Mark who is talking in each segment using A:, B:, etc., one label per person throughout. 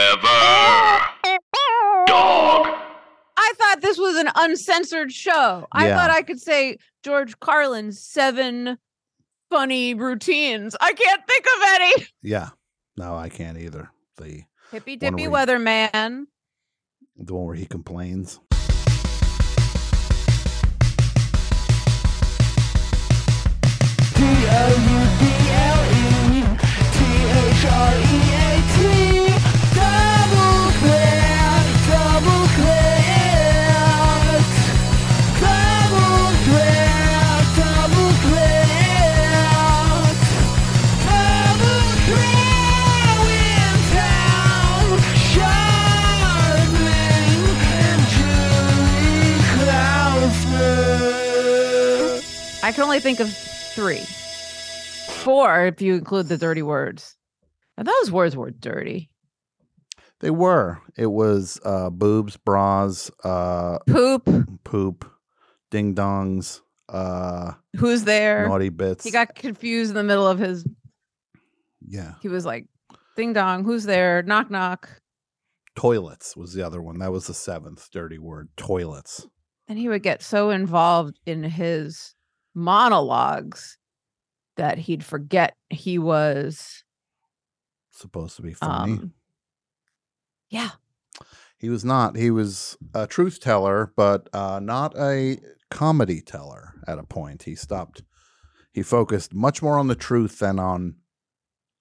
A: Forever. Dog.
B: I thought this was an uncensored show. I
C: Yeah.
B: thought I could say George Carlin's seven funny routines. I can't think of any.
C: Yeah. No, I can't either. The
B: Hippy
C: One
B: dippy
C: where
B: weatherman.
C: the one where he complains.
B: I can only think of three. Four if you include the dirty words. And those words were dirty.
C: They were. It was uh boobs, bras, uh
B: Poop,
C: poop, ding dongs, uh
B: who's there?
C: naughty bits.
B: He got confused in the middle of his
C: yeah.
B: he was like, ding dong, who's there? Knock knock.
C: Toilets was the other one. That was the seventh dirty word. Toilets.
B: And he would get so involved in his monologues that he'd forget he was
C: Supposed to be funny.
B: um yeah
C: He was not. He was a truth teller, but uh, not a comedy teller at a point. He stopped. He focused much more on the truth than on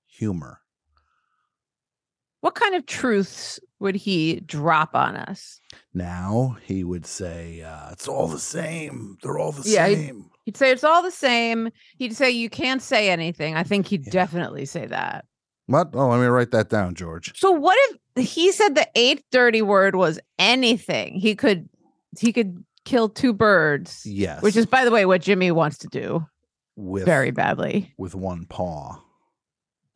C: humor.
B: what kind of truths would he drop on us
C: Now he would say, uh, It's all the same. They're all the
B: Yeah, he-
C: same.
B: he'd say it's all the same he'd say you can't say anything i think he'd
C: Yeah.
B: definitely say that
C: What? Oh, let me write that down, George.
B: so what if he said the eighth dirty word was anything he could he could kill two birds
C: Yes.
B: which is by the way what jimmy wants to do
C: with,
B: very badly
C: with one paw.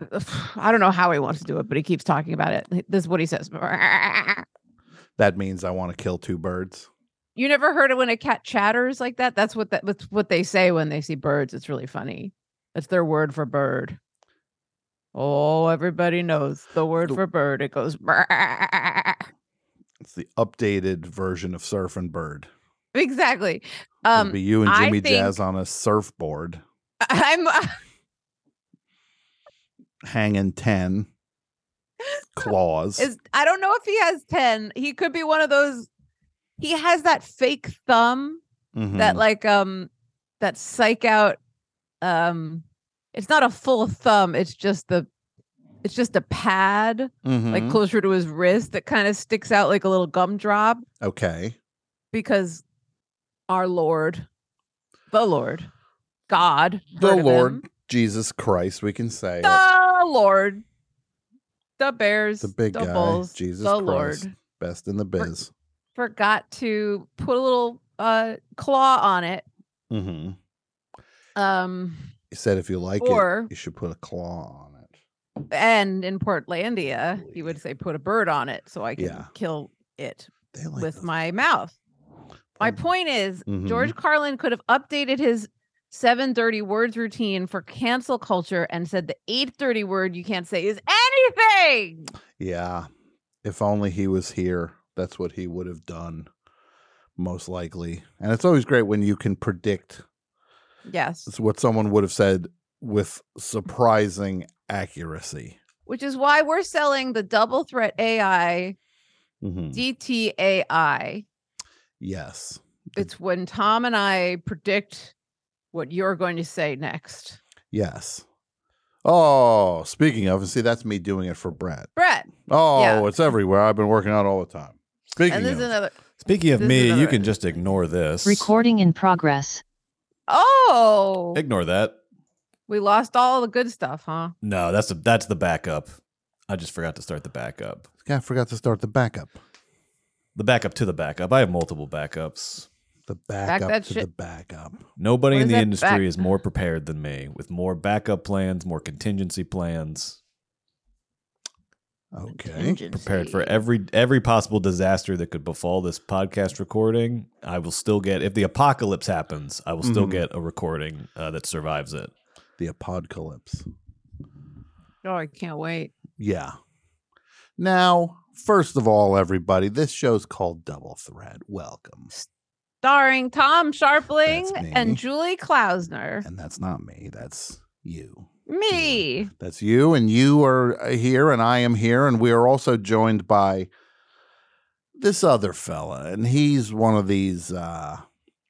B: I don't know how he wants to do it, but he keeps talking about it. This is what he says.
C: That means I want to kill two birds.
B: You never heard it when a cat chatters like that? That's what that, that's what they say when they see birds. It's really funny. That's their word for bird. Oh, everybody knows the word
C: The-
B: for bird. It goes
C: It's the updated version of Surf and Bird.
B: exactly.
C: Um,
B: Um,
C: be you and
B: I
C: Jimmy
B: think-
C: Jazz on a surfboard,
B: I'm
C: hanging 10 claws.
B: is I don't know if he has ten. He could be one of those. He has that fake thumb that
C: Mhm.
B: like um that psych out um it's not a full thumb it's just the it's just a pad like
C: Mhm.
B: closer to his wrist that kind of sticks out like a little gumdrop
C: okay.
B: because our lord the lord god
C: The
B: heard of
C: Lord
B: him.
C: Jesus Christ, we can say it.
B: the lord the bears
C: the big guy,
B: bulls
C: Jesus
B: the
C: Christ,
B: lord
C: best in the biz.
B: forgot to put a little uh claw on it
C: Mm-hmm.
B: um
C: He said, if you like
B: or
C: it, you should put a claw on it.
B: and in Portlandia, he would say, "Put a bird on it, so I can
C: Yeah.
B: kill it
C: They like
B: with my mouth." My point is,
C: Mhm.
B: George Carlin could have updated his seven dirty words routine for cancel culture and said the eighth dirty word you can't say is anything.
C: Yeah. If only he was here, that's what he would have done, most likely. And it's always great when you can predict
B: Yes,
C: what someone would have said with surprising accuracy.
B: which is why we're selling the double threat AI Mm-hmm.
C: Mhm.
B: DTAI.
C: Yes.
B: It's when Tom and I predict what you're going to say next.
C: Yes. Oh, speaking of, and see, that's me doing it for Brett.
B: Brett,
C: Oh,
B: Yeah.
C: it's everywhere. I've been working out all the time. Speaking
B: and this
C: of,
B: is another.
D: Speaking of
B: This is
D: me, you
B: another-
D: can just ignore this.
E: Recording in progress.
B: Oh,
D: Ignore that.
B: We lost all the good stuff, huh?
D: No, that's the that's the backup. I just forgot to start the backup.
C: I forgot to start the backup.
D: The backup to the backup. I have multiple backups.
C: The backup
B: that
C: to the
B: shit-
C: backup.
D: Nobody
B: What
D: in
B: is
D: the
B: that
D: industry
B: back-
D: is more prepared than me with more backup plans, more contingency plans,
C: Okay.
B: Contingency.
D: prepared for every every possible disaster that could befall this podcast recording. I will still get if the apocalypse happens, I will still
B: Mm-hmm.
C: Mhm.
D: get a recording uh, that survives it.
C: The apocalypse.
B: Oh, I can't wait.
C: Yeah. Now, first of all, everybody, this show's called Double Threat. Welcome.
B: starring Tom Sharpling
C: That's me.
B: and Julie Klausner.
C: And that's not me, that's you.
B: Me.
C: That's you, and you are uh, here, and I am here, and we are also joined by this other fella, and he's one of these uh,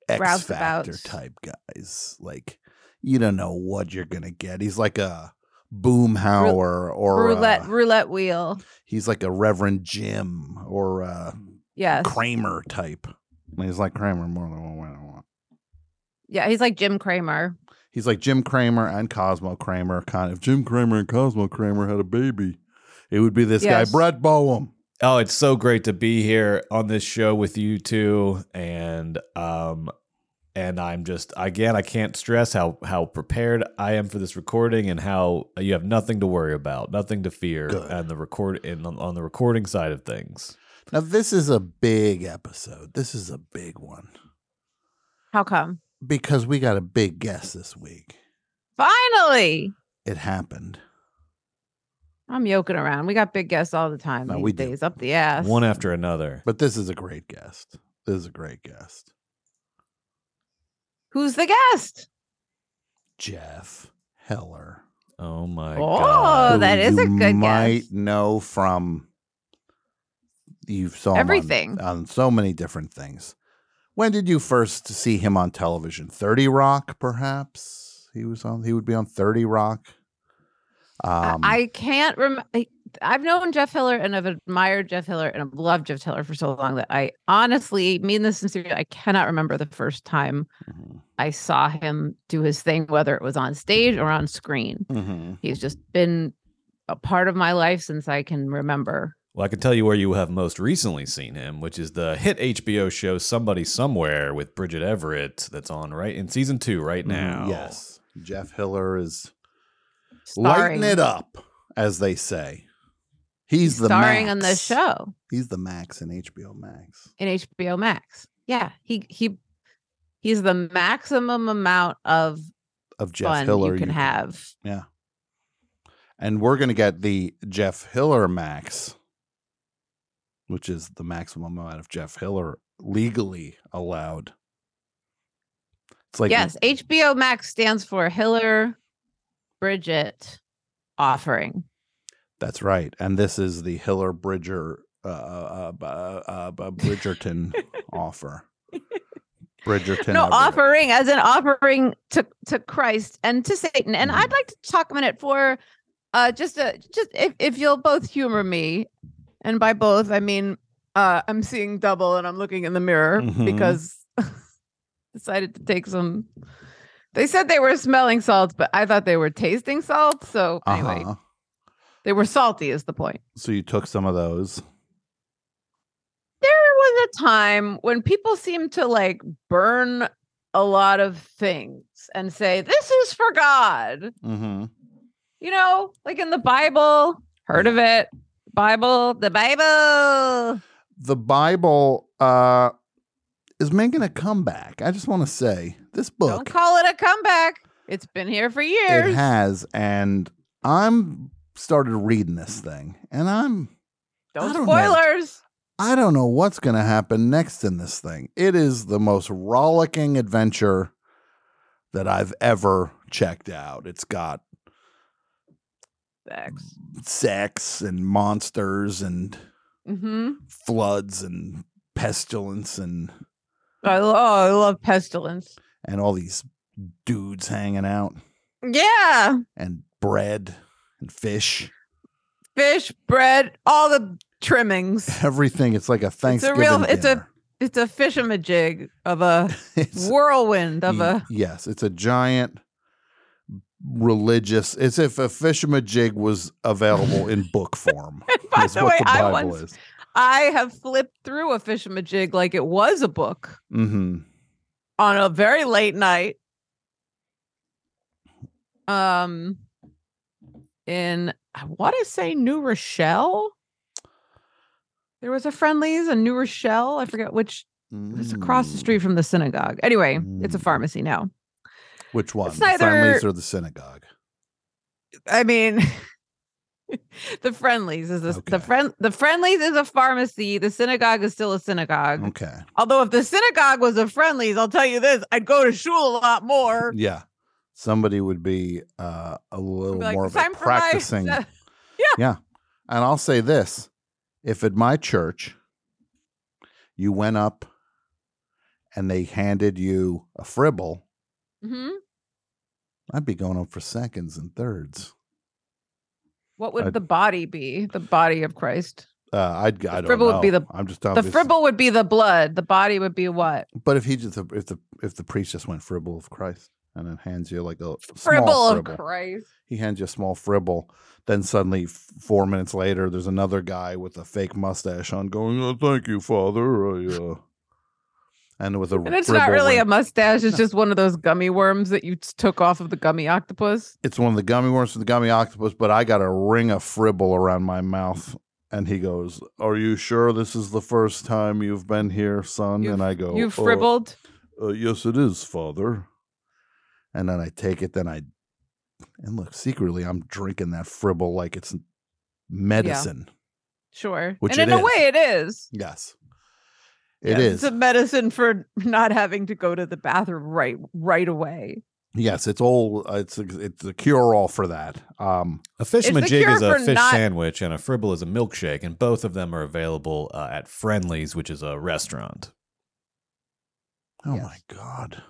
C: X Factor
B: Roustabouts.
C: type guys. Like you don't know what you're gonna get. He's like a Boomhauer or
B: Roulette
C: uh,
B: roulette wheel.
C: he's like a Reverend Jim or a
B: Yes.
C: Kramer type. And he's like Kramer more than one way. I want.
B: Yeah, he's like Jim Kramer.
C: He's like Jim Kramer and Cosmo Kramer. Kind of. If Jim Kramer and Cosmo Kramer had a baby, it would be this
B: Yes.
C: guy, Brett Boehm.
D: Oh, it's so great to be here on this show with you two, and um, and I'm just again, I can't stress how how prepared I am for this recording, and how you have nothing to worry about, nothing to fear,
C: Good.
D: and the record in on, on the recording side of things.
C: Now this is a big episode. This is a big one
B: How come?
C: because we got a big guest this week.
B: Finally.
C: It happened.
B: I'm yoking around. We got big guests all the time
C: No,
B: these
C: we do.
B: days, up the ass.
D: One after another.
C: But this is a great guest. This is a great guest.
B: Who's the guest?
C: Jeff Heller.
D: Oh my
B: Oh.
D: god!
B: Oh, that
C: who
B: is a
C: you
B: good guess.
C: might know from you saw him on-
B: Everything.
C: on, so many different things. When did you first see him on television? Thirty Rock, perhaps he was on. He would be on Thirty Rock.
B: I-
C: Um,
B: I can't remember. I've known Jeff Hiller and I've admired Jeff Hiller and I've loved Jeff Hiller for so long that I honestly mean this sincerely. I cannot remember the first time I saw him do his thing, whether it was on stage or on screen.
C: mm-hmm.
B: He's just been a part of my life since I can remember.
D: Well, I can tell you where you have most recently seen him, which is the hit HBO show "Somebody Somewhere" with Bridget Everett, that's on right in season two right
C: Mhm,
D: now.
C: yes, Jeff Hiller is
B: Starring,
C: lighting it up, as they say. He's the
B: starring
C: Max.
B: on the show
C: He's the Max in HBO Max.
B: in HBO Max. Yeah, he he he's the maximum amount of
C: Of Jeff
B: fun
C: Hiller,
B: you can have.
C: and we're going to get the Jeff Hiller max, which is the maximum amount of Jeff Hiller legally allowed. It's like
B: yes, HBO Max stands for Hiller Bridget offering.
C: that's right, and this is the Hiller Bridger uh, uh, uh, uh, uh, Bridgerton offer. Bridgerton,
B: no,
C: Everett.
B: offering as an offering to to Christ and to Satan. And I'd
C: Mhm.
B: like to talk a minute for uh just a just if, if you'll both humor me, and by both I mean uh I'm seeing double and I'm looking in the mirror
C: Mhm.
B: because decided to take some they said they were smelling salts, but I thought they were tasting salts. So anyway,
C: Uh-huh.
B: they were salty is the point.
C: So you took some of those.
B: there was a time when people seemed to like burn a lot of things and say this is for god
C: Mm-hmm.
B: you know like in the bible heard of it bible the bible
C: the Bible uh, is making a comeback. I just want to say this
B: don't
C: book
B: call it a comeback it's been here for
C: it
B: years
C: has, and I'm started reading this thing, and I'm I
B: don't
C: don't know.
B: spoilers
C: I don't know what's going to happen next in this thing. It is the most rollicking adventure that I've ever checked out. It's got
B: Sex.
C: sex and monsters and
B: hmm
C: floods and pestilence and
B: I, lo- oh, I love pestilence
C: and all these dudes hanging out
B: yeah
C: and bread and fish.
B: fish bread all the trimmings
C: everything. It's like a Thanksgiving.
B: real- it's a-
C: dinner.
B: it's a fishamajig of a
C: It's-
B: whirlwind of
C: y-
B: a
C: yes, it's a giant religious. It's if a fishamajig was available in book form.
B: by
C: is
B: the
C: what
B: way
C: the
B: i
C: Bible
B: once
C: is.
B: I have flipped through a fish and a jig like it was a book
C: hmm
B: on a very late night. Um, in I want to say New Rochelle. There was a friendlies in New Rochelle. I forget which. It was across the
C: Hmm.
B: street from the synagogue. Anyway, it's a
C: Mm.
B: pharmacy now.
C: Which one?
B: It's
C: The friendlies
B: neither-
C: or the synagogue?
B: I mean, the friendlies is this, the
C: Okay.
B: friend the friendlies is a pharmacy. The synagogue is still a synagogogue.
C: Okay.
B: Although if the synagogue was a friendlies, I'll tell you this, I'd go to shul a lot more.
C: Yeah. Somebody would be uh, a little
B: Be like,
C: more of a
B: "Time for my- uh"
C: practicing. and I'll say this if at my church you went up and they handed you a fribble,
B: Mhm.
C: I'd be going up for seconds and thirds.
B: What would
C: I'd-
B: the body be? The body of Christ.
C: Uh, I'd, I don't
B: fribble would be
C: know.
B: the-
C: I'm just
B: The
C: obvious-
B: fribble would be the blood. The body would be what?
C: But if he just if the if the priest just went fribble of Christ and then hands you like a
B: Fribble
C: small
B: of
C: fribble,
B: Christ.
C: he hands you a small fribble. Then suddenly, f- four minutes later, there's another guy with a fake mustache on, going, oh, "Thank you, Father." I, uh," and with a
B: And it's not
C: fribble
B: really a
C: went-
B: mustache. It's
C: No.
B: just one of those gummy worms that you t- took off of the gummy octopus.
C: it's one of the gummy worms from the gummy octopus, but I got a ring of fribble around my mouth. And he goes, "Are you sure this is the first time you've been here, son?"
B: You've-
C: and I go,
B: you
C: "Uh,
B: fribbled.
C: Uh, yes, it is, Father. And then I take it, then I. And look, secretly, I'm drinking that fribble like it's medicine.
B: Sure.
C: Which
B: and
C: it
B: in a
C: is.
B: way, it is.
C: Yes. it
B: Yeah,
C: is.
B: It's a medicine for not having to go to the bathroom right right away.
C: yes, it's all, uh, it's a, it's a cure all for that. Um,
D: A fish
B: It's the
D: majig
B: cure
D: is a
B: for
D: fish
B: not-
D: sandwich, and a fribble is a milkshake, and both of them are available uh, at Friendly's, which is a restaurant.
C: oh
B: Yes.
C: my God.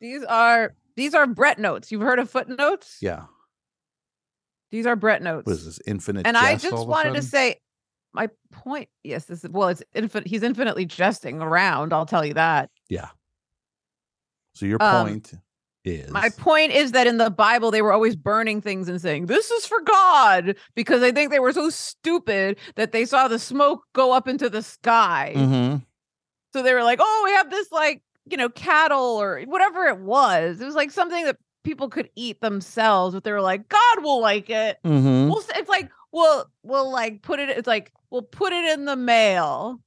B: These are these are Brett notes. You've heard of footnotes?
C: Yeah.
B: These are Brett notes.
C: What is this? Infinite.
B: and I
C: jest all
B: just
C: of a
B: wanted to
C: sudden?
B: say my point. Yes, this is well, it's infinite. He's infinitely jesting around. I'll tell you that.
C: So your
B: um,
C: point is.
B: My point is that in the Bible, they were always burning things and saying, This is for God, because I think they were so stupid that they saw the smoke go up into the sky.
C: Mhm.
B: So they were like, Oh, we have this, like, you know, cattle or whatever it was. It was like something that people could eat themselves, but they were like, God will like it.
C: Mhm.
B: We'll, s- it's like, we'll, we'll like put it, it's like, we'll put it in the mail.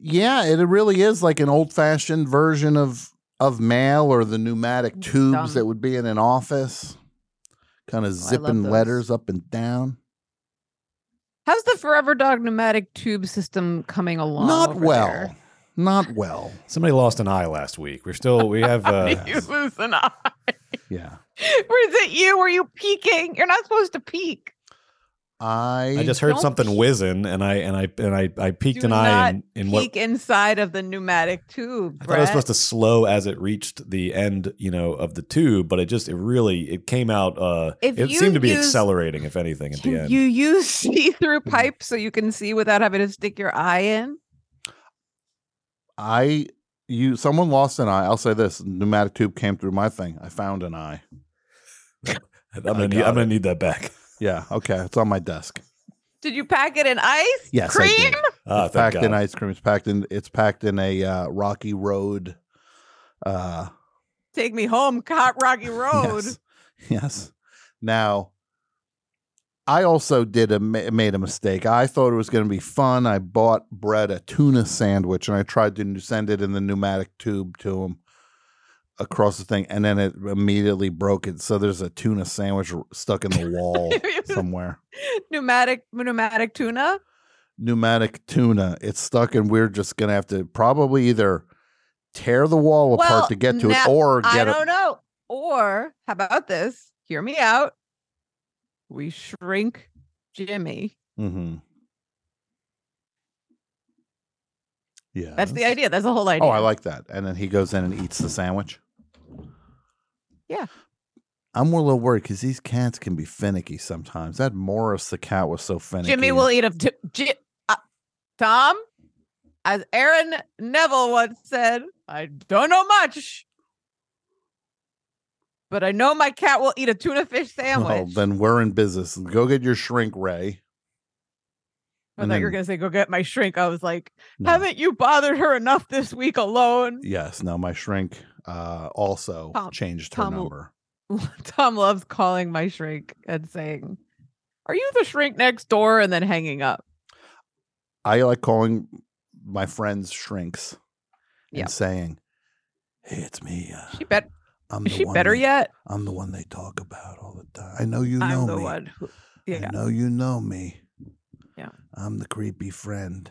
C: Yeah, it really is like an old fashioned version of of mail or the pneumatic tubes
B: Mm, Dumb. Oh,
C: that would be in an office, kind of
B: love
C: zipping
B: those.
C: letters up and down.
B: How's the Forever Dog pneumatic tube system coming along?
C: Not
B: over
C: well.
B: there?
C: Not well.
D: Somebody lost an eye last week. We're still we have
B: How
D: uh,
B: do you lose an eye?
C: Yeah.
B: Was it you? Were you peeking? You're not supposed to peek.
C: I,
D: I just heard
B: Don't
D: something
B: peek.
D: whizzing, and I and I and I I peeked
B: Do
D: an eye
B: not
D: in, in
B: peek
D: what
B: inside of the pneumatic tube.
D: I thought I was
B: Brett.
D: supposed to slow as it reached the end, you know, of the tube, but it just it really it came out. uh
B: If
D: It
B: you
D: seemed to be
B: use-
D: accelerating, if anything, at the
B: Can
D: end. Mm-hmm.
B: you use see-through pipe so you can see without having to stick your eye in?
C: I you someone lost an eye. I'll say this pneumatic tube came through my thing. I found an eye.
D: I'm gonna,
C: I
D: need,
C: got
D: I'm gonna
C: it.
D: need that back.
C: Yeah, okay. It's on my desk.
B: Did you pack it in ice?
C: Yes, I
B: Cream?
C: did.
D: Ah,
C: it's
D: thank
C: packed in
D: God.
C: ice cream. It's packed in it's packed in a uh, rocky road uh
B: Take me home, Cot Rocky Road.
C: Yes. Yes. Now, I also did a ma- made a mistake. I thought it was going to be fun. I bought Brett a tuna sandwich and I tried to send it in the pneumatic tube to him across the thing, and then it immediately broke it. So there's a tuna sandwich r- stuck in the wall somewhere.
B: pneumatic pneumatic tuna.
C: Pneumatic tuna. It's stuck, and we're just going to have to probably either tear the wall apart
B: Well,
C: to get to
B: now-
C: it, or
B: I
C: get it.
B: don't know. Or how about this? Hear me out. We shrink Jimmy.
C: Mm-hmm. Yeah.
B: That's the idea. That's the whole idea.
C: Oh, I like that. And then he goes in and eats the sandwich.
B: Yeah.
C: I'm a little worried because these cats can be finicky sometimes. That Morris the cat was so finicky.
B: Jimmy will eat a t- Ji- uh, Tom, as Aaron Neville once said, I don't know much, but I know my cat will eat a tuna fish
C: Well,
B: sandwich.
C: then we're in business. Go get your shrink ray.
B: I thought you were
C: then-
B: gonna say go get my shrink. I was like,
C: No.
B: haven't you bothered her enough this week alone?
C: Yes. Now my shrink uh, also
B: Tom-
C: changed
B: Tom
C: her
B: will-
C: number.
B: Tom loves calling my shrink and saying, "Are you the shrink next door?" and then hanging up.
C: I like calling my friends shrinks
B: Yeah.
C: and saying, "Hey, it's me. Uh,
B: She bet.
C: I'm the
B: Is she
C: one
B: better
C: that-
B: yet?
C: I'm the one they talk about all the time. I know you know
B: I'm the
C: me.
B: one. Who, Yeah.
C: I know you know me.
B: Yeah.
C: I'm the creepy friend.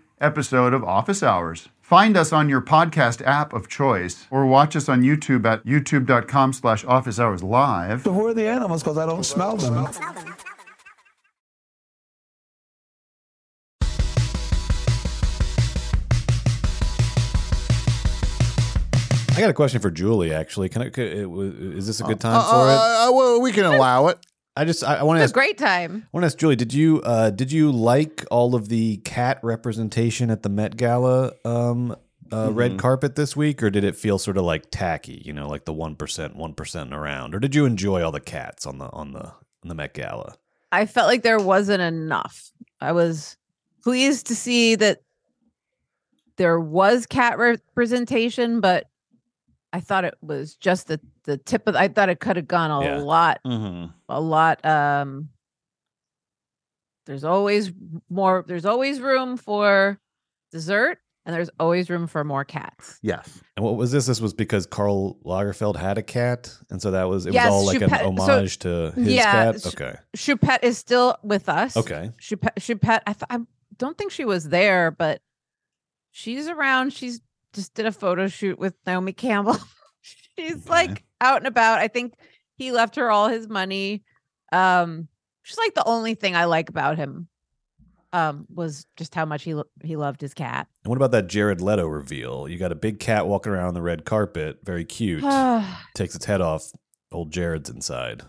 E: episode of Office Hours. Find us on your podcast app of choice or watch us on YouTube at youtube.com slash office hours live.
F: Who are the animals? Because I don't smell them.
D: I got a question for Julie. Actually, can I? Could, it, was- is this a good time
C: Uh,
D: for
C: uh,
D: it?
C: uh, uh, well, we can allow it.
D: I just I, I want to
B: It's
D: ask.
B: a great time.
D: I want to ask Julie. Did you uh, did you like all of the cat representation at the Met Gala um, uh, red carpet this week, or did it feel sort of like tacky? You know, like the one percent, one percent around, or did you enjoy all the cats on the on the on the Met Gala?
B: I felt like there wasn't enough. I was pleased to see that there was cat representation, but I thought it was just the the tip of. I thought it could have gone a
D: Yeah.
B: lot,
D: Mm-hmm.
B: a lot. Um, there's always more. There's always room for dessert, and there's always room for more cats.
C: Yes.
D: And what was this? This was because Carl Lagerfeld had a cat, and so that was it.
B: Yes,
D: was all like
B: she
D: an
B: pet- so-
D: homage to his
B: Yeah,
D: cat.
B: sh-
D: Okay,
B: Choupette is still with us.
D: okay.
B: Choupette, Choupette I, th- I don't think she was there, but she's around. She's just did a photo shoot with Naomi Campbell. she's like out and about. I think he left her all his money. Um, she's like the only thing I like about him um, was just how much he lo- he loved his cat.
D: And what about that Jared Leto reveal? You got a big cat walking around on the red carpet, very cute.
B: that
D: Takes its head off. Old Jared's inside.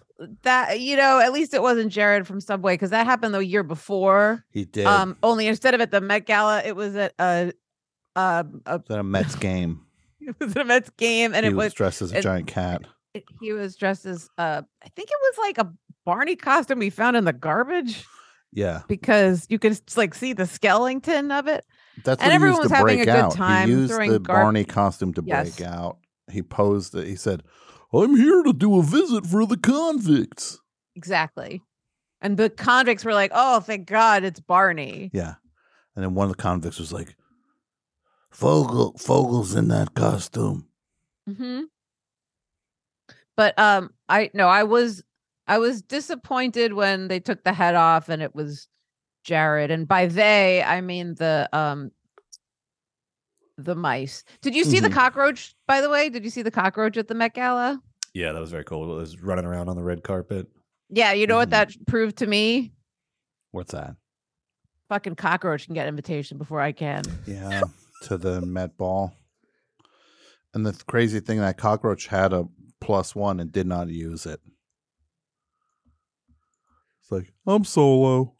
B: you know, at least it wasn't Jared from Subway because that happened the year before.
C: He did.
B: Um, only instead of at the Met Gala, it was at a um a,
C: Is that a Mets game?
B: it was at a Mets game, and
C: he
B: it
C: was
B: was
C: dressed as a
B: it-
C: giant cat.
B: it- he was dressed as uh I think it was like a Barney costume we found in the garbage
C: Yeah,
B: because you could s- like see the skeleton of it.
C: that's
B: And
C: what he
B: everyone
C: used
B: was
C: to
B: having
C: break
B: a good
C: out.
B: time
C: he used
B: throwing
C: the
B: gar-
C: Barney costume to
B: Yes.
C: break out. He posed. It. He said, "I'm here to do a visit for the convicts."
B: Exactly. And the convicts were like, "Oh, thank God, it's Barney."
C: Yeah, and then one of the convicts was like, "Fogel, Fogel's in that costume."
B: hmm But um, I no, I was I was disappointed when they took the head off and it was Jared. And by they, I mean the um the mice. Did you see the cockroach? By the way, did you see the cockroach at the Met Gala?
D: Yeah, that was very cool. It was running around on the red carpet.
B: Yeah, you know what
C: Mhm.
B: that proved to me?
C: What's that?
B: Fucking cockroach can get invitation before I can.
C: Yeah, to the Met Ball. And the th- crazy thing that cockroach had a plus one and did not use it. It's like I'm solo.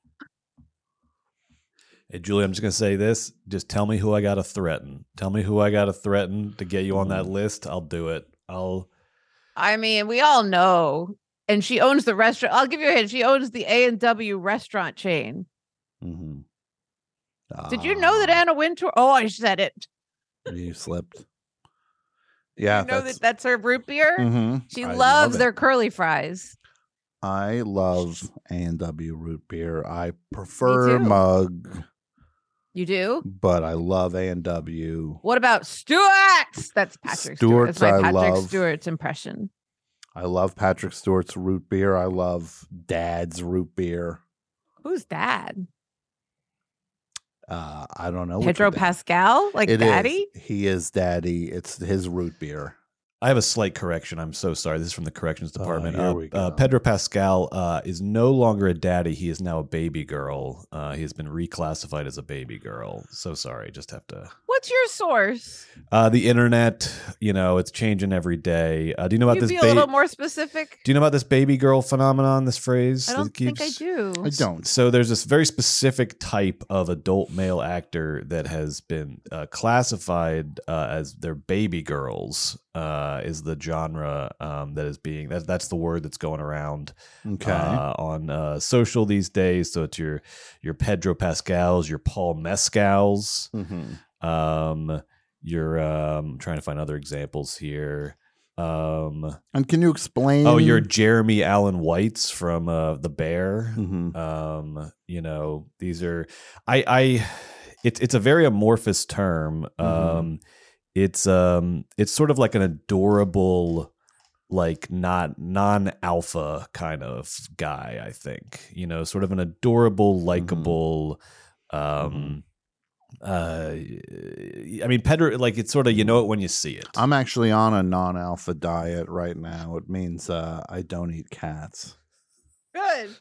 D: Hey, Julie, I'm just gonna say this. Just tell me who I gotta threaten. Tell me who I gotta threaten to get you on
C: Mm.
D: that list. I'll do it. I'll.
B: I mean, we all know. And she owns the restaurant. I'll give you a hint. She owns the A and W restaurant chain.
C: Mm-hmm.
B: Did you know that Anna Wintour? Oh, I said it.
C: you slipped? Yeah,
B: you know
C: that's-
B: that that's her root beer.
C: Mhm.
B: She
C: I love
B: loves
C: it.
B: their curly fries.
C: I love A and W root beer. I prefer
B: too.
C: mug,
B: You do.
C: but I love A and W.
B: What about Stewart's? That's Patrick Stewart. That's my
C: Stewart's I
B: Patrick
C: love.
B: Stewart's impression.
C: I love Patrick Stewart's root beer. I love Dad's root beer.
B: Who's dad?
C: Uh, I don't know. which
B: Pedro
C: of them.
B: Pascal, like
C: It is.
B: daddy.
C: He is daddy. It's his root beer.
D: I have a slight correction. I'm so sorry. This is from the corrections
C: Oh,
D: department.
C: here
D: Uh,
C: we
D: uh,
C: go.
D: Pedro Pascal uh, is no longer a daddy. He is now a baby girl. Uh, he has been reclassified as a baby girl. So sorry. Just have to.
B: What's your source?
D: Uh, the internet. You know, it's changing every day. Uh, do you know about
B: You'd
D: this?
B: be a
D: ba-
B: little more specific.
D: do you know about this baby girl phenomenon? This phrase.
B: I
D: that
B: don't think I
D: keeps-
B: do.
C: I don't.
D: So there's this very specific type of adult male actor that has been uh, classified uh, as their baby girls, uh, is the genre um, that is being that, that's the word that's going around
C: Okay.
D: uh, on uh, social these days. So it's your your Pedro Pascals, your Paul Mescals,
C: Mhm.
D: um, your um, trying to find other examples here. Um,
C: And can you explain? Mm-hmm.
D: oh, your Jeremy Allen Whites from uh, The Bear.
C: Mhm.
D: Um, you know, these are I I it's it's a very amorphous term. Um it's um it's sort of like an adorable like not non-alpha kind of guy, I think. You know, sort of an adorable, likable um uh I mean Pedro like it's sort of you know it when you see it.
C: I'm actually on a non-alpha diet right now. It means uh, I don't eat cats.
B: Good.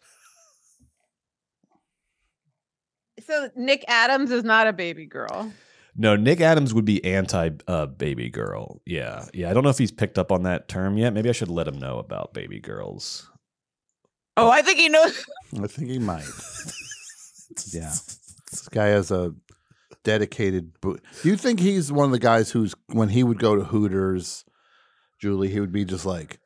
B: So Nick Adams is not a baby girl.
D: No, Nick Adams would be anti uh, baby girl. Yeah. Yeah. I don't know if he's picked up on that term yet. Maybe I should let him know about baby girls.
B: Oh, I think he knows.
C: I think he might. yeah, this guy has a dedicated. Bo- Do you think he's one of the guys who's when he would go to Hooters, Julie, he would be just like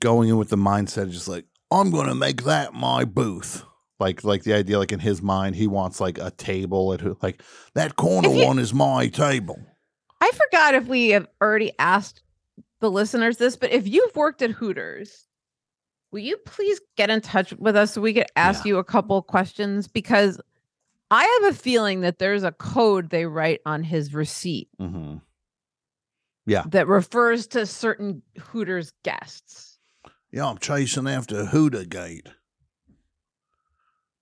C: going in with the mindset, of just like I'm going to make that my booth. Like, like the idea, like in his mind, he wants like a table at Hoo- like that corner
B: If you-
C: one is my table.
B: I forgot if we have already asked the listeners this, but if you've worked at Hooters, will you please get in touch with us so we could ask you a couple questions? Because I have a feeling that there's a code they write on his receipt
C: Mm-hmm.
B: that refers to certain Hooters guests.
C: Yeah, I'm chasing after Hooter Gate.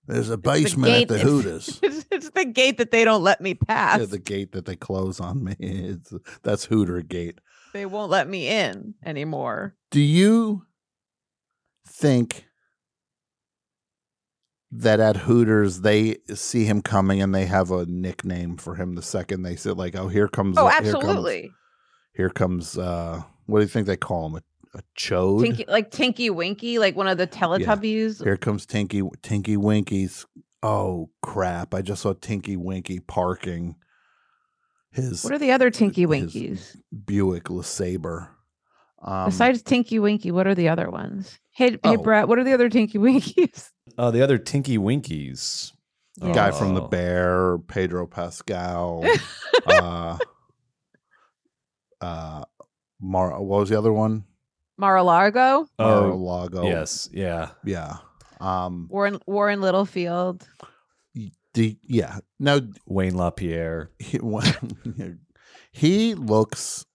C: There's a
B: It's
C: basement
B: gate
C: at the
B: that-
C: Hooters.
B: It's, it's the gate that they don't let me pass.
C: Yeah, the gate that they close on me. It's, that's Hooter Gate.
B: they won't let me in anymore.
C: Do you think that at Hooters they see him coming and they have a nickname for him the second they sit like, oh, here comes
B: Oh,
C: here comes-
B: absolutely.
C: Here comes, uh what do you think they call him? A, a chode?
B: Tinky, like Tinky Winky, like one of the Teletubbies.
C: Here comes Tinky Tinky Winky's. Oh crap! I just saw Tinky Winky parking his
B: What are the other Tinky
C: his-
B: Winkies
C: Buick LeSabre. Um,
B: besides Tinky Winky? What are the other ones? Hey, hey,
C: Oh.
B: Brett. What are the other Tinky Winkies?
D: Uh, the other Tinky Winkies.
B: Yeah.
C: guy from the
D: Oh.
C: Bear, Pedro Pascal, uh, uh, Mar. What was the other one?
B: Mar-a-Lago,
D: Oh,
C: Mar-a-Lago.
D: yes. Yeah.
C: Yeah. Um.
B: Warren Warren Littlefield.
C: D- yeah. Now
D: Wayne LaPierre.
C: he, he looks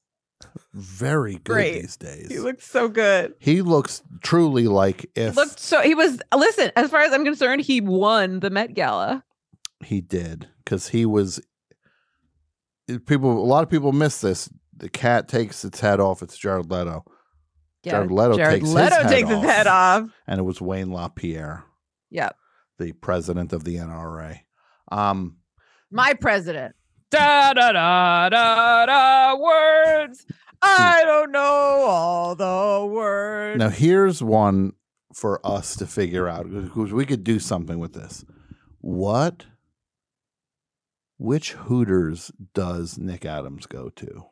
C: very good
B: Great.
C: these days.
B: looks so good.
C: He looks truly like if
B: Looked so he was listen, as far as I'm concerned, he won the Met Gala.
C: he did, because he was. eh, People, a lot of people miss this. The cat takes its head off. It's Jared Leto, Jared Leto takes his
B: Leto
C: head
B: takes
C: off.
B: his head off.
C: and it was Wayne LaPierre,
B: Yep.
C: the president of the NRA. Um,
B: My president. Da da da da da words. I don't know all the words.
C: now here's one for us to figure out because we could do something with this. What? Which Hooters does Nick Adams go to?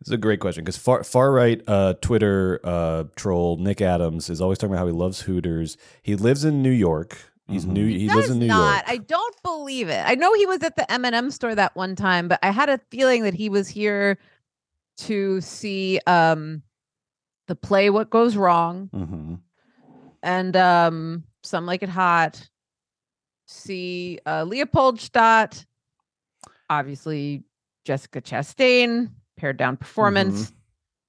D: This is a great question because far far right uh, Twitter uh, troll Nick Adams is always talking about how he loves Hooters. He lives in New York. He's
C: Mhm.
D: new. He
B: That
D: lives
B: is
D: in New
B: not. I
D: York.
B: don't believe it. I know he was at the M&M store that one time, but I had a feeling that he was here to see um the play What Goes Wrong
C: Mm-hmm.
B: and um Some Like It Hot. See uh Leopoldstadt, obviously Jessica Chastain, pared down performance,
D: Mm-hmm.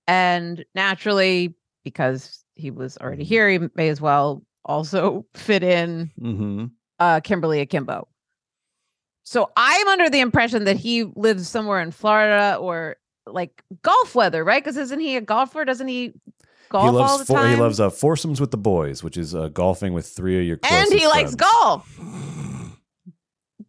B: and naturally because he was already here, he may as well also fit in
C: Mm-hmm.
B: uh, Kimberly Akimbo. So I'm under the impression that he lives somewhere in Florida or like golf weather, right? Because isn't he a golfer? Doesn't he golf
D: he
B: all
D: loves
B: the
D: four
B: time?
D: he loves uh, foursomes with the boys, which is uh, golfing with three of your
B: and he
D: closest
B: likes
D: friends.
B: golf.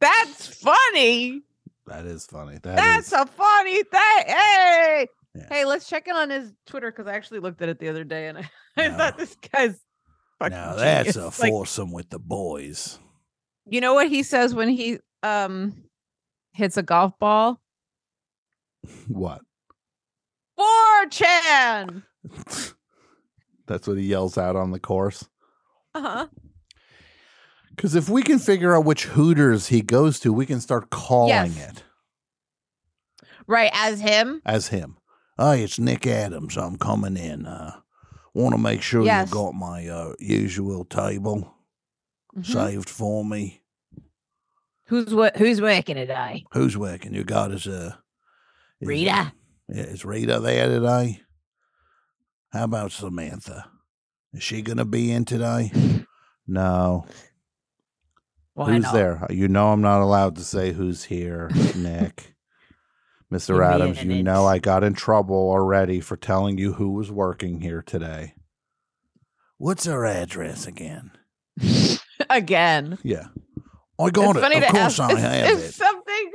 B: That's funny.
C: That is funny.
B: That's
C: That's
B: a funny thing. Hey,
C: Yeah.
B: hey, let's check in on his Twitter because I actually looked at it the other day and I, I
C: No.
B: thought this guy's fucking
C: now that's a
B: genius. Like,
C: foursome with the boys.
B: you know what he says when he um hits a golf ball?
C: What?
B: 4chan.
C: That's what he yells out on the course.
B: Uh-huh.
C: Because if we can figure out which Hooters he goes to, we can start calling
B: Yes.
C: it
B: Right, as him.
C: as him. Hey, it's Nick Adams. I'm coming in. Uh, Want to make sure
B: Yes.
C: you got my uh, usual table
B: Mhm.
C: saved for me.
B: Who's what who's working today?
C: Who's working? You got is uh, is-
B: Rita.
C: Yeah, is Rita there today? How about Samantha? Is she gonna be in today? No.
B: Why
C: who's
B: not?
C: there? You know I'm not allowed to say who's here, Nick. Mr.
B: Give me
C: Adams,
B: an
C: you
B: inch.
C: know I got in trouble already for telling you who was working here today. What's her address again?
B: Again.
C: Yeah. I got
B: it's
C: it.
B: funny
C: of
B: to ask
C: course I
B: it's-
C: have
B: it's
C: it.
B: something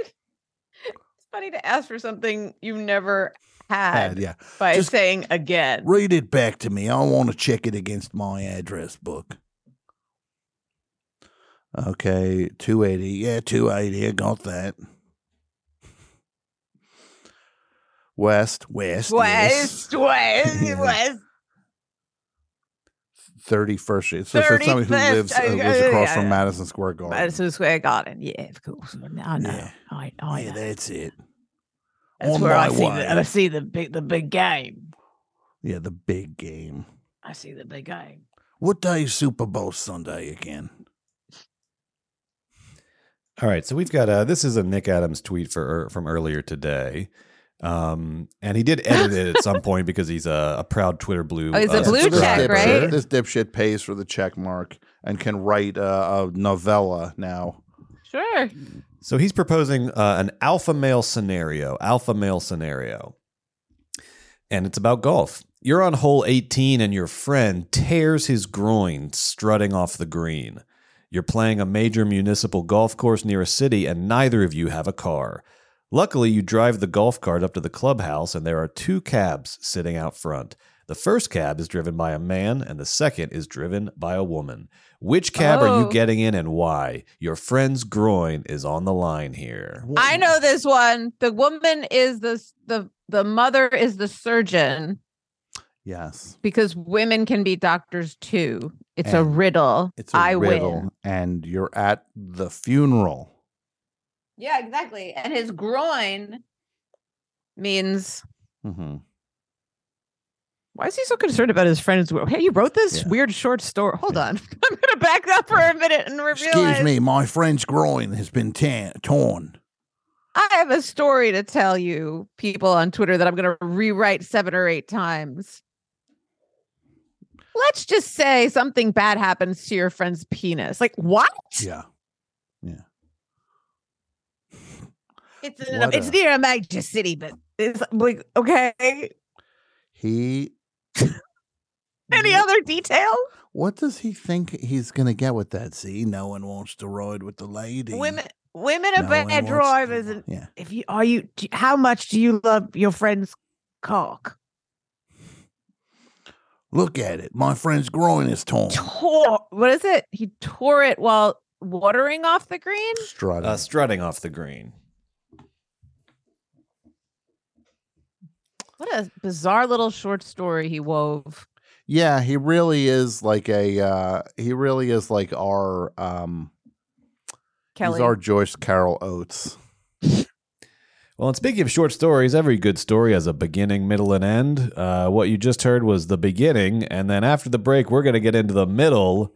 B: it's funny to ask for something you never had
C: yeah.
B: by
C: Just-
B: saying again.
C: Read it back to me. I want to check it against my address book. Okay, 280. Yeah, 280. I got that. West, west,
B: West, west,
C: Yeah.
B: west.
C: Thirty first Street. So for somebody who
B: 31st,
C: lives, uh,
B: I-
C: lives
B: I-
C: across
B: I-
C: from Madison Square Garden.
B: Madison Square Garden. Yeah, of course. I know.
C: Yeah.
B: I, I
C: Oh, yeah,
B: know.
C: that's it.
B: Oh, That's
C: on
B: where I
C: my
B: see,
C: way.
B: the, I see the big the big game.
C: Yeah, the big game.
B: I see the big game.
C: What day is Super Bowl Sunday again?
D: All right, so we've got uh this is a Nick Adams tweet for er, from earlier today. Um, and he did edit it at some point because he's a, a proud Twitter blue.
B: Oh, he's a
D: uh,
B: blue
C: this
B: check,
D: subscriber.
B: right?
C: This dipshit pays for the check mark and can write uh, a novella now.
B: Sure.
D: So he's proposing uh, an alpha male scenario, alpha male scenario. And it's about golf. You're on hole 18 and your friend tears his groin strutting off the green. You're playing a major municipal golf course near a city and neither of you have a car. Luckily, you drive the golf cart up to the clubhouse and there are two cabs sitting out front. The first cab is driven by a man and the second is driven by a woman. Which cab are
B: Oh.
D: you getting in and why? Your friend's groin is on the line here.
B: I know this one. The woman is the s- the the mother is the surgeon
C: Yes.
B: because women can be doctors too. It's a
C: And
B: riddle.
C: It's a
B: I
C: riddle,
B: win.
C: and you're at the funeral.
B: Yeah, exactly. And his groin means
C: Mm-hmm.
B: why is he so concerned about his friend's groin? Hey, you wrote this
C: Yeah.
B: weird short story. Hold on. I'm gonna back up for a minute and realize
C: Excuse me, my friend's groin has been tan- torn.
B: I have a story to tell you, people on Twitter, that I'm going to rewrite seven or eight times. Let's just say something bad happens to your friend's penis. Like, what?
C: Yeah.
B: It's, in
C: What
B: it's
C: a-
B: near a major city, but it's like, okay.
C: He.
B: Any other detail?
C: What does he think he's gonna get with that? See, no one wants to ride with the lady.
B: Women, women
C: no
B: are
C: one
B: bad
C: wants to-
B: drivers. And
C: Yeah.
B: if you are you, do- how much do you love your friend's cock?
C: Look at it. My friend's groin is torn.
B: Tore, what is it? He tore it while watering off the green.
C: Strutting.
D: Uh, strutting off the green.
B: What a bizarre little short story he wove.
C: Yeah, he really is like a uh he really is like our um
B: Kelly.
C: he's our Joyce Carol Oates.
D: Well, and speaking of short stories, every good story has a beginning, middle, and end. Uh, what you just heard was the beginning, and then after the break, we're going to get into the middle,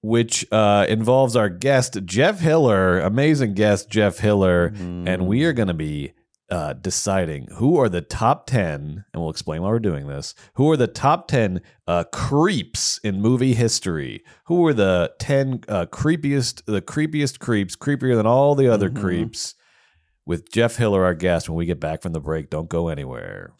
D: which uh, involves our guest Jeff Hiller, amazing guest Jeff Hiller,
C: Mm-hmm.
D: and we are going to be uh, deciding who are the top ten, and we'll explain why we're doing this. Who are the top ten uh, creeps in movie history? Who are the ten uh, creepiest, the creepiest creeps, creepier than all the other
C: Mhm.
D: creeps? with Jeff Hiller, our guest, when we get back from the break. Don't go anywhere.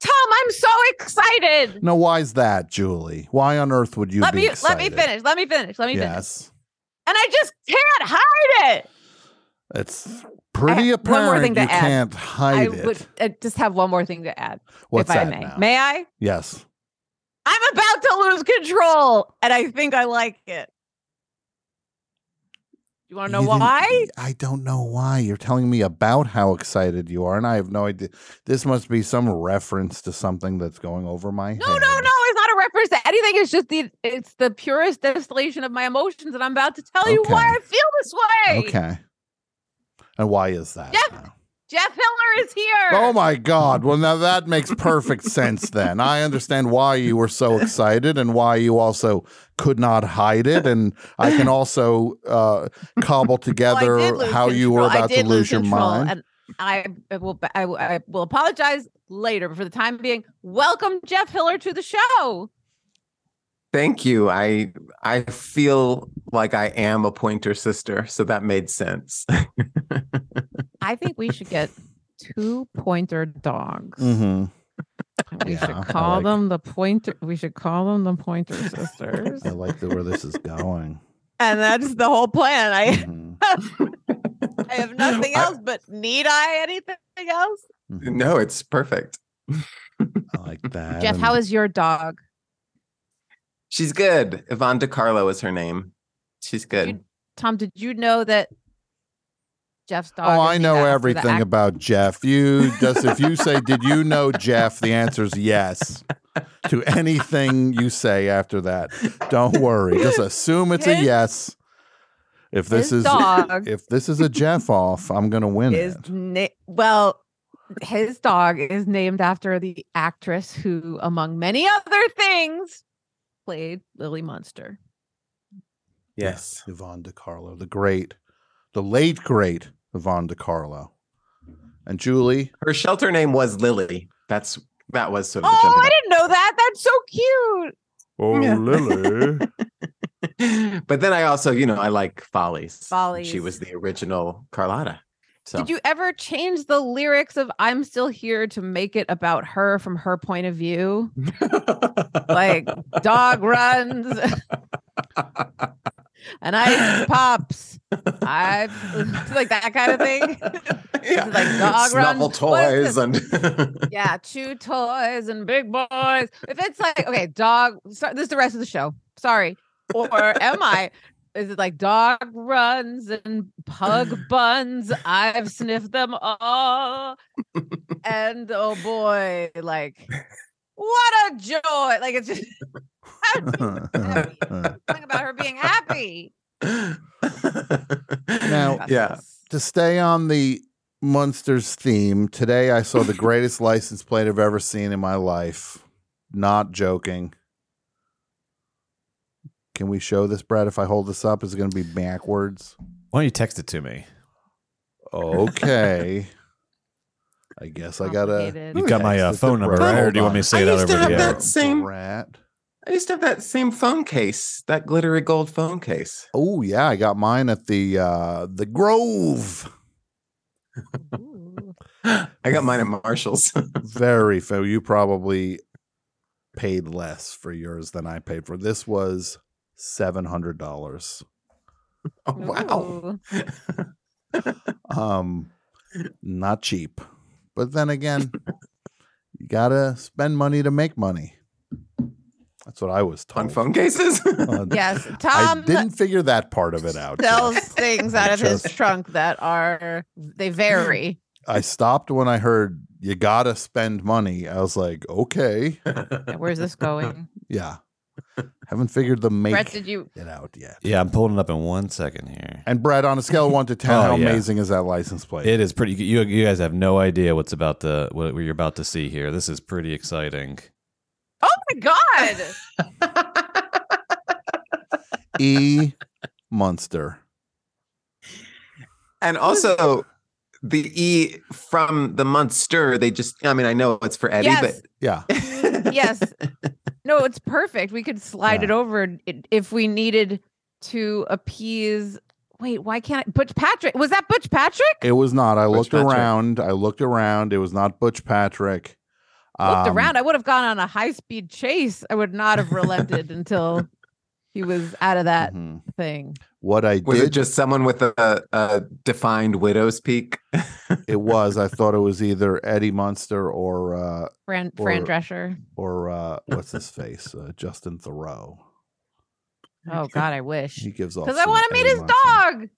B: Tom, I'm so excited.
C: No, why's that, Julie? Why on earth would you
B: let
C: be
B: me
C: excited?
B: let me finish. Let me finish. Let me finish.
C: Yes.
B: And I just can't hide it.
C: It's pretty
B: I- Uh, one more
C: apparent
B: thing to
C: you
B: add.
C: can't hide
B: I
C: it.
B: would uh, just have one more thing to add,
C: What's
B: if I
C: that
B: may.
C: now?
B: May I?
C: Yes.
B: I'm about to lose control, and I think I like it. You want to know
C: You didn't-
B: why?
C: I don't know why. You're telling me about how excited you are, and I have no idea. This must be some reference to something that's going over my
B: No, no, no.
C: head.
B: It's not a reference to anything. It's just the it's the purest distillation of my emotions, and I'm about to tell you why
C: Okay.
B: I feel this way.
C: Okay. And why is that?
B: Jeff-
C: now?
B: Jeff Hiller is here.
C: Oh my God. Well, now that makes perfect sense then. I understand why you were so excited and why you also could not hide it. And I can also uh, cobble
B: Well, I
C: together
B: did lose
C: how you were
B: control. I
C: about to
B: did
C: lose your
B: control,
C: mind.
B: And I I will I, will- I will apologize later, but for the time being, welcome Jeff Hiller to the show.
G: Thank you. I I feel like I am a pointer sister, so that made sense.
B: I think we should get two pointer dogs.
C: hmm
B: We
C: Yeah, I
B: should call
C: like-
B: them the pointer. We should call them the pointer sisters.
C: I like the, where this is going.
B: and that's the whole plan. I
C: Mhm,
B: I have nothing
G: I-
B: else, but need I anything else?
C: mhm.
G: no, it's perfect.
C: I like that.
B: Jeff,
C: and-
B: how is your dog?
G: She's good. Yvonne DiCarlo is her name. She's good.
B: Tom, did you know that Jeff's dog?
C: Oh,
B: is
C: I
B: named
C: know
B: after the
C: everything
B: act-
C: about Jeff. You just if you say, "Did you know Jeff?" the answer is yes to anything you say after that. Don't worry. Just assume it's a
B: His-
C: yes. If this
B: his
C: is
B: dog
C: if this is a Jeff off, I'm gonna win
B: is
C: it.
B: na- well, his dog is named after the actress who, among many other things, played Lily Munster.
G: Yes.
C: Yvonne DiCarlo, the great, the late great Yvonne DiCarlo, and Julie.
G: Her shelter name was Lily. That's that was sort of the
B: Oh,
G: jumping
B: I didn't know that. That's so cute.
C: Oh,
G: Yeah.
C: Lily.
G: but then I also, you know, I like Follies. and She
B: Follies.
G: was the original Carlotta. So
B: Did you ever change the lyrics of "I'm Still Here" to make it about her from her point of view? Like dog runs and ice pops. I like that kind of thing.
G: yeah.
B: like dog runs.
G: Snuffle
B: What is
G: toys and
B: yeah, chew toys and big boys. If it's like, okay, dog, so, this is the rest of the show. Sorry. Or am I? Is it like dog runs and pug buns? I've sniffed them all. And oh boy, like, what a joy. Like, it's just something about her being happy.
C: Now-
B: Discuss
G: yeah.
B: this.
C: to stay on the monsters theme today i saw the greatest license plate i've ever seen in my life not joking can we show this brad if i hold this up is it going to be backwards
D: Why don't you text it to me?
C: Oh, okay i guess i gotta
B: Complicated.
D: You've got my uh,
C: Text it to
D: phone number,
C: Brad.
D: right? Or do you want me to say
G: I
D: it out
G: used to
D: over
G: have
D: the air?
G: that same-
C: Brad.
G: I used to have that same phone case, that glittery gold phone case.
C: oh yeah i got mine at the uh the grove
B: Ooh.
G: I got mine at Marshall's.
C: very fair you probably paid less for yours than i paid for this was seven hundred dollars
G: Oh, wow.
B: Ooh.
C: um not cheap but then again you gotta spend money to make money that's what i was told
G: On phone cases?
C: Uh,
B: Yes,
C: i
B: Tom.
C: didn't figure that part of it out
B: um, sells
C: Jeff.
B: things
C: I
B: out of his
C: just-
B: trunk that are they vary.
C: i stopped when i heard you gotta spend money i was like okay
B: Yeah, Where's this going?
C: yeah haven't figured the make
B: Brett, did you
C: it out yet
D: Yeah, I'm pulling it up in one second here.
C: and brett on a scale of 1 to 10
D: Oh,
C: how
D: yeah.
C: amazing is that license plate
D: It is pretty. You you guys have no idea what's about the what you're about to see here. This is pretty exciting.
B: Oh my god.
C: e monster
G: and also, the E from the monster, they just, I mean, I know it's for Eddie,
B: Yes.
C: yeah
G: but.
B: Yes. No, it's perfect. We could slide
C: Yeah.
B: it over i- if we needed to appease Wait, why can't I Butch Patrick? Was that Butch Patrick?
C: it was not i
G: Butch
C: looked
G: Patrick.
C: around i looked around it was not butch patrick
B: Looked
C: Um,
B: around. I would have gone on a high-speed chase. I would not have relented until he was out of that
C: Mhm.
B: thing.
C: What I
G: Was
C: did
G: it just someone with a, a defined widow's peak?
C: it was I thought it was either Eddie Munster or uh
B: Fran, Fran
C: Or-
B: Drescher.
C: or uh what's his face? Uh, Justin Thoreau.
B: Oh God, I wish
C: He gives off
B: because I
C: some
B: want to meet
C: Eddie
B: his
C: Munster.
B: dog.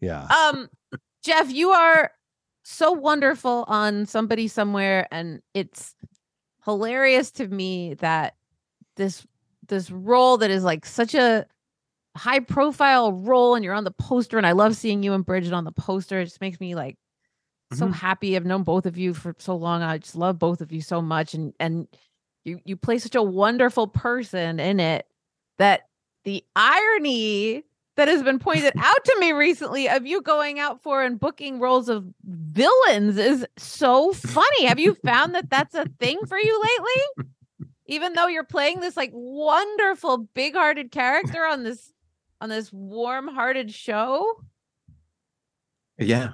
C: Yeah.
B: Um, Jeff, you are so wonderful on somebody somewhere, and it's hilarious to me that this this role that is like such a high profile role, and you're on the poster, and I love seeing you and Bridget on the poster. It just makes me like so happy. I've known both of you for so long. I just love both of you so much, and and you you play such a wonderful person in it that the irony that has been pointed out to me recently of you going out for and booking roles of villains is so funny. Have you found that that's a thing for you lately? Even though you're playing this like wonderful big-hearted character on this on this warm-hearted show?
G: Yeah.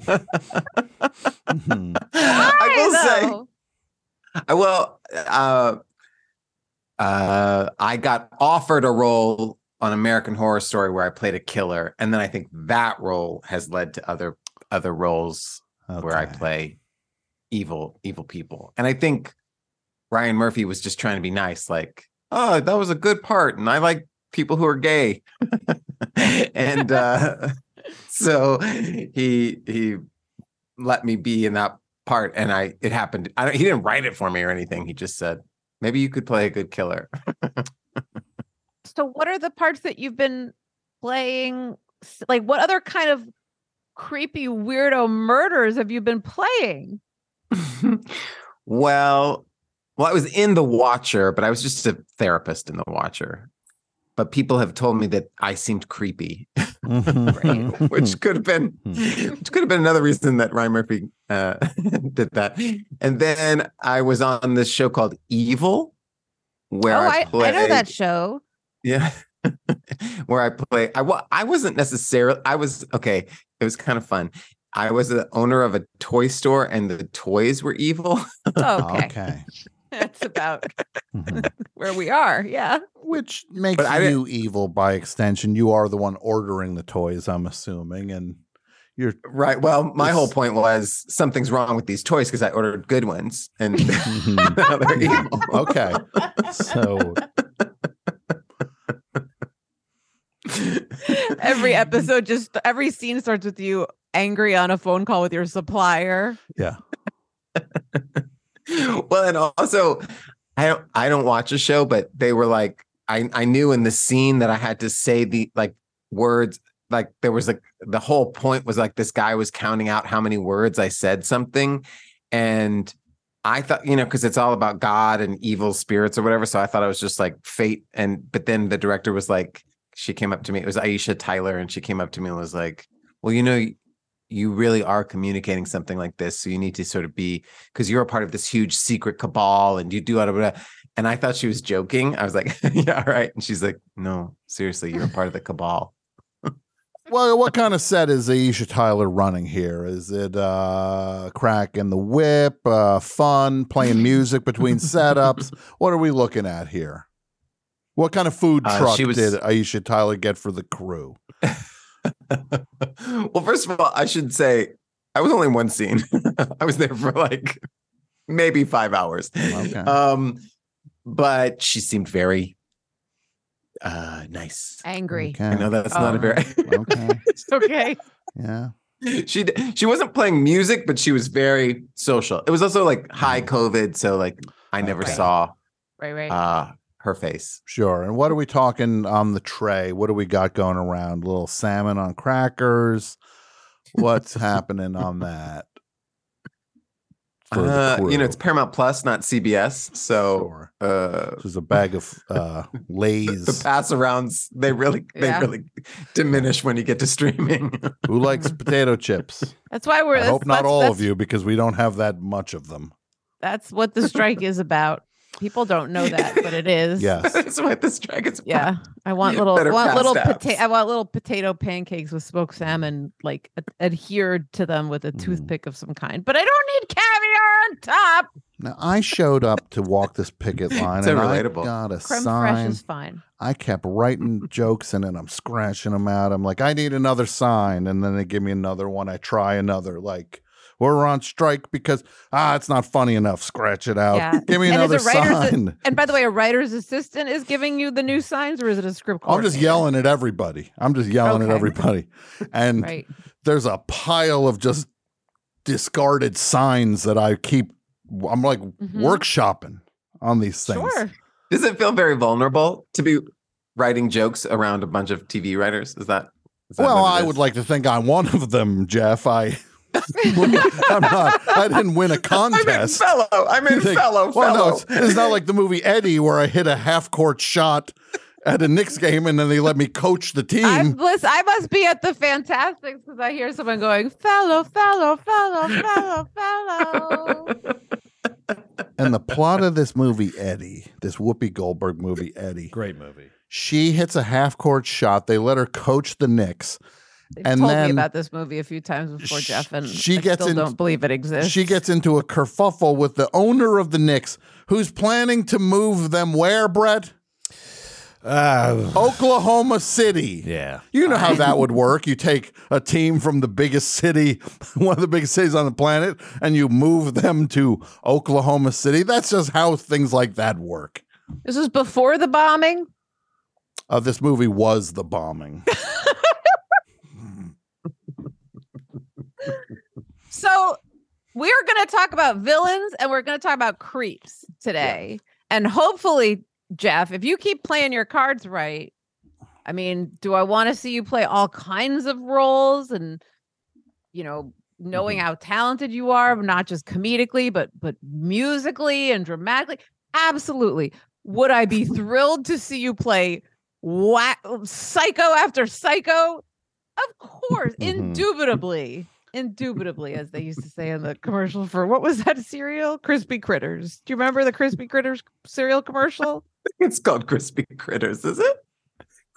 C: Mhm.
G: Mm-hmm. I will say.
B: though?
G: I- Well, uh, uh, I got offered a role on American Horror Story where I played a killer, and then I think that role has led to other other roles where I
C: Okay.
G: play evil evil people. And I think Ryan Murphy was just trying to be nice, like, "Oh, that was a good part, and I like people who are gay," and uh, so he he let me be in that part, and I it happened. I don't, he didn't write it for me or anything. He just said, "Maybe you could play a good killer."
B: so what are the parts that you've been playing S- like what other kind of creepy weirdo murders have you been playing
G: well, well, I was in The Watcher, but I was just a therapist in The Watcher. But people have told me that I seemed creepy,
B: Mm-hmm.
C: Mhm.
G: which could have been, which could have been another reason that Ryan Murphy uh, did that. And then I was on this show called Evil, where
B: oh
G: I,
B: I, I
G: played,
B: know that show
G: yeah, where I play. I wa- I wasn't necessarily. I was okay. It was kind of fun. I was the owner of a toy store, and the toys were evil.
B: Oh, okay,
C: okay.
B: that's about
C: Mhm.
B: where we are yeah
C: Which makes
G: Mm-hmm. But I didn't-
C: you evil by extension. You are the one ordering the toys, I'm assuming, and you're
G: Right. Well, my whole
C: It's-
G: point was something's wrong with these toys because I ordered good ones and
C: Mhm.
G: now they're evil.
C: okay. So
B: every episode just every scene starts with you angry on a phone call with your supplier
C: yeah.
G: Well, and also, I don't. I don't watch a show, but they were like, I I knew in the scene that I had to say the like words. Like there was like the whole point was like this guy was counting out how many words I said something, and I thought, you know, because it's all about God and evil spirits or whatever. So I thought it was just like fate. And but then the director was like, she came up to me. It was Aisha Tyler, and she came up to me and was like, "Well, you know, you really are communicating something like this, so you need to sort of be because you're a part of this huge secret cabal, and you do blah, blah, blah." And I thought she was joking. I was like, "Yeah, all right." And she's like, "No, seriously, you're a part of the cabal."
C: Well, what kind of set is Aisha Tyler running here? Is it uh crack and the whip, uh fun, playing music between setups? What are we looking at here? What kind of food
G: Uh,
C: truck
G: she was-
C: did Aisha Tyler get for the crew?
G: well, first of all, I should say I was only in one scene. I was there for like maybe five hours.
C: Okay.
G: Um, but she seemed very uh nice.
B: angry
C: Okay.
G: I know that's not a
B: Oh.
G: very
C: okay.
B: okay
C: Yeah.
G: she d- she wasn't playing music, but she was very social. It was also like high COVID, so like I never
B: Okay.
G: saw
B: right right
G: uh her face.
C: Sure. And what are we talking on the tray? What do we got going around? little salmon on crackers. What's happening on that? for the
G: Uh, you know,
C: crew?
G: it's Paramount Plus, not CBS. So
C: Sure.
G: uh
C: This is a bag of uh,
G: the,
C: Lay's.
G: the pass arounds they really they
B: Yeah.
G: really diminish when you get to streaming.
C: Who likes potato chips?
B: that's why we're
C: I
B: that's-
C: hope not
B: that's-
C: all
B: that's-
C: of you because we don't have that much of them.
B: that's what the strike is about people don't know that but it is
C: Yes.
G: That's what this dragon's about.
B: Yeah, I want little,
G: Better
B: want little
G: past
B: potato,
G: apps.
B: I want little potato pancakes with smoked salmon, like ad- adhered to them with a
C: Mhm.
B: toothpick of some kind. But I don't need caviar on top.
C: Now I showed up to walk this picket line,
G: So
C: and
G: relatable.
C: I got a
B: Creme fresh
C: sign.
B: is fine.
C: I kept writing jokes and then I'm scratching them out. I'm like, I need another sign, and then they give me another one. I try another, like we're on strike because ah, it's not funny enough. Scratch it out.
B: Yeah.
C: Give me
B: And as a
C: another
B: writer's-
C: sign.
B: And by the way, a writer's assistant is giving you the new signs, or is it a script?
C: I'm just
B: coordinator?
C: yelling at everybody. I'm just yelling
B: Okay.
C: at everybody, and
B: Right.
C: there's a pile of just discarded signs that I keep. I'm like
B: Mhm.
C: workshopping on these things.
B: Sure.
G: Does it feel very vulnerable to be writing jokes around a bunch of TV writers? Is that is that
C: Well,
G: what it
C: I
G: is?
C: would like to think I'm one of them, Jeff. I, I'm not. I didn't win a
G: I'm in
C: contest.
G: fellow. I'm in
C: You think,
G: fellow.
C: Well, no,
G: fellow.
C: it's, it's not like the movie Eddie where I hit a half court shot at a Knicks game and then they let me coach the team.
B: I'm bliss. I must be at the Fantastics because I hear someone going, fellow, fellow, fellow, fellow, fellow.
C: and the plot of this movie Eddie, this Whoopi Goldberg movie Eddie,
D: Great movie.
C: she hits a half court shot. They let her coach the Knicks.
B: They've
C: And
B: told me
C: then
B: about this movie a few times before,
C: sh-
B: Jeff, and
C: she
B: I
C: gets
B: still
C: in-
B: don't believe it exists.
C: She gets into a kerfuffle with the owner of the Knicks, who's planning to move them where, Brett?
D: Uh,
C: Oklahoma City.
D: yeah.
C: You know how that would work. You take a team from the biggest city, one of the biggest cities on the planet, and you move them to Oklahoma City. That's just how things like that work.
B: This was before the bombing.
C: Uh, this movie was the bombing.
B: So we're going to talk about villains and we're going to talk about creeps today. And hopefully, Jeff, if you keep playing your cards right, I mean, do I want to see you play all kinds of roles and you know, knowing how talented you are, not just comedically, but but musically and dramatically? Absolutely. Would I be thrilled to see you play wha- psycho after psycho? Of course,
C: Mhm.
B: indubitably. Indubitably, as they used to say in the commercial for what was that cereal? Crispy Critters. Do you remember the Crispy Critters cereal commercial?
G: It's called crispy critters, is it?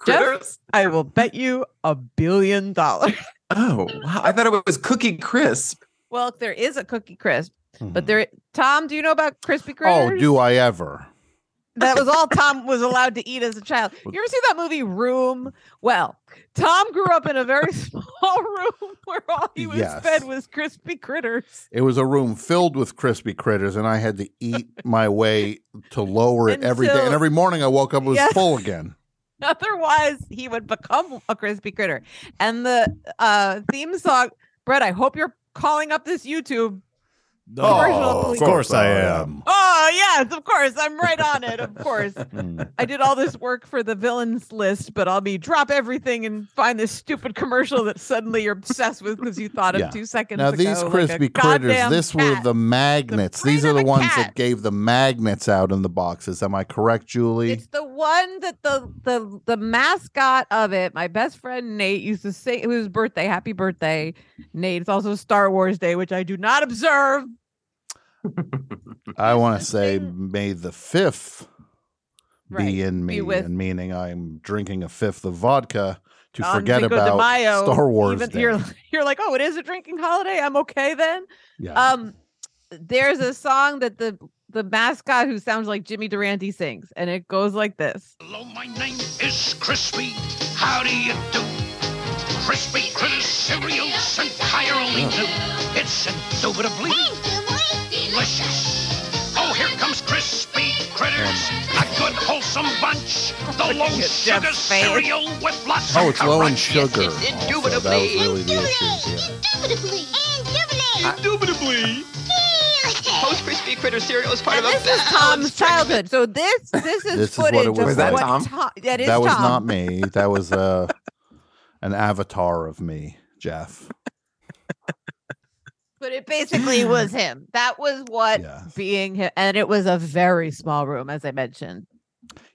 B: Jeff?
G: Critters?
B: I will bet you a billion dollars.
G: Oh, wow. I thought it was cookie crisp.
B: Well, there is a cookie crisp, but there Tom, do you know about crispy
C: Hmm. oh,
B: critters?
C: do I ever?
B: That was all Tom was allowed to eat as a child. You ever see that movie Room? Well, Tom grew up in a very small room where all he was
C: Yes.
B: fed was crispy critters.
C: It was a room filled with crispy critters, and I had to eat my way to lower it every day.
B: Until-
C: And every morning I woke up, it was
B: Yeah.
C: full again.
B: Otherwise, he would become a crispy critter. And the uh theme song, Brett, I hope you're calling up this YouTube.
D: Oh, of course I am.
B: Oh, yes, of course. I'm right on it. Of course.
C: Mm.
B: I did all this work for the villains list, but I'll be drop everything and find this stupid commercial that suddenly you're obsessed with because you thought of
C: Yeah.
B: two seconds
C: Now
B: ago.
C: these
B: like a
C: crispy critters,
B: goddamn
C: this were
B: cat.
C: the magnets. these
B: brain
C: are
B: of
C: the
B: a
C: ones
B: cat.
C: that gave the magnets out in the boxes. Am I correct, Julie?
B: It's the one that the the the mascot of it. My best friend Nate used to say it was his birthday. Happy birthday, Nate! It's also Star Wars Day, which I do not observe.
C: I want to
B: Just
C: say
B: saying-
C: May the 5th
B: Right.
C: be in me,
B: with-
C: and meaning I'm drinking a fifth of vodka to
B: on
C: forget
B: Cinco de
C: about
B: Mayo,
C: Star Wars.
B: even-
C: Day.
B: You're you're like, oh, it is a drinking holiday. I'm okay then.
C: yeah.
B: um there's a song that the the mascot who sounds like Jimmy Durante sings and it goes like this.
A: Hello, my name is Crispy. How do you do? Crispy critters, cereal, and entirely new. It's indubitably delicious. Oh, here comes Crispy Critters, a good wholesome bunch. The low sugar
B: Jeff's face.
A: cereal with lots of
C: oh, it's low in
A: crunch.
C: sugar.
A: Yes, it's
C: also.
A: indubitably.
C: That was really the issue. yeah.
H: Indubitably. Indubitably.
A: Indubitably.
H: Delicious.
I: Post Crispy Critter cereal is part
B: And
I: of a
B: this is Tom's childhood. So this this is
C: This is what it
B: footage
C: was
B: of
G: Was that
B: what
G: Tom?
B: Tom that is
C: That was
B: Tom.
C: not me. That was uh, an avatar of me, Jeff.
B: But it basically was him. That was what
C: Yeah.
B: being him and it was a very small room as I mentioned.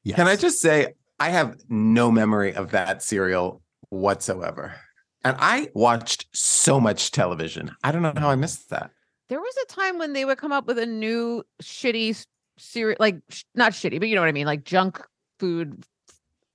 C: Yes.
G: Can I just say, I have no memory of that serial whatsoever. And I watched so much television. I don't know how I missed that.
B: There was a time when they would come up with a new shitty series like sh- not shitty, but you know what I mean, like junk food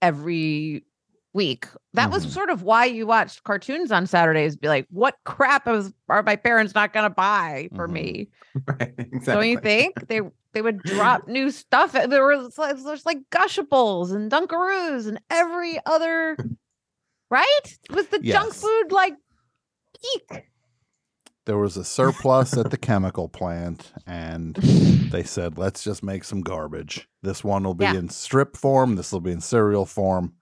B: every week. That
C: Mhm.
B: was sort of why you watched cartoons on Saturdays. Be like, what crap is, are my parents not going to buy for
C: Mhm.
B: me?
G: Right, exactly.
B: Don't you think they they would drop new stuff? eh, There was like, there's like Gushables and Dunkaroos and every other, right? Was the junk
D: Yes.
B: food like eek?
C: There was a surplus at the chemical plant, and they said, let's just make some garbage. This one will be
B: Yeah.
C: in strip form, this will be in cereal form.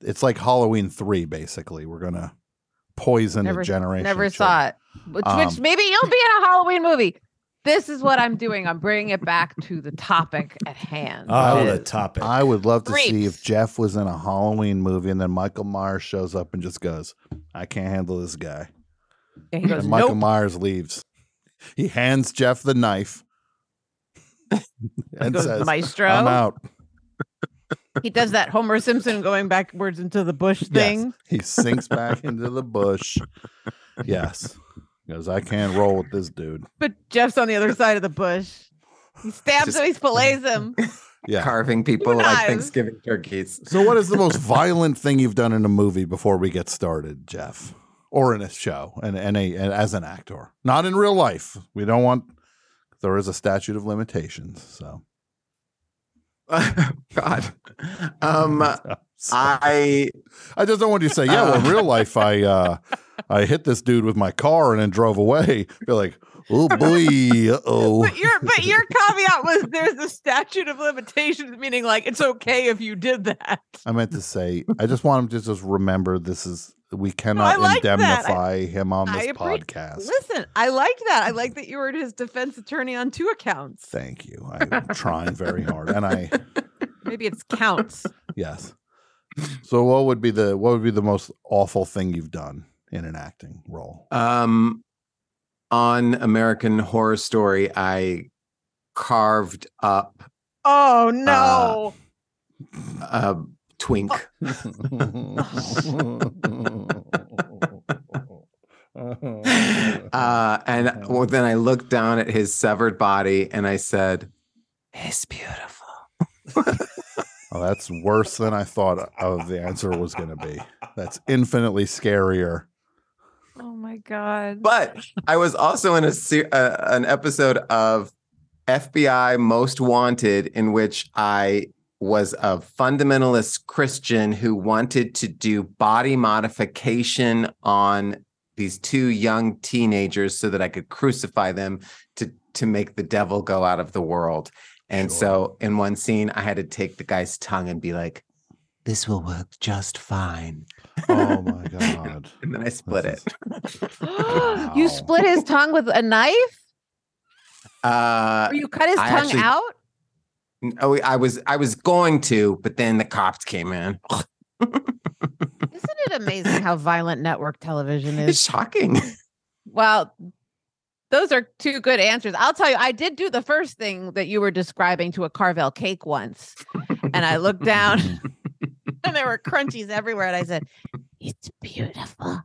C: It's like Halloween 3, basically. We're going to poison
B: Never-
C: a generation.
B: Never saw it. Which, which
C: Um,
B: maybe you'll be in a Halloween movie. This is what I'm doing. I'm bringing it back to the topic at hand.
D: Oh,
C: Uh,
B: which
D: the
B: is-
D: topic.
C: I would love to see
B: Grapes.
C: if Jeff was in a Halloween movie and then Michael Myers shows up and just goes, I can't handle this guy.
B: Yeah, he goes,
C: and Michael
B: nope.
C: Myers leaves. He hands Jeff the knife and
B: Goes,
C: says,
B: Maestro.
C: I'm out.
B: He does that Homer Simpson going backwards into the bush thing.
C: He sinks back into the bush. Yes. Because I can't roll with this dude.
B: But Jeff's on the other side of the bush. He stabs
G: Just-
B: him, he fillets him.
C: Yeah.
G: Carving people like
B: knives.
G: Thanksgiving turkeys.
C: So, what is the most violent thing you've done in a movie before we get started, Jeff? Or in a show and, and, a, and as an actor? Not in real life. We don't want, there is a statute of limitations. So,
G: God. Um,
C: So-
G: I
C: I just don't want you to say, yeah, well, in real life, I uh, I hit this dude with my car and then drove away. Be like, oh boy, uh oh.
B: But your but your caveat was there's a statute of limitations, meaning like it's okay if you did that.
C: I meant to say, I just want him to just remember this is we cannot
B: like that. I-
C: indemnify him on this
B: I appre-
C: podcast.
B: Listen, I like that. I like that you were his defense attorney on two accounts.
C: Thank you. I'm trying very hard, and I
B: Maybe it's counts.
C: yes. So, what would be the what would be the most awful thing you've done in an acting role?
G: um on American Horror Story, I carved up
B: Oh no.
G: a uh, twink. uh, and well, then I looked down at his severed body and I said, "It's beautiful."
C: Oh, that's worse than I thought of the answer was going to be. That's infinitely scarier.
B: oh my god.
G: But I was also in a se- uh, an episode of FBI Most Wanted in which I was a fundamentalist Christian who wanted to do body modification on these two young teenagers so that I could crucify them to to make the devil go out of the world. And
C: Sure.
G: so in one scene I had to take the guy's tongue and be like this will work just fine.
C: Oh my god!
G: And then I split
C: This
G: it.
C: Wow.
B: you split his tongue with a knife?
G: Uh,
B: Or you cut his
G: I
B: tongue
G: actually-
B: out?
G: Oh, I was I was going to, but then the cops came in.
B: Isn't it amazing how violent network television
G: It's
B: is?
G: shocking.
B: Well, those are two good answers. I'll tell you, I did do the first thing that you were describing to a Carvel cake once. And I looked down and there were crunchies everywhere. And I said, It's beautiful.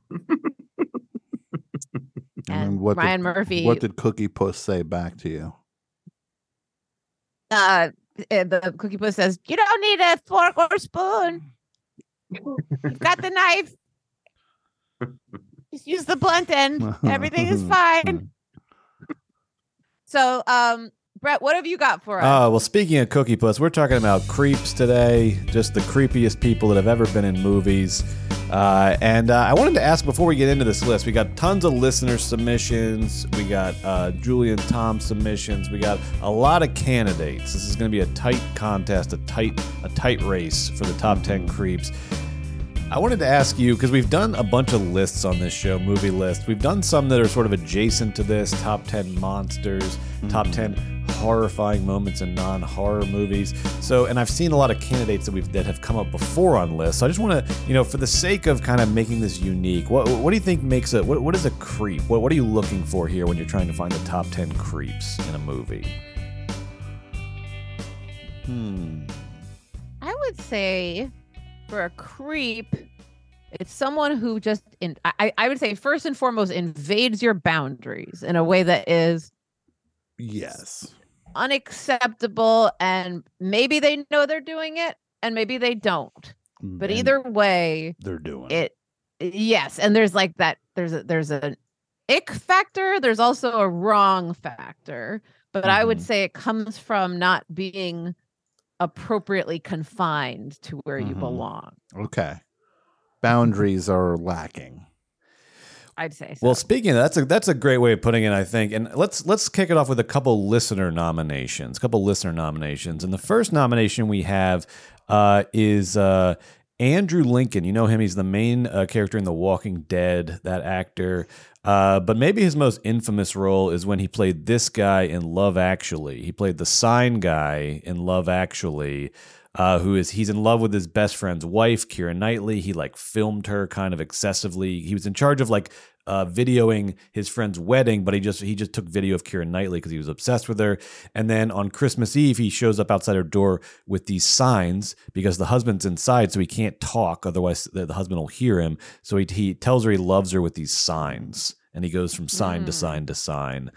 C: And
B: And
C: what did-
B: Ryan Murphy
C: What did Cookie Puss say back to you?
B: uh, uh, the cookie puss says, "You don't need a fork or spoon. You've got the knife. Just use the blunt end. Everything is fine." So, um, Brett, what have you got for us?
D: Uh, well, speaking of Cookie Puss, we're talking about creeps today, just the creepiest people that have ever been in movies. Uh, and uh, I wanted to ask before we get into this list, we got tons of listener submissions, we got uh, Julie and Tom submissions, we got a lot of candidates. This is going to be a tight contest, a tight, a tight race for the top ten creeps. I wanted to ask you because we've done a bunch of lists on this show, movie lists. We've done some that are sort of adjacent to this top 10 monsters, top 10 horrifying moments in non horror movies. So, and I've seen a lot of candidates that we've that have come up before on lists. So I just want to, you know, for the sake of kind of making this unique, what, what do you think makes a, what, what is a creep? What, what are you looking for here when you're trying to find the top 10 creeps in a movie? Hmm.
B: I would say for a creep, it's someone who just in I- I, I would say first and foremost invades your boundaries in a way that is
C: Yes.
B: unacceptable and maybe they know they're doing it and maybe they don't. But either way,
J: they're doing
B: it eh, yes, and there's like that there's a there's an ick factor, there's also a wrong factor. But I would
J: Mhm.
B: say it comes from not being appropriately confined to where you
J: Mhm.
B: belong.
C: Okay. Boundaries are lacking.
B: I'd say so.
D: Well, speaking of that's a that's a great way of putting it, I think. And let's let's kick it off with a couple listener nominations, couple listener nominations. And the first nomination we have uh, is uh, Andrew Lincoln. You know him; he's the main uh, character in The Walking Dead. That actor. Uh, but maybe his most infamous role is when he played this guy in Love Actually. He played the sign guy in Love Actually, uh, who is he's in love with his best friend's wife, Kira Knightley. He like filmed her kind of excessively. He was in charge of like uh, videoing his friend's wedding, but he just he just took video of Kira Knightley because he was obsessed with her. And then on Christmas Eve, he shows up outside her door with these signs because the husband's inside, so he can't talk. Otherwise, the, the husband will hear him. So he he tells her he loves her with these signs, and he goes from sign to
B: Mm.
D: sign to sign.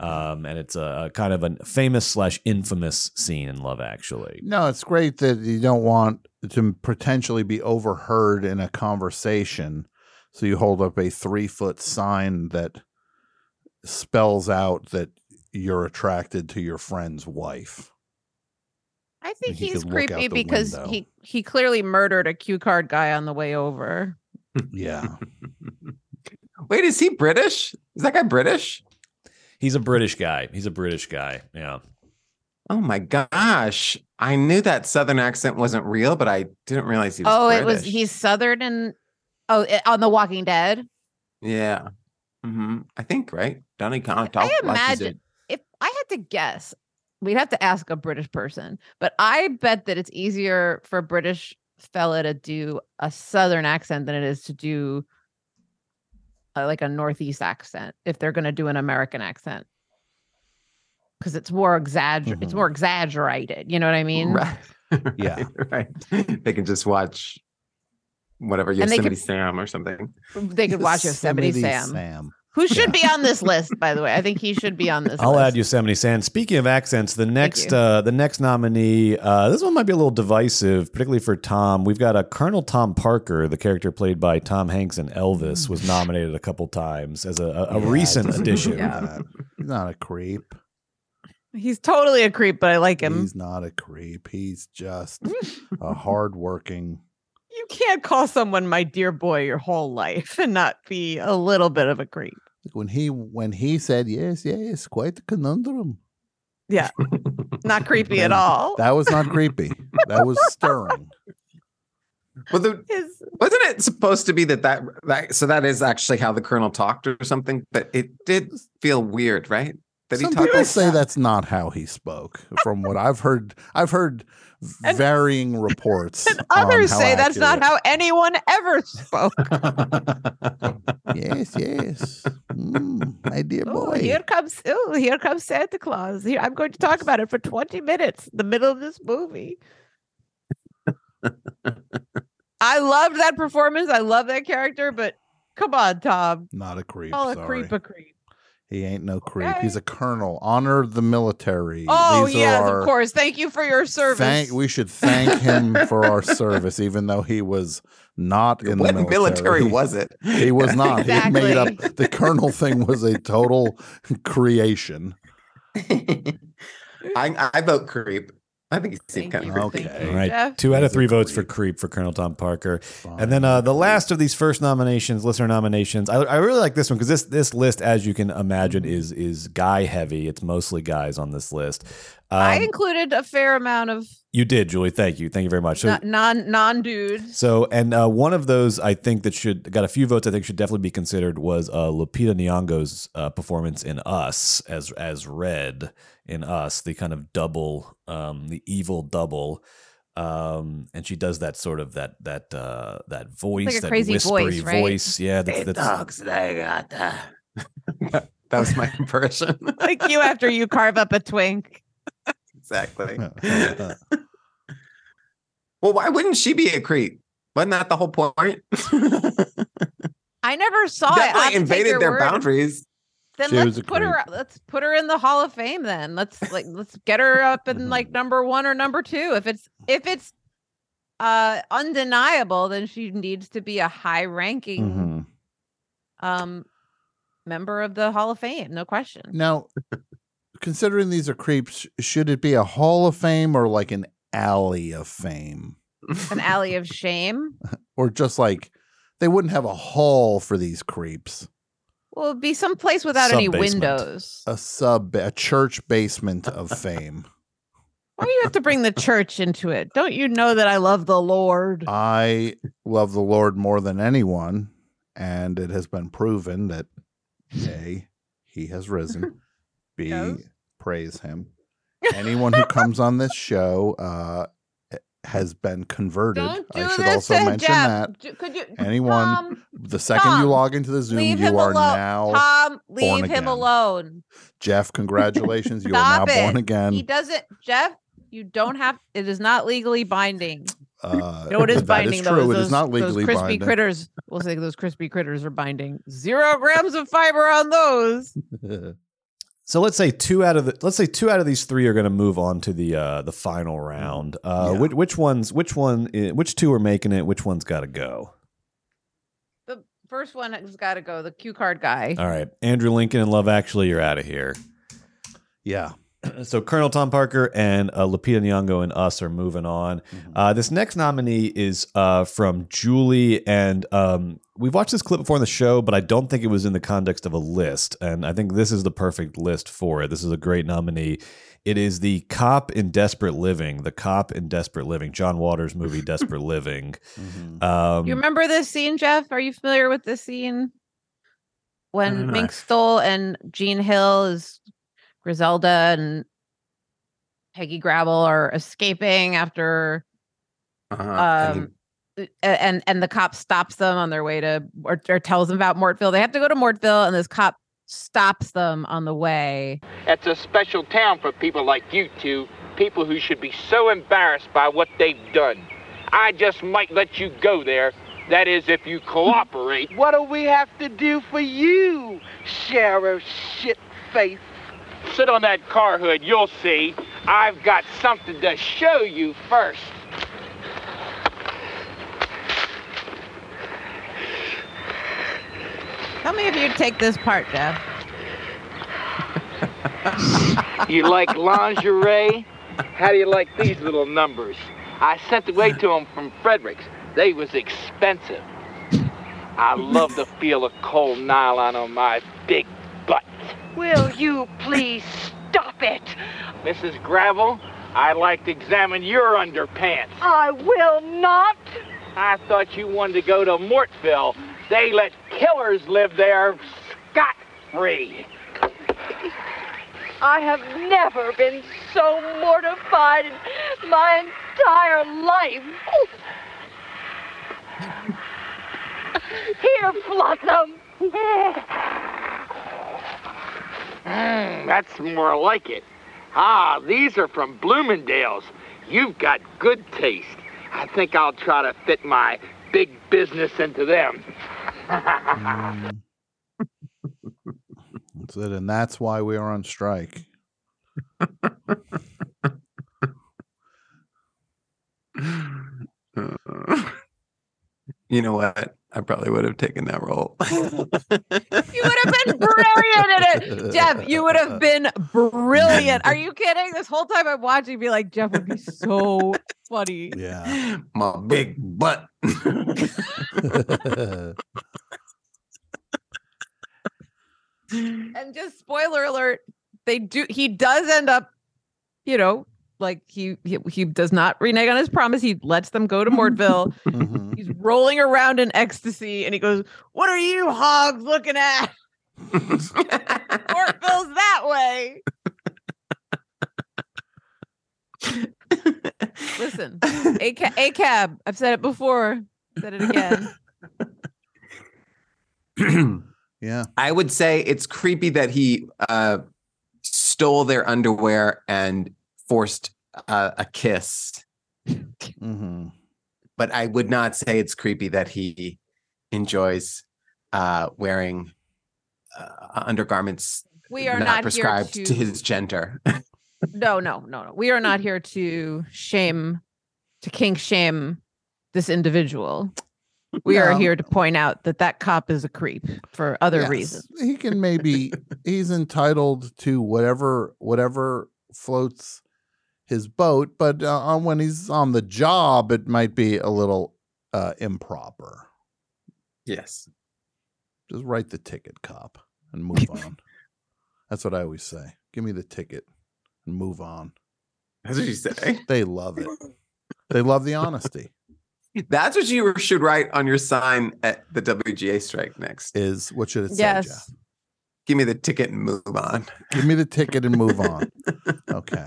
D: Um, and it's a, a kind of a famous slash infamous scene in Love Actually.
C: No, it's great that you don't want to potentially be overheard in a conversation. So you hold up a three foot sign that spells out that you're attracted to your friend's wife.
B: I think
C: he
B: he's
C: could look out
B: creepy
C: the
B: because
C: window.
B: he he clearly murdered a cue card guy on the way over.
C: Yeah.
G: Wait, is he British? Is that guy British?
D: He's a British guy. He's a British guy. Yeah.
G: Oh my gosh. I knew that southern accent wasn't real, but I didn't realize he was
B: oh, it was
G: British.
B: he's southern and oh it- on The Walking Dead.
G: Yeah. hmm I think, right? Donny Khan talked
B: I
G: like he's a-
B: imagine if I had to guess, we'd have to ask a British person, but I bet that it's easier for a British fella to do a southern accent than it is to do uh, like a northeast accent if they're going to do an American accent. Because it's more exagger, it's
C: Mhm.
B: more exaggerated. You know what I mean?
G: Right.
C: Yeah.
G: Right. They can just watch whatever
B: And they
G: Yosemite
B: could-
G: Sam or something.
B: They could watch Yosemite Sam, who should be on this list, by the way. I think he should be on this.
D: I'll
B: list.
D: add Yosemite Sand. Speaking of accents, the next
B: you.
D: uh, the next nominee, uh, this one might be a little divisive, particularly for Tom. We've got a Colonel Tom Parker, the character played by Tom Hanks in Elvis,
B: Mm.
D: was nominated a couple times as a, a, a
C: Yeah,
D: recent
C: just-
D: addition.
B: Yeah.
C: He's not a creep.
B: He's totally a creep, but I like him.
C: He's not a creep. He's just a hardworking.
B: You can't call someone my dear boy your whole life and not be a little bit of a creep.
C: When he when he said yes, yes, quite a conundrum.
B: Not creepy at all.
C: That was not creepy. that was stirring.
G: Well, the,
B: His-
G: wasn't it supposed to be that, that that so that is actually how the colonel talked or something? But it did feel weird, right? That
C: Some
G: he talked
C: people
G: like
C: say
G: that.
C: that's not how he spoke. From what I've heard, I've heard
B: And-
C: varying reports.
B: and others
C: on how
B: say that's not
C: accurate-
B: how anyone ever spoke.
C: Yes, yes. Mm, my dear
B: Oh,
C: boy.
B: here comes oh, here comes Santa Claus. Here I'm going to talk about it for 20 minutes, the middle of this movie. I loved that performance. I love that character, but come on, Tom.
C: Not a creep.
B: Call a
C: sorry.
B: creep a creep.
C: He ain't no creep.
B: Okay.
C: He's a colonel. Honor the military.
B: Oh,
C: These are
B: yes,
C: our-
B: of course. Thank you for your service.
C: Thank, we should thank him for our service, even though he was not in
G: what
C: the military.
G: was it?
C: He was not. He made
B: Exactly.
C: up the colonel thing was a total creation.
G: I, I vote creep. I think he seemed
B: Thank
G: kind
B: you.
G: of
C: Okay.
B: Thank you,
D: All right.
B: Jeff.
D: Two out of
C: He's a
D: three votes for
C: creep.
D: creep for Colonel Tom Parker. And then uh, the last of these first nominations, listener nominations, I, I really like this one because this this list, as you can imagine, is is guy heavy. It's mostly guys on this list. Um,
B: I included a fair amount of
D: you did, Julie. Thank you. Thank you very much. So-
B: no- non non dudes.
D: So, and uh, one of those I think that should got a few votes. I think should definitely be considered was uh, Lupita Nyong'o's uh, performance in Us as as Red in Us, the kind of double, um, the evil double, um, and she does that sort of that that uh, that voice,
B: like a
D: that
B: crazy
D: whispery
B: voice, right?
D: Yeah, that's, that's
G: they got that. that was my impression.
B: like you after you carve up a twink.
G: exactly. well, why wouldn't she be a creep? Wasn't that the whole point?
B: I never saw it. I'll have to
G: Definitely
B: take
G: invaded
B: your
G: their
B: word.
G: boundaries.
B: Then
C: She was
B: let's
C: a
B: put her. Let's put her in the Hall of Fame.
C: Mm-hmm.
B: Then let's like let's get her up in like number one or number two. If it's if it's uh undeniable, then she needs to be a high ranking
C: Mm-hmm.
D: Mhm.
B: um member of the Hall of Fame, no question.
C: Now, considering these are creeps, should it be a Hall of Fame or like an Alley of Fame?
B: An alley of shame.
C: Or just like they wouldn't have a hall for these creeps,
B: Well, it'd be some place without any
D: Sub-basement.
B: windows.
C: a sub, a church basement of fame.
B: Why do you have to bring the church into it? Don't you know that I love the Lord?
C: I love the Lord more than anyone, and it has been proven that A, he has risen, B,
B: Yes.
C: praise him. Anyone who comes on this show uh, has been converted.
B: Don't do
C: I should
B: this
C: also
B: to
C: mention
B: Jeff.
C: that.
B: Do- Could you
C: Anyone-
B: Tom,
C: The second you
B: Tom,
C: log into the Zoom,
B: leave him
C: you are
B: alone.
C: now
B: Tom, leave him
C: again.
B: alone.
C: Jeff. Congratulations, you are
B: Stop
C: now born
B: it. He
C: again.
B: doesn't, Jeff. You don't have. It is not legally binding.
C: Uh,
B: No, it is
C: that
B: binding.
C: true.
B: Those,
C: it is
B: those-
C: not
B: those
C: legally
B: crispy
C: binding.
B: critters. We'll say those crispy critters are binding. Zero grams of fiber on those.
D: So let's say two out of the let's say two out of these three are going to move on to the uh, the final round. Uh,
C: Yeah.
D: which, which ones? Which one? i- Which two are making it? Which one's got to go?
B: The first one has got to go. The cue card guy.
C: Um,
D: All right, Andrew Lincoln and Love Actually, you're out of here.
C: yeah.
D: So Colonel Tom Parker and uh, Lupita Nyong'o and us are moving on.
B: Mm-hmm.
D: Uh, this next nominee is uh, from Julie, and um, we've watched this clip before on the show, but I don't think it was in the context of a list. And I think this is the perfect list for it. This is a great nominee. It is the cop in Desperate Living, the cop in Desperate Living, John Waters movie Desperate Living.
B: Mm-hmm.
C: Mhm.
D: Um,
B: You remember this scene, Jeff? Are you familiar with this scene? When
E: don't know.
B: Mink Stoll and Gene Hill is Griselda and Peggy Gravel are escaping after
G: Uh-huh.
B: um a- and and the cop stops them on their way to or, or tells them about Mortville. They have to go to Mortville and this cop stops them on the way.
J: That's a special town for people like you two, people who should be so embarrassed by what they've done. I just might let you go there. That is, if you cooperate. what do we have to do for you, Sheriff Shitface? Sit on that car hood, you'll see. I've got something to show you first.
B: Tell me if you'd take this part, Jeff.
J: You like lingerie? How do you like these little numbers? I sent away to them from Fredericks. They was expensive. I love the feel of cold nylon on my big butt.
K: Will you please stop it?
J: Mrs. Gravel, I'd like to examine your underpants.
K: I will not.
J: I thought you wanted to go to Mortville. They let killers live there scot-free.
K: I have never been so mortified in my entire life. Here, Blossom.
J: Mm, that's more like it. Ah, these are from Bloomingdale's. You've got good taste. I think I'll try to fit my big business into them.
C: That's it. And that's why we are on strike.
G: you know what? I probably would have taken that role.
B: You would have been brilliant in it. Jeff, you would have been brilliant. Are you kidding? This whole time I'm watching, be like, Jeff would be so funny.
C: Yeah.
G: My big butt.
B: And just spoiler alert, they do he does end up, you know, like he he, he does not renege on his promise. He lets them go to Mortville.
C: Mhm.
B: He's rolling around in ecstasy and he goes, What are you hogs looking at? Mortville's that way. Listen, ACAB, ACAB, I've said it before, said it again.
C: Yeah.
G: I would say it's creepy that he uh, stole their underwear and forced uh, a kiss,
C: hmm
G: but I would not say it's creepy that he enjoys uh, wearing uh, undergarments
B: We are
G: not,
B: not, here
G: prescribed
B: to,
G: to... his gender.
B: No, no, no, no. We are not here to shame, to kink shame this individual. We are
C: No.
B: here to point out that that cop is a creep for other
C: Yes.
B: reasons.
C: He can maybe he's entitled to whatever whatever floats his boat, but uh, when he's on the job, it might be a little uh, improper.
G: Yes.
C: Just write the ticket, cop, and move on. That's what I always say. Give me the ticket and move on.
G: That's what you say.
C: They love it. They love the honesty.
G: That's what you should write on your sign at the WGA strike next.
C: Is what should it say? Jeff?
B: Yes.
G: Give me the ticket and move on.
C: Give me the ticket and move on. Okay.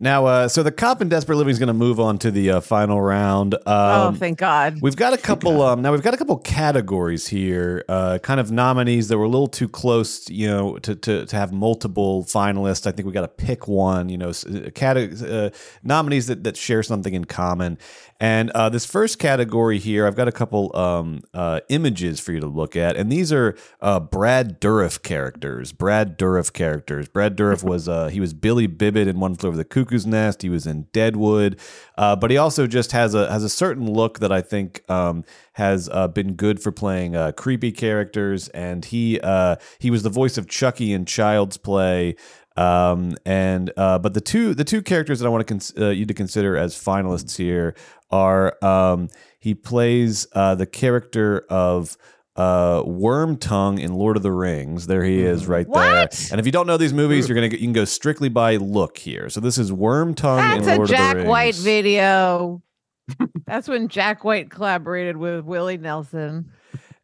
D: Now, uh, so the cop in Desperate Living is going to move on to the uh, final round. Um,
B: oh, thank God.
D: We've got a couple. Um, now we've got a couple categories here, uh, kind of nominees that were a little too close, you know, to to, to have multiple finalists. I think we got to pick one, you know, s- uh, cate- uh, nominees that that share something in common. And uh, this first category here, I've got a couple um, uh, images for you to look at, and these are uh, Brad Dourif characters. Brad Dourif characters. Brad Dourif was uh, he was Billy Bibbit in One Flew Over the Cuckoo's Nest. He was in Deadwood, uh, but he also just has a has a certain look that I think um, has uh, been good for playing uh, creepy characters. And he uh, he was the voice of Chucky in Child's Play. Um, and uh, but the two the two characters that I want to cons- uh, you to consider as finalists here are um, he plays uh, the character of uh, Worm Tongue in Lord of the Rings. There he is, right there.
B: Mm-hmm. What?
D: And if you don't know these movies, you're gonna get, you can go strictly by look here. So this is Worm Tongue
B: That's
D: in
B: a
D: Lord of the
B: Jack
D: Rings.
B: White video. That's when Jack White collaborated with Willie Nelson.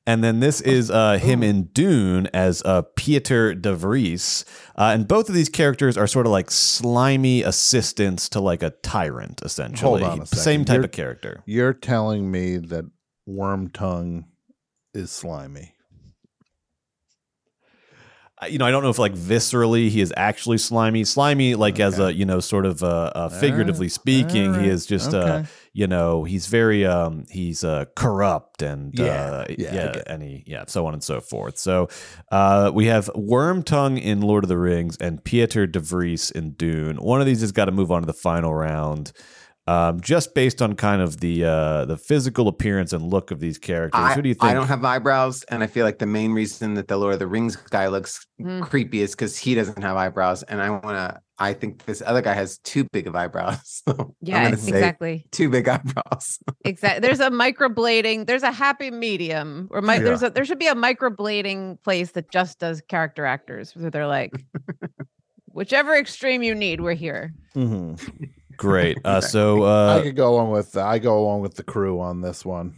D: And then this
C: Oh.
D: is uh, him in Dune as uh, Pieter de Vries. Uh, and both of these characters are sort of like slimy assistants to like a tyrant,
C: Hold
D: essentially.
C: on a second.
D: Same type
C: You're-
D: of character.
C: You're telling me that worm tongue is slimy.
D: Uh, You know, I don't know if like viscerally he is actually slimy. Slimy, like as a, you know, sort of uh, uh, figuratively
C: Alright,
D: speaking, he
C: alright,
D: is just, uh,
C: okay.
D: you know, he's very, um, he's uh, corrupt and, uh,
C: Yeah, yeah, I
D: yeah,
C: get
D: and he, yeah, so on and so forth. So uh, we have Worm Tongue in Lord of the Rings and Pieter de Vries in Dune. One of these has got to move on to the final round, um, just based on kind of the uh, the physical appearance and look of these characters.
G: I,
D: Who do you think?
G: I don't have eyebrows, and I feel like the main reason that the Lord of the Rings guy looks
B: Mm.
G: creepy is because he doesn't have eyebrows, and I want to. I think this other guy has too big of eyebrows. So I'm
B: Yeah,
G: gonna say
B: exactly.
G: Too big eyebrows.
B: Exactly. There's a microblading. There's a happy medium, or mi-
C: Yeah.
B: there's a there should be a microblading place that just does character actors, where they're like, whichever extreme you need, we're here.
D: Great. Uh, so uh,
C: Mm-hmm. I could go on with I go along with the crew on this one.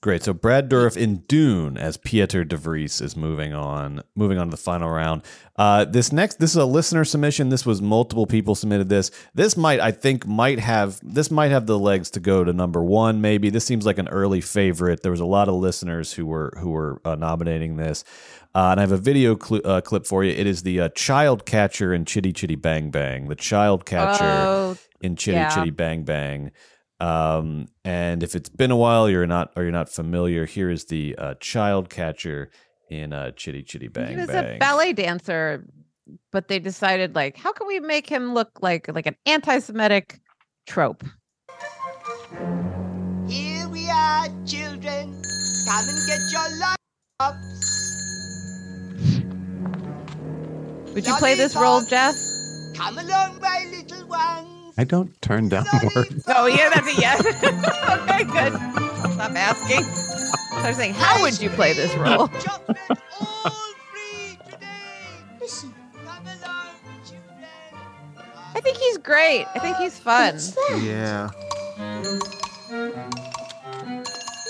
D: Great. So Brad Dourif in Dune as Pieter de Vries is moving on, moving on to the final round. Uh, this next, this is a listener submission. This was multiple people submitted this. This might, I think, might have this might have the legs to go to number one. Maybe this seems like an early favorite. There was a lot of listeners who were who were uh, nominating this, uh, and I have a video clu uh, clip for you. It is the uh, child catcher in Chitty Chitty Bang Bang. The child catcher
B: Oh,
D: in Chitty
B: Yeah.
D: Chitty Bang Bang. Um, and if it's been a while, you're not or you're not familiar. Here is the uh, child catcher in uh, Chitty Chitty Bang
B: he was
D: Bang.
B: a ballet dancer, but they decided like, how can we make him look like like an anti-Semitic trope?
H: Here we are, children. Come and get your lollipops.
B: Would you play this role, Jeff?
H: Come along, my little ones.
G: I don't turn down words.
B: Oh yeah, that's a yes. okay, good. Stop asking. I'm saying, how would you play this role?
H: Chocolate all free today. Listen. Come along, children.
B: I think he's great. I think he's fun.
G: Yeah.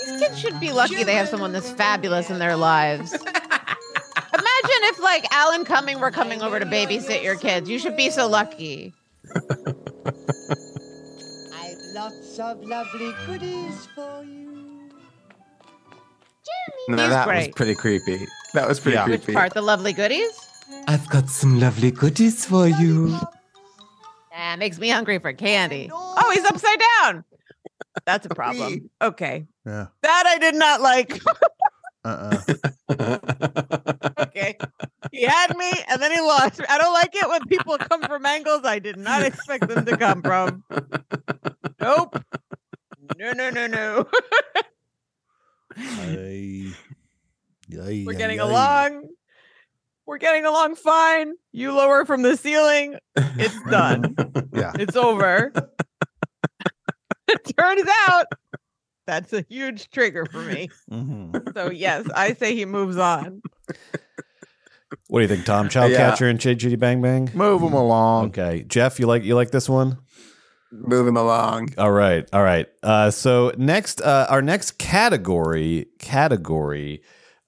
B: These kids should be lucky they have someone this fabulous in their lives. Imagine if like Alan Cumming were coming over to babysit your kids. You should be so lucky.
H: I've lots of lovely goodies for you.
G: No,
B: He's
G: that was
B: great.
G: pretty creepy. That was pretty
D: Yeah.
B: Which
G: creepy.
B: part? The lovely goodies?
G: I've got some lovely goodies for you.
B: That makes me hungry for candy. Oh, he's upside down. That's a problem. Okay.
C: Yeah.
B: That I did not like.
C: Uh-uh.
B: Okay. He had me and then he lost. me. I don't like it when people come from angles I did not expect them to come from. no, no, no.
C: Ay, ay,
B: We're
C: ay,
B: getting
C: ay.
B: along. We're getting along fine. You lower from the ceiling. It's done.
C: Yeah.
B: It's over. it turns out that's a huge trigger for me.
C: Mm-hmm.
D: Mhm.
B: So yes, I say he moves on.
D: What do you think, Tom? Childcatcher and Chitty Chitty Bang Bang.
C: Move them along.
D: Okay, Jeff, you like you like this one?
G: Move him along.
D: All right, all right. Uh, so next, uh, our next category category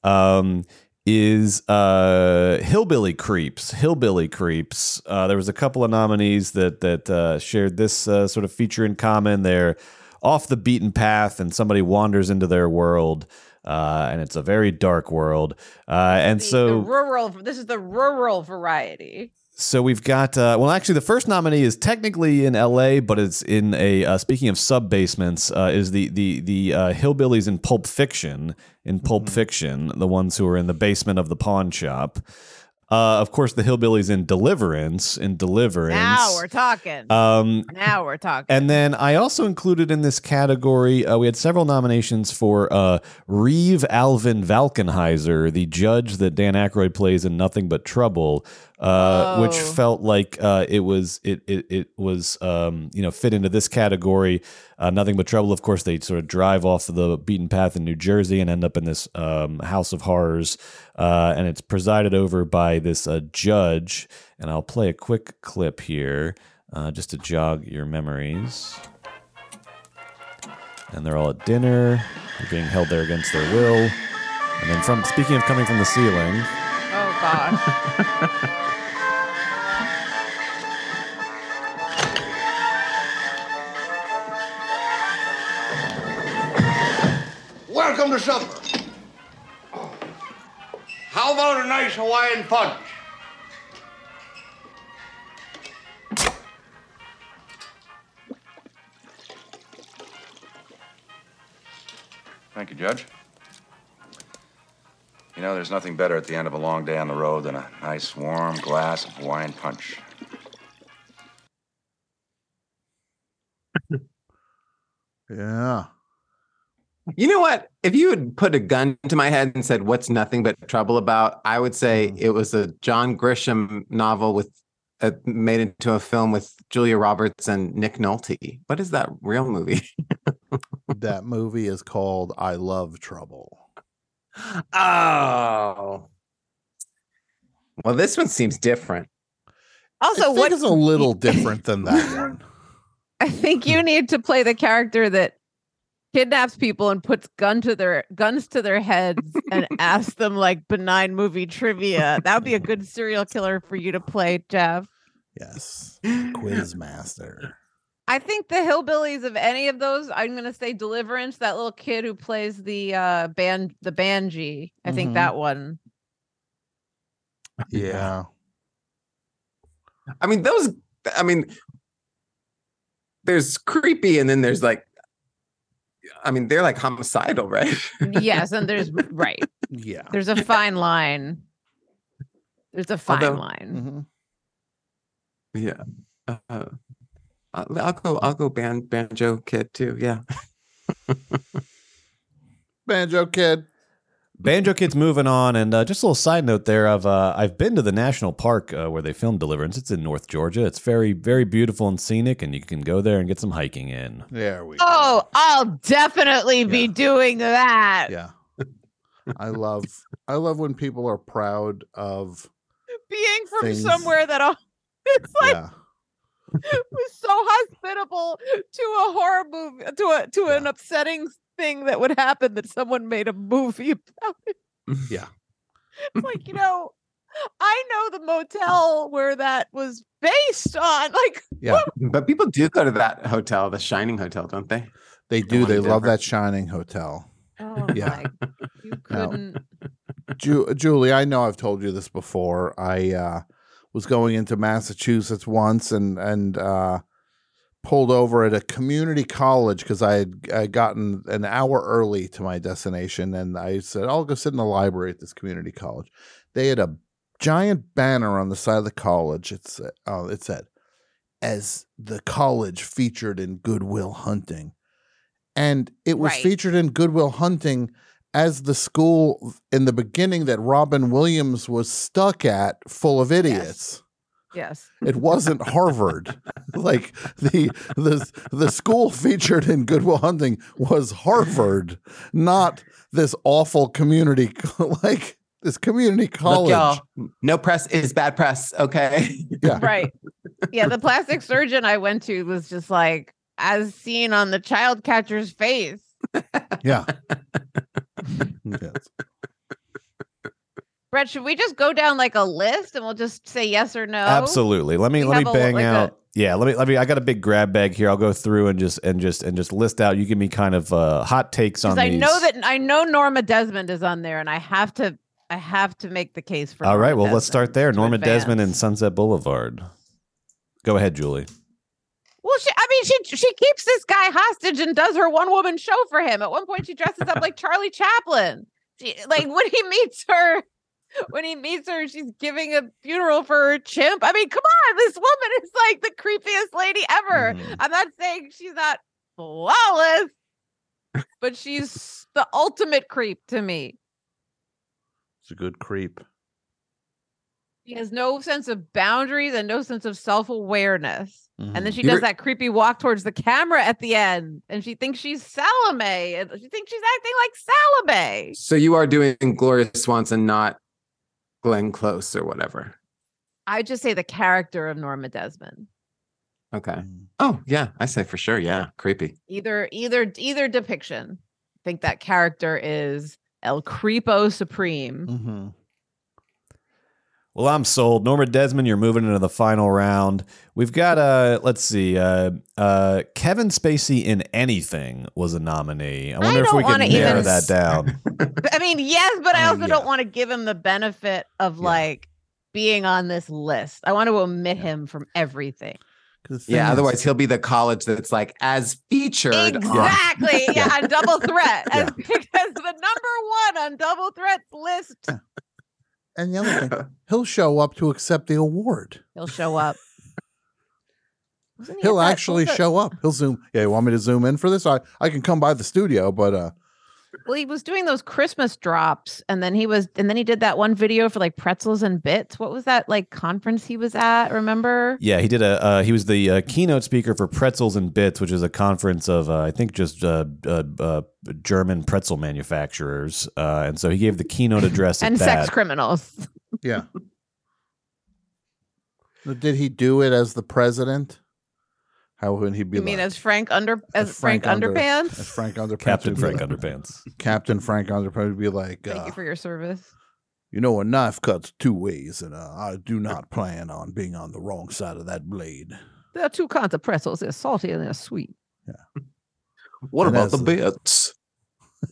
D: um, is uh, hillbilly creeps. Hillbilly creeps. Uh, there was a couple of nominees that that uh, shared this uh, sort of feature in common. They're off the beaten path, and somebody wanders into their world, uh, and it's a very dark world. Uh, and
B: The-
D: so
B: the rural. This is the rural variety.
D: so we've got uh, well, actually, the first nominee is technically in L.A., but it's in a. Uh, speaking of sub basements, uh, is the the the uh, hillbillies in Pulp Fiction. In Pulp Fiction, the ones who are in the basement of the pawn shop. Uh, of course, the hillbillies in Deliverance. In Deliverance.
B: Now we're talking.
D: um,
B: now we're talking.
D: and then I also included in this category, uh, we had several nominations for uh, Reeve Alvin Valkenheiser, the judge that Dan Aykroyd plays in Nothing But Trouble, uh, which
B: Oh.
D: felt like uh, it was it it, it was um, you know fit into this category. Uh, Nothing But Trouble, of course, they sort of drive off the beaten path in New Jersey and end up in this um, house of horrors, uh, and it's presided over by this uh, judge. And I'll play a quick clip here uh, just to jog your memories. And they're all at dinner. They're being held there against their will. And then, from speaking of coming from the ceiling,
B: oh gosh.
A: Welcome to supper. How about a nice Hawaiian punch?
L: Thank you, Judge. You know, there's nothing better at the end of a long day on the road than a nice warm glass of Hawaiian punch.
C: Yeah.
G: You know what? If you had put a gun to my head and said, "What's nothing but trouble about?" I would say
A: Hmm.
G: it was a John Grisham novel with uh, made into a film with Julia Roberts and Nick Nolte. What is that real movie?
C: That movie is called I Love Trouble.
G: oh, well, this one seems different.
B: Also,
C: I think
B: what
C: it's a little different than that one.
B: I think you need to play the character that kidnaps people and puts gun to their guns to their heads and asks them like benign movie trivia. That would be a good serial killer for you to play, Jeff.
C: Yes. Quizmaster.
B: I think the hillbillies of any of those, I'm gonna say Deliverance, that little kid who plays the uh band the banjee. I
C: Mhm.
B: think that one.
C: Yeah.
G: I mean, those. I mean, there's creepy, and then there's like, I mean, they're like homicidal, right?
B: Yes, and there's right.
C: Yeah.
B: There's a fine line. There's a fine
G: Although-
B: line.
C: Mhm.
G: Yeah. Uh, I'll I'll go. I'll go. Ban- banjo kid too. Yeah.
C: Banjo Kid.
D: Banjo Kid's moving on, and uh, just a little side note there. Of uh, I've been to the national park uh, where they filmed Deliverance. It's in North Georgia. It's very, very beautiful and scenic, and you can go there and get some hiking in.
C: There we go.
B: Oh, I'll definitely be doing that.
C: Yeah. I love I love when people are proud of
B: Being from
C: Things-
B: somewhere that all it's like
C: yeah.
B: was so hospitable to a horror movie to a to an
C: Yeah.
B: upsetting thing that would happen that someone made a movie about it.
C: Mm, Yeah.
B: It's like, you know, I know the motel where that was based on. Like
G: But people do go to that hotel, the Shining Hotel, don't they?
C: They do.
G: one
C: They
G: in
C: love
G: Denver.
C: that shining hotel.
B: oh
C: Yeah.
B: my you
C: No.
B: couldn't
C: Ju- Julie, I know I've told you this before. I uh, was going into Massachusetts once and and uh, pulled over at a community college because I had I gotten an hour early to my destination, and I said I'll go sit in the library at this community college. They had a giant banner on the side of the college. It's uh, it said, "As the college featured in Goodwill Hunting." and it was
B: Right.
C: featured in Goodwill Hunting as the school in the beginning that Robin Williams was stuck at, full of idiots.
B: Yes.
C: It wasn't Harvard. like the the the school featured in Goodwill Hunting was Harvard, not this awful community co- like this community college.
G: Look, y'all, no press is bad press. Okay.
C: yeah.
B: Right. Yeah. The plastic surgeon I went to was just like, as seen on the child catcher's face.
C: Yeah. Yes.
B: Brett, should we just go down like a list and we'll just say yes or no?
D: Absolutely. Let me
B: We
D: let me
B: Oh. have a-
D: bang
B: like a-
D: out. yeah, let me let me. I got a big grab bag here. I'll go through and just and just and just list out. You give me kind of uh, hot takes on
B: Because I
D: these.
B: know that I know Norma Desmond is on there, and I have to I have to make the case for.
D: All right.
B: Norma
D: Well, let's
B: Desmond
D: start there.
B: to
D: Norma
B: advance.
D: Desmond and Sunset Boulevard. Go ahead, Julie.
B: Well, she, I mean, she she keeps this guy hostage and does her one woman show for him. At one point, she dresses up like Charlie Chaplin. She, like when he meets her, when he meets her, she's giving a funeral for her chimp. I mean, come on, this woman is like the creepiest lady ever.
D: Mhm.
B: I'm not saying she's not flawless, but she's the ultimate creep to me.
C: It's a good creep.
B: She has no sense of boundaries and no sense of self awareness. And then
D: Mm-hmm.
B: she
G: You're-
B: does that creepy walk towards the camera at the end, and she thinks she's Salome, and she thinks she's acting like Salome.
G: So you are doing Gloria Swanson, not Glenn Close or whatever.
B: I just say the character of Norma Desmond.
G: Okay. Oh yeah, I say for sure. Yeah, creepy.
B: Either, either, either depiction. I think that character is El Creepo Supreme.
C: Mm-hmm.
D: Well, I'm sold. Norma Desmond, you're moving into the final round. We've got uh let's see, uh uh Kevin Spacey in anything was a nominee. I wonder if
B: don't
D: we can
B: wanna
D: narrow
B: even
D: that down.
B: But, I mean, yes, but I
D: Mm-hmm. I
B: also
D: mean,
B: don't
D: yeah.
B: want to give him the benefit of like being on this list. I want to omit him from everything.
G: Yeah. Otherwise, he'll be the college that's like as featured. on-
B: Exactly. Yeah, on Double Threat. As- Because the number one on Double Threat's list,
C: And the other thing, he'll show up to accept the award.
B: he'll show up. Wasn't he
C: He'll
B: at that-
C: actually
B: was that-
C: show up. He'll zoom. Yeah, you want me to zoom in for this? I, I can come by the studio, but uh
B: Well, he was doing those Christmas drops, and then he was, and then he did that one video for like pretzels and bits. What was that like conference he was at? Remember?
D: Yeah, he did a. Uh, he was the uh, keynote speaker for Pretzels and Bits, which is a conference of uh, I think just uh, uh, uh, German pretzel manufacturers, uh, and so he gave the keynote address at
B: and
D: that.
B: sex criminals.
C: yeah. Did he do it as the president? How would he be
B: You mean
C: like?
B: as Frank Under as, Frank,
C: Under-
B: Underpants?
C: As Frank Underpants.
D: Captain
C: would be
D: Frank
C: like-
D: Underpants.
C: Captain Frank Underpants would be like,
B: Thank
C: uh,
B: you for your service.
C: you know, a knife cuts two ways, and uh, I do not plan on being on the wrong side of that blade.
B: There are two kinds of pretzels. They're salty and they're sweet.
G: What
C: And
G: about the
C: that's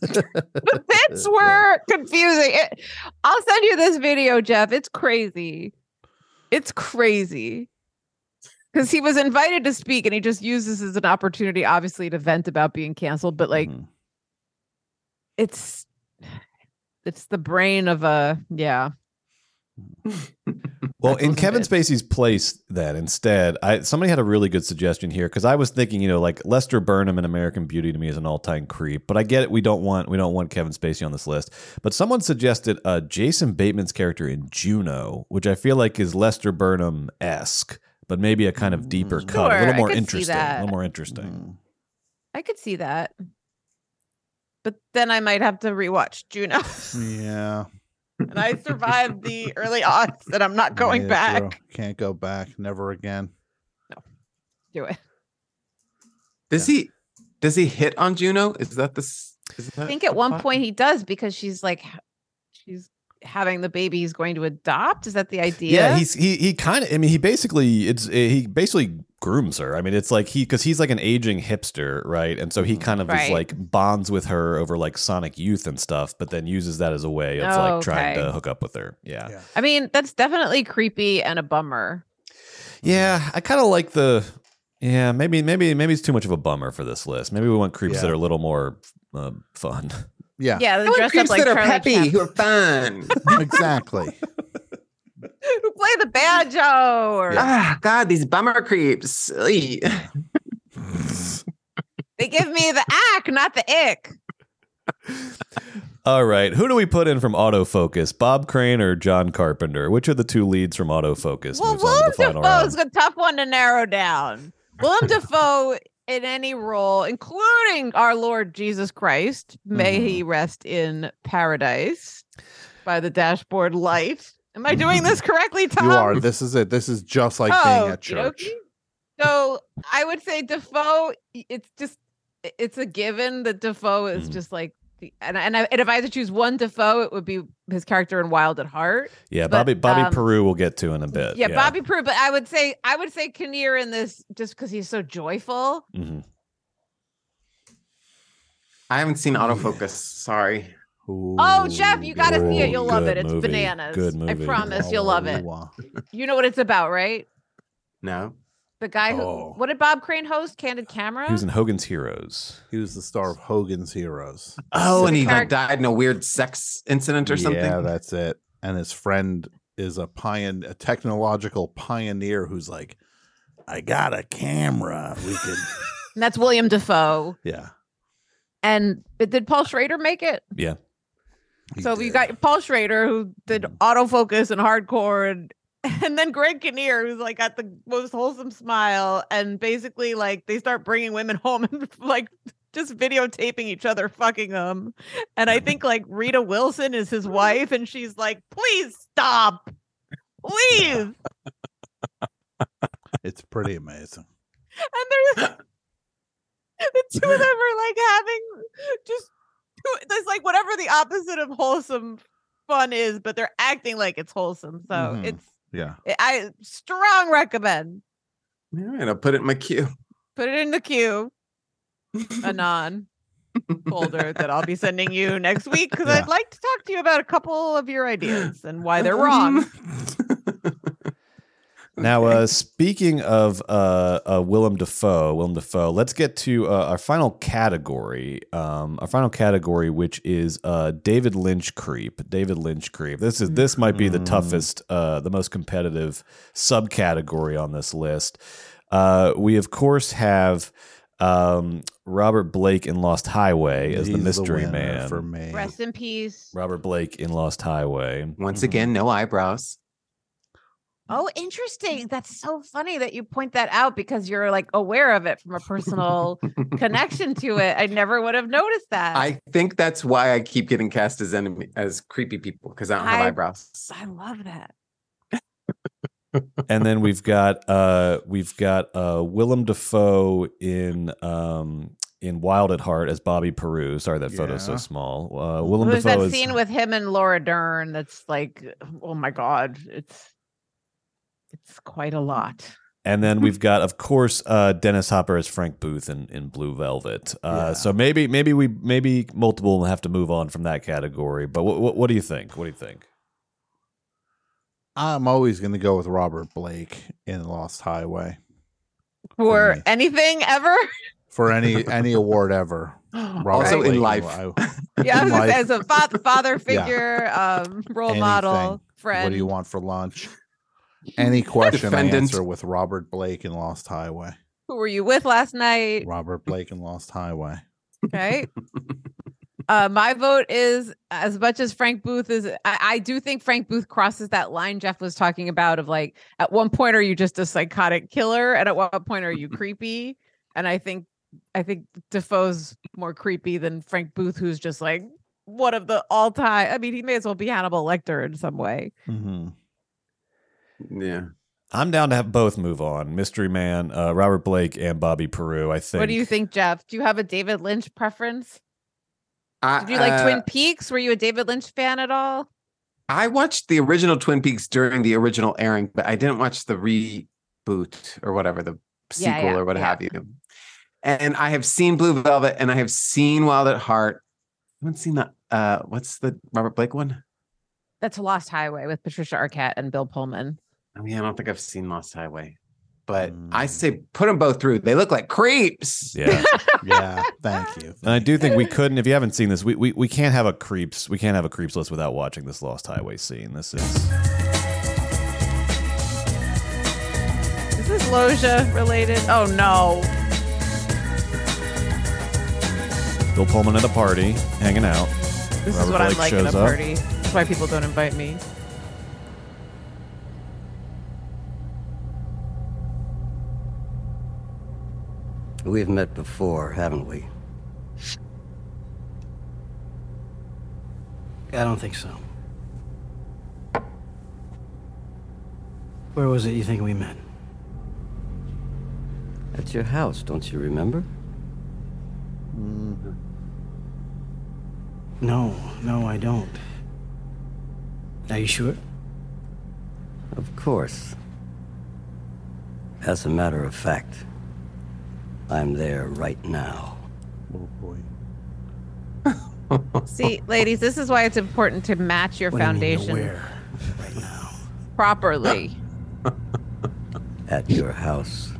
G: bits?
B: the bits were confusing. It, I'll send you this video, Jeff. It's crazy. It's crazy. Because he was invited to speak and he just used this as an opportunity, obviously, to vent about being canceled. But like,
C: Mm-hmm.
D: Mhm.
B: it's it's the brain of a yeah.
D: Well,
B: Pretzels
D: in
B: and
D: Kevin
B: Bits.
D: Spacey's place, then instead, I somebody had a really good suggestion here because I was thinking, you know, like Lester Burnham in American Beauty to me is an all-time creep, but I get it. We don't want we don't want Kevin Spacey on this list. But someone suggested uh, Jason Bateman's character in Juno, which I feel like is Lester Burnham esque, but maybe a kind of deeper cut, a
B: Sure,
D: little
B: I
D: more
B: could see
D: interesting, a
B: that.
D: little more interesting.
B: I could see that. But then I might have to rewatch Juno.
C: Hmm. Yeah.
B: and I survived the early odds that I'm not going
C: Yeah,
B: back.
C: true. Can't go back. Never again.
B: Do it.
G: Does he? Does he hit on Juno? Is that this? Is
B: I
G: that
B: think at one point he does because she's like, h- she's having the baby he's going to adopt. Is that the idea?
D: Yeah, he's he he kind of. I mean, he basically it's eh, he basically grooms her. I mean, it's like he because he's like an aging hipster, right? And so he kind of is
B: Right.
D: like bonds with her over like Sonic Youth and stuff, but then uses that as a way of
B: Oh,
D: like trying
B: okay.
D: to hook up with her. Yeah, yeah.
C: Yeah.
B: I mean, that's definitely creepy and a bummer.
D: I kind of like the. Yeah, maybe maybe maybe it's too much of a bummer for this list. Maybe we want creeps
C: Yeah.
D: that are a little more um, fun.
C: Yeah.
B: Yeah,
G: I
B: they
G: want
B: dress up
G: creeps
B: like
G: that are
B: Charlie
G: peppy,
B: Chaplin.
G: who are fun.
C: Exactly.
B: who play the banjo. Or
G: Ah, God, these bummer creeps. Eey.
B: They give me the ack, not the ick.
D: All right. Who do we put in from Autofocus? Bob Crane or John Carpenter? Which are the two leads from Autofocus?
B: Well,
D: Moves on to
B: Willem
D: the final round.
B: Dafoe is a tough one to narrow down. Willem Dafoe in any role, including our Lord Jesus Christ, may he rest in paradise by the dashboard light. Am I doing this correctly, Tom?
C: You are. This is it. This is just like
B: Oh,
C: being at church.
B: okey-dokey. So I would say Defoe. It's just it's a given that Defoe
C: Mm.
B: is just like the and and, I, and if I had to choose one Defoe, it would be his character in Wild at Heart.
D: Yeah,
B: But,
D: Bobby Bobby
B: um,
D: Peru we'll get to in a
C: Uh,
D: bit.
B: yeah, Bobby Prue. But I would say I would say Kinnear in this just because he's so joyful.
D: Mhm.
G: I haven't seen autofocus. Sorry.
B: Oh, Jeff, you got to see it. You'll love
G: good
B: it. It's
G: movie.
B: bananas.
G: Good
B: I
G: movie.
C: Oh,
B: promise you'll love it.
C: Wow.
B: You know what it's about, right?
G: No.
B: The guy who
C: Oh.
B: what did Bob Crane host? Candid Camera.
D: He was in Hogan's Heroes.
C: He was the star of Hogan's Heroes.
G: Oh, and he like
B: Character-
G: died in a weird sex incident or something.
C: Yeah, that's it. And his friend is a pioneer, a technological pioneer who's like, I got a camera. We could.
B: And that's William Defoe.
C: yeah.
B: And but did Paul Schrader make it?
D: Yeah.
B: So you got Paul Schrader, who did autofocus and hardcore, and, and then Greg Kinnear, who's like got the most wholesome smile, and basically like they start bringing women home and like just videotaping each other fucking them. And I think like Rita Wilson is his wife, and she's like, "Please stop, please."
C: It's pretty amazing.
B: and they're the two of them are like having just two- there's like whatever the opposite of wholesome fun is, but they're acting like it's wholesome. So
G: Mhm.
B: it's
C: Yeah.
B: I- I strong recommend
G: All right, I'll put it in my queue.
B: put it in the queue anon folder that I'll be sending you next week because
C: Yeah.
B: I'd like to talk to you about a couple of your ideas and why they're
G: Mm-hmm.
B: wrong.
D: Now, uh, speaking of uh, uh, Willem Dafoe, Willem Dafoe, let's get to uh, our final category. Um, our final category, which is uh, David Lynch creep. David Lynch creep. This is this might be the
C: Mm.
D: toughest, uh, the most competitive subcategory on this list. Uh, we of course have um, Robert Blake in Lost Highway as the
C: He's
D: mystery
C: winner
D: man.
C: for me.
B: Rest in peace.
D: Robert Blake in Lost Highway. Mm-hmm.
G: Once again, no eyebrows.
B: Oh, interesting. That's so funny that you point that out because you're like aware of it from a personal connection to it. I never would have noticed that.
G: I think that's why I keep getting cast as enemy as creepy people because I don't have
B: I-
G: eyebrows.
B: I love that.
D: and then we've got uh we've got uh Willem Dafoe in um in Wild at Heart as Bobby Peru. Sorry that photo's so
C: Yeah.
D: small. Uh Willem
B: There's
D: Dafoe
B: that
D: is
B: scene with him and Laura Dern that's like, oh my god, it's it's quite a lot.
D: and then we've got of course uh Dennis Hopper as Frank Booth in, in Blue Velvet. Uh
C: Yeah.
D: so maybe maybe we maybe multiple will have to move on from that category. But what what, what do you think? What do you think?
C: I'm always going to go with Robert Blake in Lost Highway
B: For
C: me.
B: anything ever?
C: for any any award ever. Robert
G: also
C: Blake
G: in life.
C: I-
B: Yeah, I was gonna say,
C: Life.
B: as a father father figure, um, role model,
C: Anything.
B: friend.
C: What do you want for lunch? Any question I
G: Defendant.
C: answer with Robert Blake in Lost Highway.
B: Who were you with last night?
C: Robert Blake in Lost Highway.
B: Okay. Uh, my vote is as much as Frank Booth is. I, I do think Frank Booth crosses that line Jeff was talking about of like, at one point are you just a psychotic killer, and at what point are you creepy? And I think, I think Defoe's more creepy than Frank Booth, who's just like one of the all time. I mean, he may as well be Hannibal Lecter in some way.
C: Mm-hmm.
G: Yeah.
D: I'm down to have both move on. Mystery Man, uh, Robert Blake, and Bobby Peru. I think.
B: What do you think, Jeff? Do you have a David Lynch preference?
G: I,
B: Did you like
G: uh,
B: Twin Peaks? Were you a David Lynch fan at all?
G: I watched the original Twin Peaks during the original airing, but I didn't watch the reboot or whatever, the sequel
B: Yeah, yeah,
G: or what
B: yeah.
G: have you. And I have seen Blue Velvet and I have seen Wild at Heart. I haven't seen the uh what's the Robert Blake one?
B: That's Lost Highway with Patricia Arquette and Bill Pullman.
G: I mean, I don't think I've seen Lost Highway. But I
C: Mm.
G: say put them both through. They look like creeps.
D: Yeah.
C: Yeah, thank you.
D: And I do think we couldn't. If you haven't seen this, we, we we can't have a creeps. We can't have a creeps list without watching this Lost Highway scene. This is
B: Is this Loja related? Oh no.
D: Bill Pullman at a party, hanging out.
B: This
D: Robert
B: is what
D: Blake
B: I'm like at a
D: shows up.
B: party. That's why people don't invite me.
M: We've met before, haven't we? I don't think so. Where was it you think we met? At your house, don't you remember? No, no, I don't. Are you sure? Of course. As a matter of fact, I'm there right now. Oh boy.
B: See, ladies, this is why it's important to match your
M: What do you mean,
B: foundation
M: where?
B: properly.
M: At your house.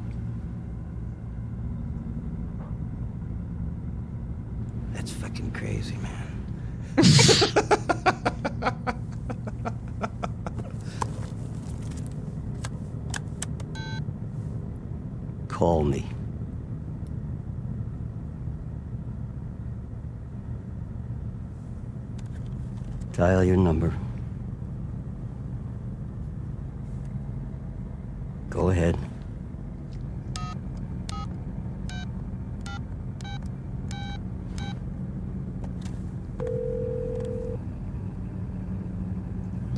M: That's fucking crazy, man. Call me. Dial your number. Go ahead.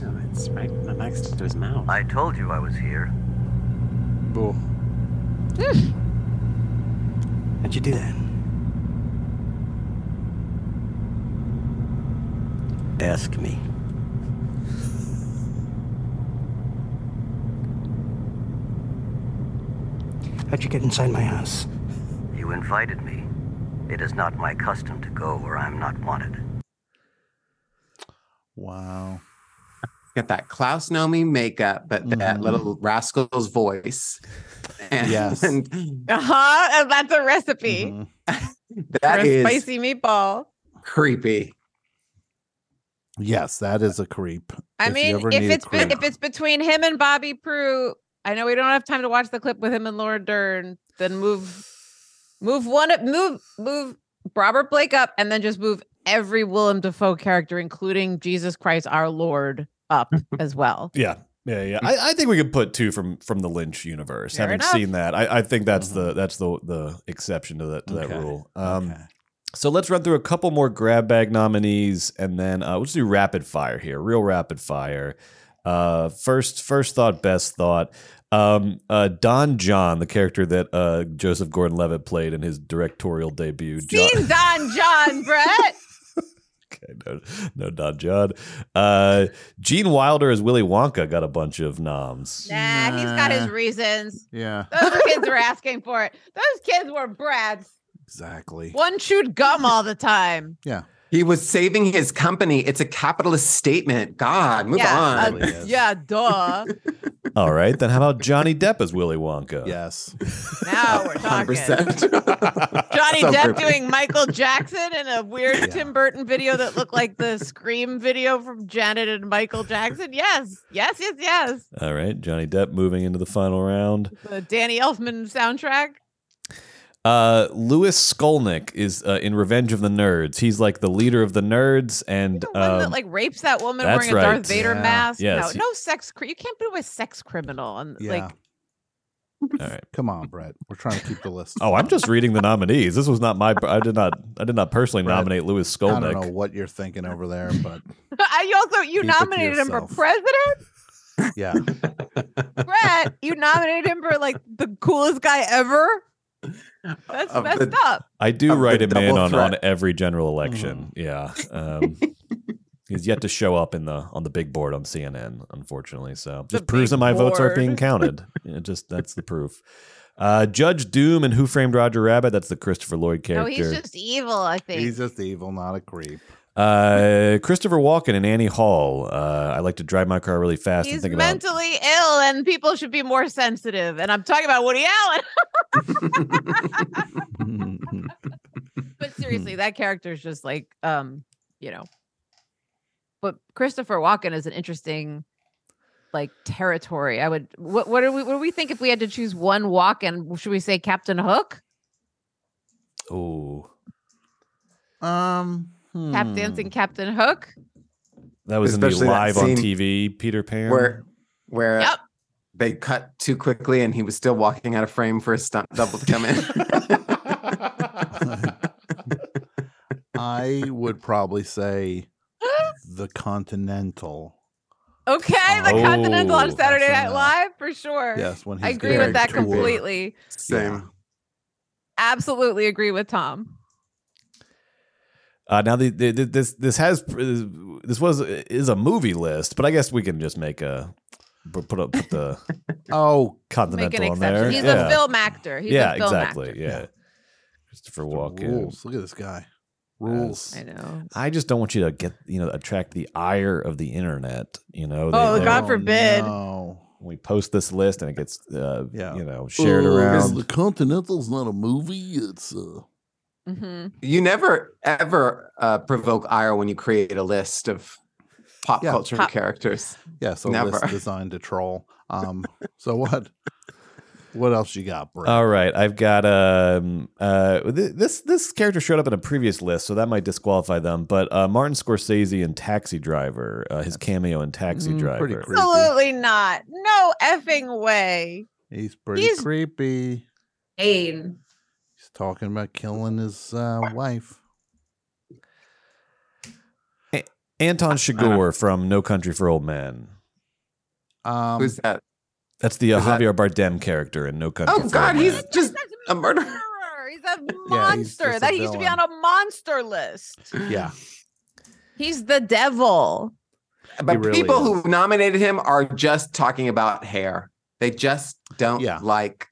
N: No, it's right next to his mouth.
M: I told you I was here. How'd you do that? Ask me.
N: How'd you get inside my house?
M: You invited me. It is not my custom to go where I am not wanted.
C: Wow.
G: Got that Klaus Nomi makeup, but
M: Mm-hmm.
G: that little rascal's voice. And
C: Yes.
B: Uh huh. And that's a recipe
C: Mm-hmm.
B: for
G: that
B: a
G: is
B: spicy meatball.
G: creepy.
C: Yes, that is a creep.
B: I
C: you
B: mean,
C: ever
B: if
C: need a
B: it's be-
C: creep.
B: if it's between him and Bobby Prue, I know we don't have time to watch the clip with him and Laura Dern. Then move, move one, up- move, move Robert Blake up, and then just move every Willem Dafoe character, including Jesus Christ, our Lord, up as well.
D: Yeah. Yeah, yeah. I, I think we could put two from from the Lynch universe.
B: Fair
D: Having
B: enough.
D: seen that, I, I think that's the that's the the exception to that to
C: Okay.
D: that rule. Um, So let's run through a couple more grab bag nominees, and then uh, let's do rapid fire here, real rapid fire. Uh, first, first thought, best thought. Um, uh, Don John, the character that uh, Joseph Gordon-Levitt played in his directorial debut. John-
B: Dean Don John Brett.
D: no, no Don John. Uh, Gene Wilder as Willy Wonka got a bunch of noms.
B: Nah, he's got his reasons.
C: Yeah,
B: Those kids were asking for it. Those kids were brats.
C: exactly.
B: One chewed gum all the time.
C: Yeah.
G: He was saving his company. It's a capitalist statement. God, move
B: yeah, uh,
G: on.
B: yeah, duh.
D: All right, then how about Johnny Depp as Willy Wonka?
C: Yes.
B: Now we're talking.
G: 100%.
B: Johnny
D: So
B: Depp
D: creepy.
B: doing Michael Jackson in a weird Tim Burton video that looked like the Scream video from Janet and Michael Jackson. Yes, yes, yes, yes.
D: All right, Johnny Depp moving into the final round.
B: The Danny Elfman soundtrack.
D: Uh, Louis Skolnick is uh, in Revenge of the Nerds. He's like the leader of the nerds, and
B: One
D: um,
B: that like rapes that woman
D: that's
B: wearing a
D: right.
B: Darth Vader
D: Yeah.
B: mask.
D: Yes.
B: No, no sex. Cr- you can't do a sex criminal and like
D: all right.
C: Come on, Brett. We're trying to keep the list.
D: Oh, I'm just reading the nominees. This was not my. I did not. I did not personally
C: Brett,
D: nominate Louis
C: I don't know
D: Skolnick.
C: what you're thinking over there, but
B: I also you
C: Keep it to
B: nominated him for
C: yourself.
B: president,
C: yeah.
B: Brett. You nominated him for like the coolest guy ever. That's
D: Of
B: messed
D: the-
B: up.
D: I do
C: Of the
D: write him in
C: double
D: on,
C: threat. Mm-hmm.
D: on every general election. Yeah, um, he's yet to show up in the on the big board on CNN, unfortunately. So just proves that
C: big
D: my votes aren't
C: board.
D: being counted. It just that's the proof. Uh, Judge Doom and Who Framed Roger Rabbit? That's the Christopher Lloyd
B: No,
D: character.
B: Oh, he's just evil. I think
C: He's just evil, not a creep.
D: Uh, Christopher Walken and Annie Hall. Uh, I like to drive my car really fast and
B: He's
D: think about.
B: mentally ill, and people should be more sensitive. And I'm talking about Woody Allen. but
D: Hmm.
B: seriously, that character is just like, um, you know. But Christopher Walken is an interesting, like, territory. I would. What What do we? What do we think if we had to choose one Walken? Should we say Captain Hook?
D: Oh,
C: Um,
B: Tap
D: Hmm.
B: dancing Captain Hook.
D: That was in the
G: Especially that
D: live on
G: scene
D: TV Peter Pan.
G: where where
B: Yep.
G: they cut too quickly and he was still walking out of frame for a stunt double to come in.
C: I would probably say the Continental.
B: Okay, the
C: Oh,
B: Continental on
C: that's
B: Saturday
C: in
B: Night
C: that.
B: Live for sure.
C: Yes, when
B: I
C: he's
B: agree
C: getting
B: with that
C: toured.
B: completely.
G: Same.
B: Absolutely agree with Tom.
D: Uh, now the, the, the- this this has this was is a movie list, but I guess we can just make a put up put the
C: oh
B: Make
D: continental
B: an
D: on there.
B: exception. He's
D: yeah.
B: a film actor. He's
D: yeah,
B: a film
D: exactly.
B: actor.
D: Yeah, Christopher Walken.
C: Rules. Look at this guy. Rules.
B: I know.
D: I just don't want you to get you know attract the ire of the internet. You know,
B: Oh, God
D: they-
B: forbid.
D: we post this list and it gets uh,
C: Yeah.
D: you know shared
C: Uh,
D: around.
C: The Continental's not a movie. It's uh,
B: Mhm.
G: You never ever uh, provoke ire when you create a list of pop
C: Yeah.
G: culture
B: Pop-
G: characters.
C: yes, a
G: Never.
C: list designed to troll. Um, so what? What else you got, Brett?
D: All right, I've got um uh th- this this character showed up in a previous list, so that might disqualify them. But uh, Martin Scorsese in Taxi Driver, uh, his cameo in Taxi
G: Mm-hmm.
C: Mm,
D: Driver.
C: pretty creepy.
B: Absolutely not. No effing way.
C: He's pretty
B: He's-
C: creepy.
B: Ain.
C: He's talking about killing his uh, wife.
D: Anton Chigurh from No Country for Old Men.
C: Um,
G: Who's that?
D: That's the uh,
G: Is that-
D: Javier Bardem character in No Country.
G: Oh
D: for
G: God,
D: Old
G: he's
D: Men.
G: just a murderer.
B: Murderer. He's a
C: just
B: monster.
C: a
B: that he used to be on
C: villain.
B: a monster list.
C: Yeah.
B: He's the devil.
G: But
C: really
G: people who nominated him are just talking about hair. They just don't
C: Yeah.
G: like.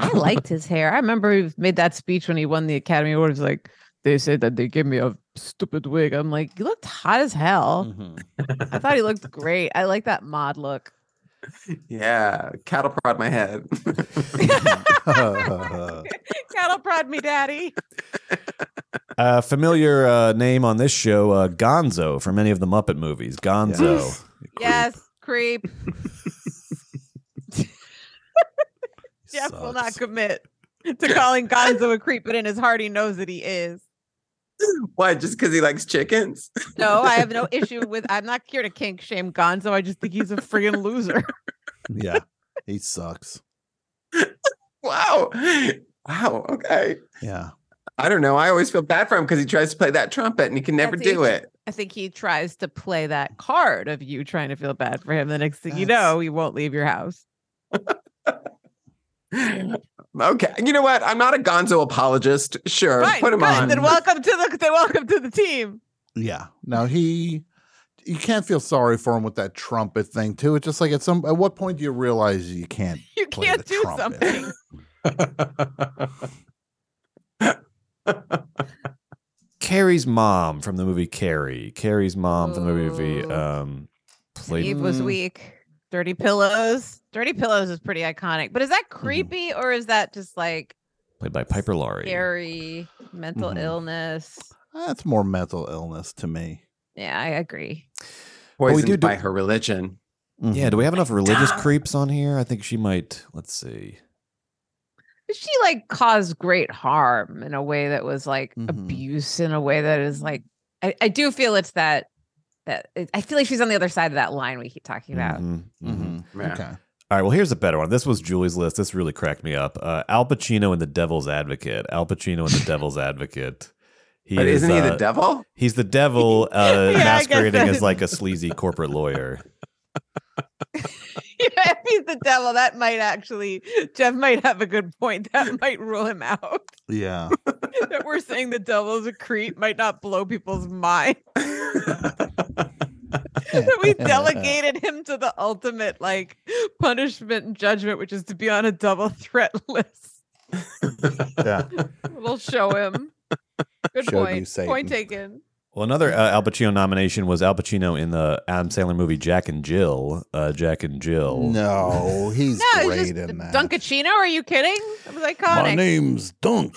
B: I liked his hair. I remember he made that speech when he won the Academy Award. He's like, they said that they gave me a stupid wig. I'm like, you looked hot as hell. I thought he looked great. I like that mod look.
G: Yeah, cattle prod my head.
B: Cattle prod me, daddy.
D: uh, familiar uh, name on this show, uh, Gonzo from any of the Muppet movies. Gonzo.
B: Yes, creep. Jeff will not
C: Sucks.
B: commit to calling Gonzo a creep, but in his heart, he knows that he is.
G: Why? Just because he likes chickens?
B: No, I have no issue with. I'm not here to kink shame Gonzo. I just think he's a friggin' loser.
C: yeah, he sucks.
G: Wow. Wow. Okay.
C: Yeah.
G: I don't know. I always feel bad for him because he tries to play that trumpet and he can never
B: That's
G: do
B: it.
G: it.
B: I think he tries to play that card of you trying to feel bad for him. The next thing you
C: That's-
B: know, he won't leave your house.
G: Okay. You know what? I'm not a gonzo apologist. Sure.
B: Right,
G: Put him
B: good.
G: on.
B: Then welcome to the then welcome to the team.
C: Yeah. Now he, you can't feel sorry for him with that trumpet thing too. It's just like at some, at what point do you realize you can't?
B: You
C: Play
B: can't
C: the
B: do
C: trumpet.
B: something.
D: Carrie's mom from the movie Carrie. Carrie's mom from the movie
B: Ooh.
D: um played
B: Eve
C: Mm.
B: was weak. Dirty pillows. Dirty pillows is pretty iconic. But is that
C: Mm-hmm.
B: creepy or is that just like
D: played by Piper Laurie.
B: scary mental
C: Mhm.
B: illness?
C: That's more mental illness to me.
B: Yeah, I agree.
D: But we
G: Poisoned
D: do do-
G: by her religion.
B: Mm-hmm.
D: Mm-hmm. Yeah, do we have enough religious
G: Duh.
D: creeps on here? I think she might. Let's see.
B: But she like caused great harm in a way that was like
C: Mhm.
B: abuse in a way that is like I, I do feel it's that that it- I feel like she's on the other side of that line we keep talking about.
C: Mm-hmm.
D: Mhm, mhm.
B: Mm-hmm.
G: Yeah.
C: Okay.
D: All right, well, here's a better one. This was Julie's list. This really cracked me up. Uh, Al Pacino and the Devil's Advocate. Al Pacino and the Devil's Advocate. He
G: But
D: is,
G: isn't he the
D: uh,
G: devil?
D: He's the devil uh,
B: Yeah, I guess
D: masquerading
B: that-
D: as like a sleazy corporate lawyer.
B: Yeah, if he's the devil, that might actually Jeff might have a good point. That might rule him out.
C: Yeah.
B: that we're saying the devil is a creep might not blow people's mind. that we delegated him to the ultimate like punishment and judgment, which is to be on a double threat list.
C: Yeah.
B: We'll show him. Good
C: Showed you
B: point.
C: Satan.
B: Point taken.
D: Well, another uh, Al Pacino nomination was Al Pacino in the Adam Sandler movie Jack and Jill. Uh, Jack and Jill.
C: Oh. No, he's
B: no,
C: great
B: it's just
C: in that.
B: Dunkachino. Are you kidding? That was
C: My
B: iconic.
C: name's Dunk.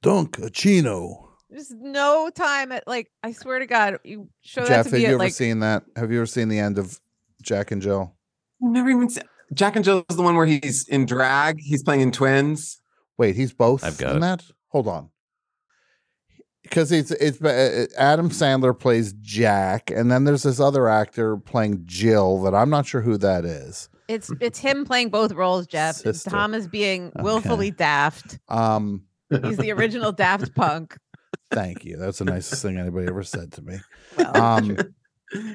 C: Dunk Achino.
B: There's no time at like. I swear to God, you show
C: Jeff,
B: that to
C: have
B: me
C: you
B: at
C: ever
B: like.
C: seen that? Have you ever seen the end of Jack and Jill?
G: I've never even seen. Jack and Jill is the one where he's in drag. He's playing in twins.
C: Wait, he's both
D: I've got
C: in
D: it.
C: that? Hold on. because it's it's uh, Adam Sandler plays Jack, and then there's this other actor playing Jill that I'm not sure who that is.
B: It's it's him playing both roles, Jeff. and
C: Sister.
B: Tom is being willfully daft.
C: Um,
B: He's the original Daft Punk.
C: Thank you. That's the nicest thing anybody ever said to me. um,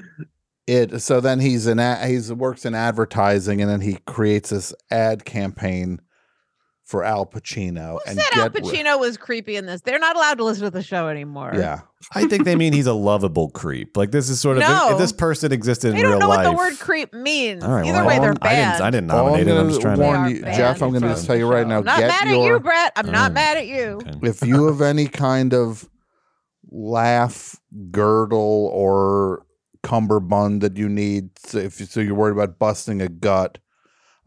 C: it so then he's an a- he's works in advertising, and then he creates this ad campaign for Al Pacino. and
B: Said Al
C: get ri-
B: Pacino was creepy in this. They're not allowed to listen to the show anymore.
C: Yeah.
D: I think they mean he's a lovable creep. Like this is sort of
B: No.
D: if this person existed in
B: They don't
D: real
B: know
D: life.
B: what the word creep means.
D: All right,
B: Either
D: well,
B: way,
C: um,
B: they're
D: I didn't-
B: bad.
D: I didn't
C: All
D: nominate him. I'm just trying to
C: warn you,
B: banned
C: Jeff. I'm going to just tell you right now.
B: I'm not
C: get
B: mad
C: your, Mm.
B: at you, Brett. I'm not mad at you.
C: if you have any kind of laugh girdle or cummerbund that you need so if so you're worried about busting a gut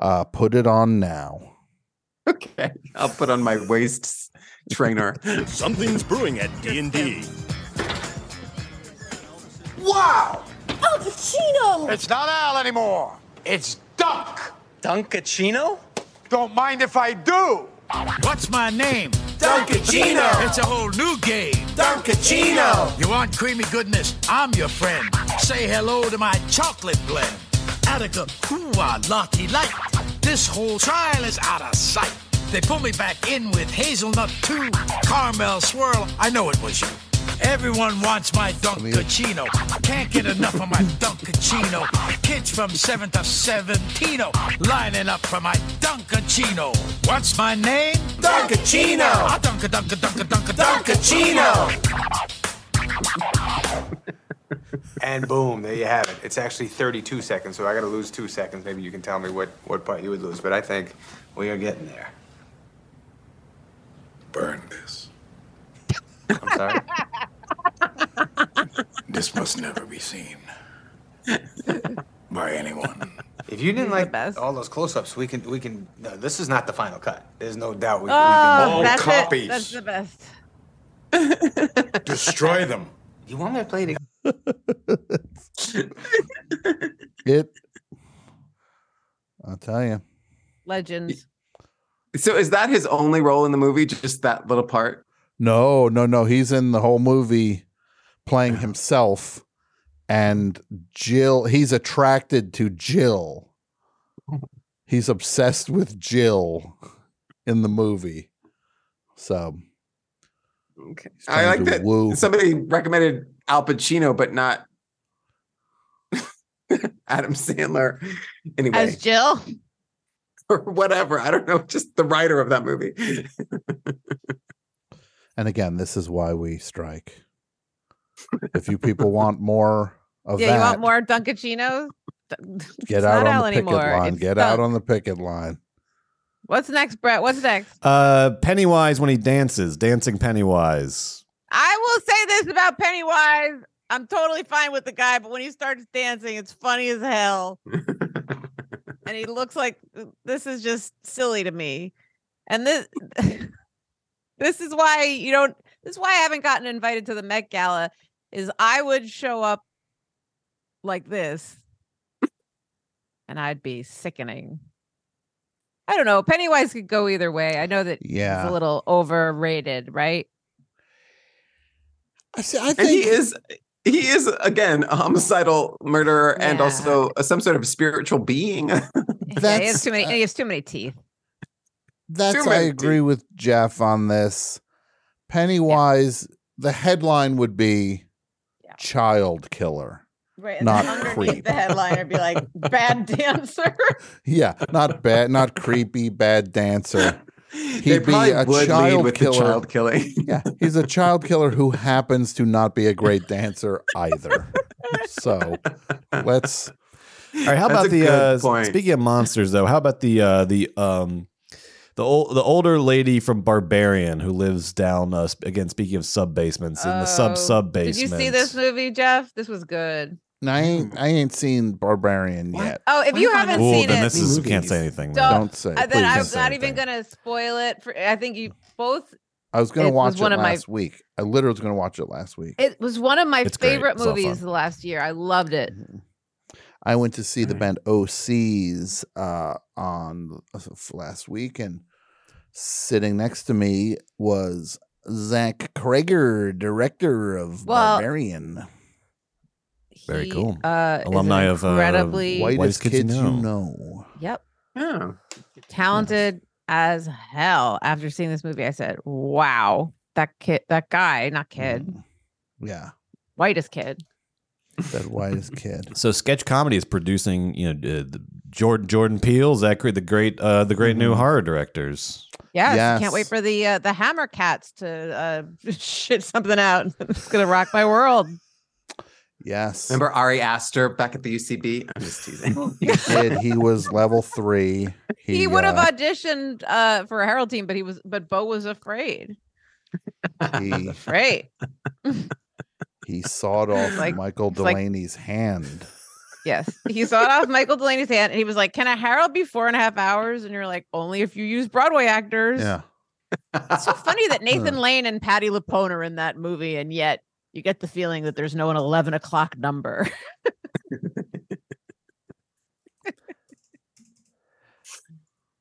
C: uh put it on now
G: Okay, I'll put on my waist trainer.
O: Something's brewing at D&D.
A: Wow! Al Pacino! It's not Al anymore. It's Dunk. Dunkachino? Don't mind if I do. What's my name?
O: Dunkachino.
A: It's a whole new game.
O: Dunkachino.
A: You want creamy goodness? I'm your friend. Say hello to my chocolate blend. Attica, ooh, ah, lucky light. This whole trial is out of sight. They pull me back in with hazelnut too. Caramel swirl, I know it was you. Everyone wants my Dunkachino. Can't get enough of my Dunkachino. Kids from 7th to 17 lining up for my Dunkachino. What's my name?
O: Dunkachino.
A: I dunka dunka dunka dunka
P: And boom, there you have it. It's actually 32 seconds, so I got to lose two seconds. Maybe you can tell me what, what part you would lose, but I think we are getting there.
O: Burn this.
P: I'm sorry.
O: This must never be seen by anyone.
P: If you didn't like all those close-ups, we can we can. No, this is not the final cut. There's no doubt. We, we can
B: Oh, that's it. That's the best.
O: Destroy them.
P: You want me to play it? again?
C: it i'll tell you
B: Legends.
G: So is that his only role in the movie? Just that little part?
C: no no no he's in the whole movie playing himself and jill he's attracted to jill he's obsessed with jill in the movie so
G: Okay.
C: trying
G: I like
C: to
G: that
C: woo.
G: somebody recommended Al Pacino, but not Adam Sandler. Anyway,
B: As Jill.
G: or whatever. I don't know. Just the writer of that movie.
C: And again, this is why we strike. If you people want more of
B: Yeah, you want
C: that,
B: more Dunkachinos?
C: get out
B: not
C: on
B: Al
C: the picket
B: anymore.
C: line.
B: It's
C: get out
B: Dunk.
C: on the picket line.
B: What's next, Brett? What's next?
D: Uh, Pennywise when he dances, dancing Pennywise.
B: I will say this about Pennywise. I'm totally fine with the guy, but when he starts dancing, it's funny as hell. and he looks like this is just silly to me. And this this is why you don't this is why I haven't gotten invited to the Met Gala is I would show up like this and I'd be sickening. I don't know. Pennywise could go either way. I know that
G: Yeah.
B: he's a little overrated, right?
C: I see.
G: and he is he is again a homicidal murderer and also some sort of spiritual being.
B: yeah, he has too many. he has too many teeth.
C: That's
G: Too
C: I
G: many
C: agree with Jeff on this. Pennywise, the headline would be child killer.
B: Right,
C: and then Not underneath creep. the
B: headline, it'd be like "bad dancer."
C: Yeah, not bad, not creepy, bad dancer.
G: They probably would lead with the child killing.
C: yeah, he's a child killer who happens to not be a great dancer either. So let's
D: All right, how about the uh, speaking of monsters though? How about the uh, the um the old the older lady from Barbarian who lives down uh, sp- again? Speaking of sub basements in the sub sub
B: Oh, Did you
D: basement.
B: see this movie, Jeff? This was good.
C: No, I ain't I ain't seen Barbarian yet.
B: Oh, if you haven't
D: Ooh,
B: seen
D: then
B: it,
D: this is we can't say anything.
B: don't,
D: then.
C: say,
B: uh, then
C: please.
B: I'm
C: Don't say
B: not even gonna spoil it. For I think you both.
C: I was gonna
B: It
C: watch
B: was one
C: it
B: of my-
C: last week. I literally was gonna watch it last week.
B: It was one of my
C: It's great.
B: favorite
C: It's all
B: movies
C: fun.
B: the last year. I loved it.
C: I went to see the band OCs uh, on f- last week, and sitting next to me was Zach Krager, director of
B: Well,
C: Barbarian.
D: Very
B: He,
D: cool.
B: uh, is
D: Alumni of uh,
B: incredibly-
C: Whitest,
D: Whitest
C: kids, you know.
B: Yep. Talented as hell. After seeing this movie, I said, "Wow, that kid, that guy, not
C: Mm-hmm.
B: kid,
C: Yeah,
B: whitest kid."
C: that whitest kid.
D: So sketch comedy is producing, you know, uh, the Jordan Jordan Peele, Zach, Cra- the great uh, the great
C: Mm-hmm.
D: new horror directors.
B: Yes, can't wait for the uh, the Hammer Cats to uh, shit something out. it's gonna rock my world.
C: Yes.
G: Remember Ari Aster back at the UCB? I'm just teasing.
C: He did. He was level three.
B: He, would have
C: uh,
B: auditioned uh, for a Herald team, but he was, but Bo was afraid.
C: he,
B: Right?
C: he sawed off
B: Like-
C: Michael
B: it's like-
C: Delaney's hand.
B: Yes, he saw it off Michael Delaney's hand, and he was like, "Can a Herald be four and a half hours?" And you're like, "Only if you use Broadway actors."
C: Yeah.
B: It's so funny that Nathan
C: Huh.
B: Lane and Patty Lapone are in that movie, and yet you get the feeling that there's no an eleven o'clock number. Hmm.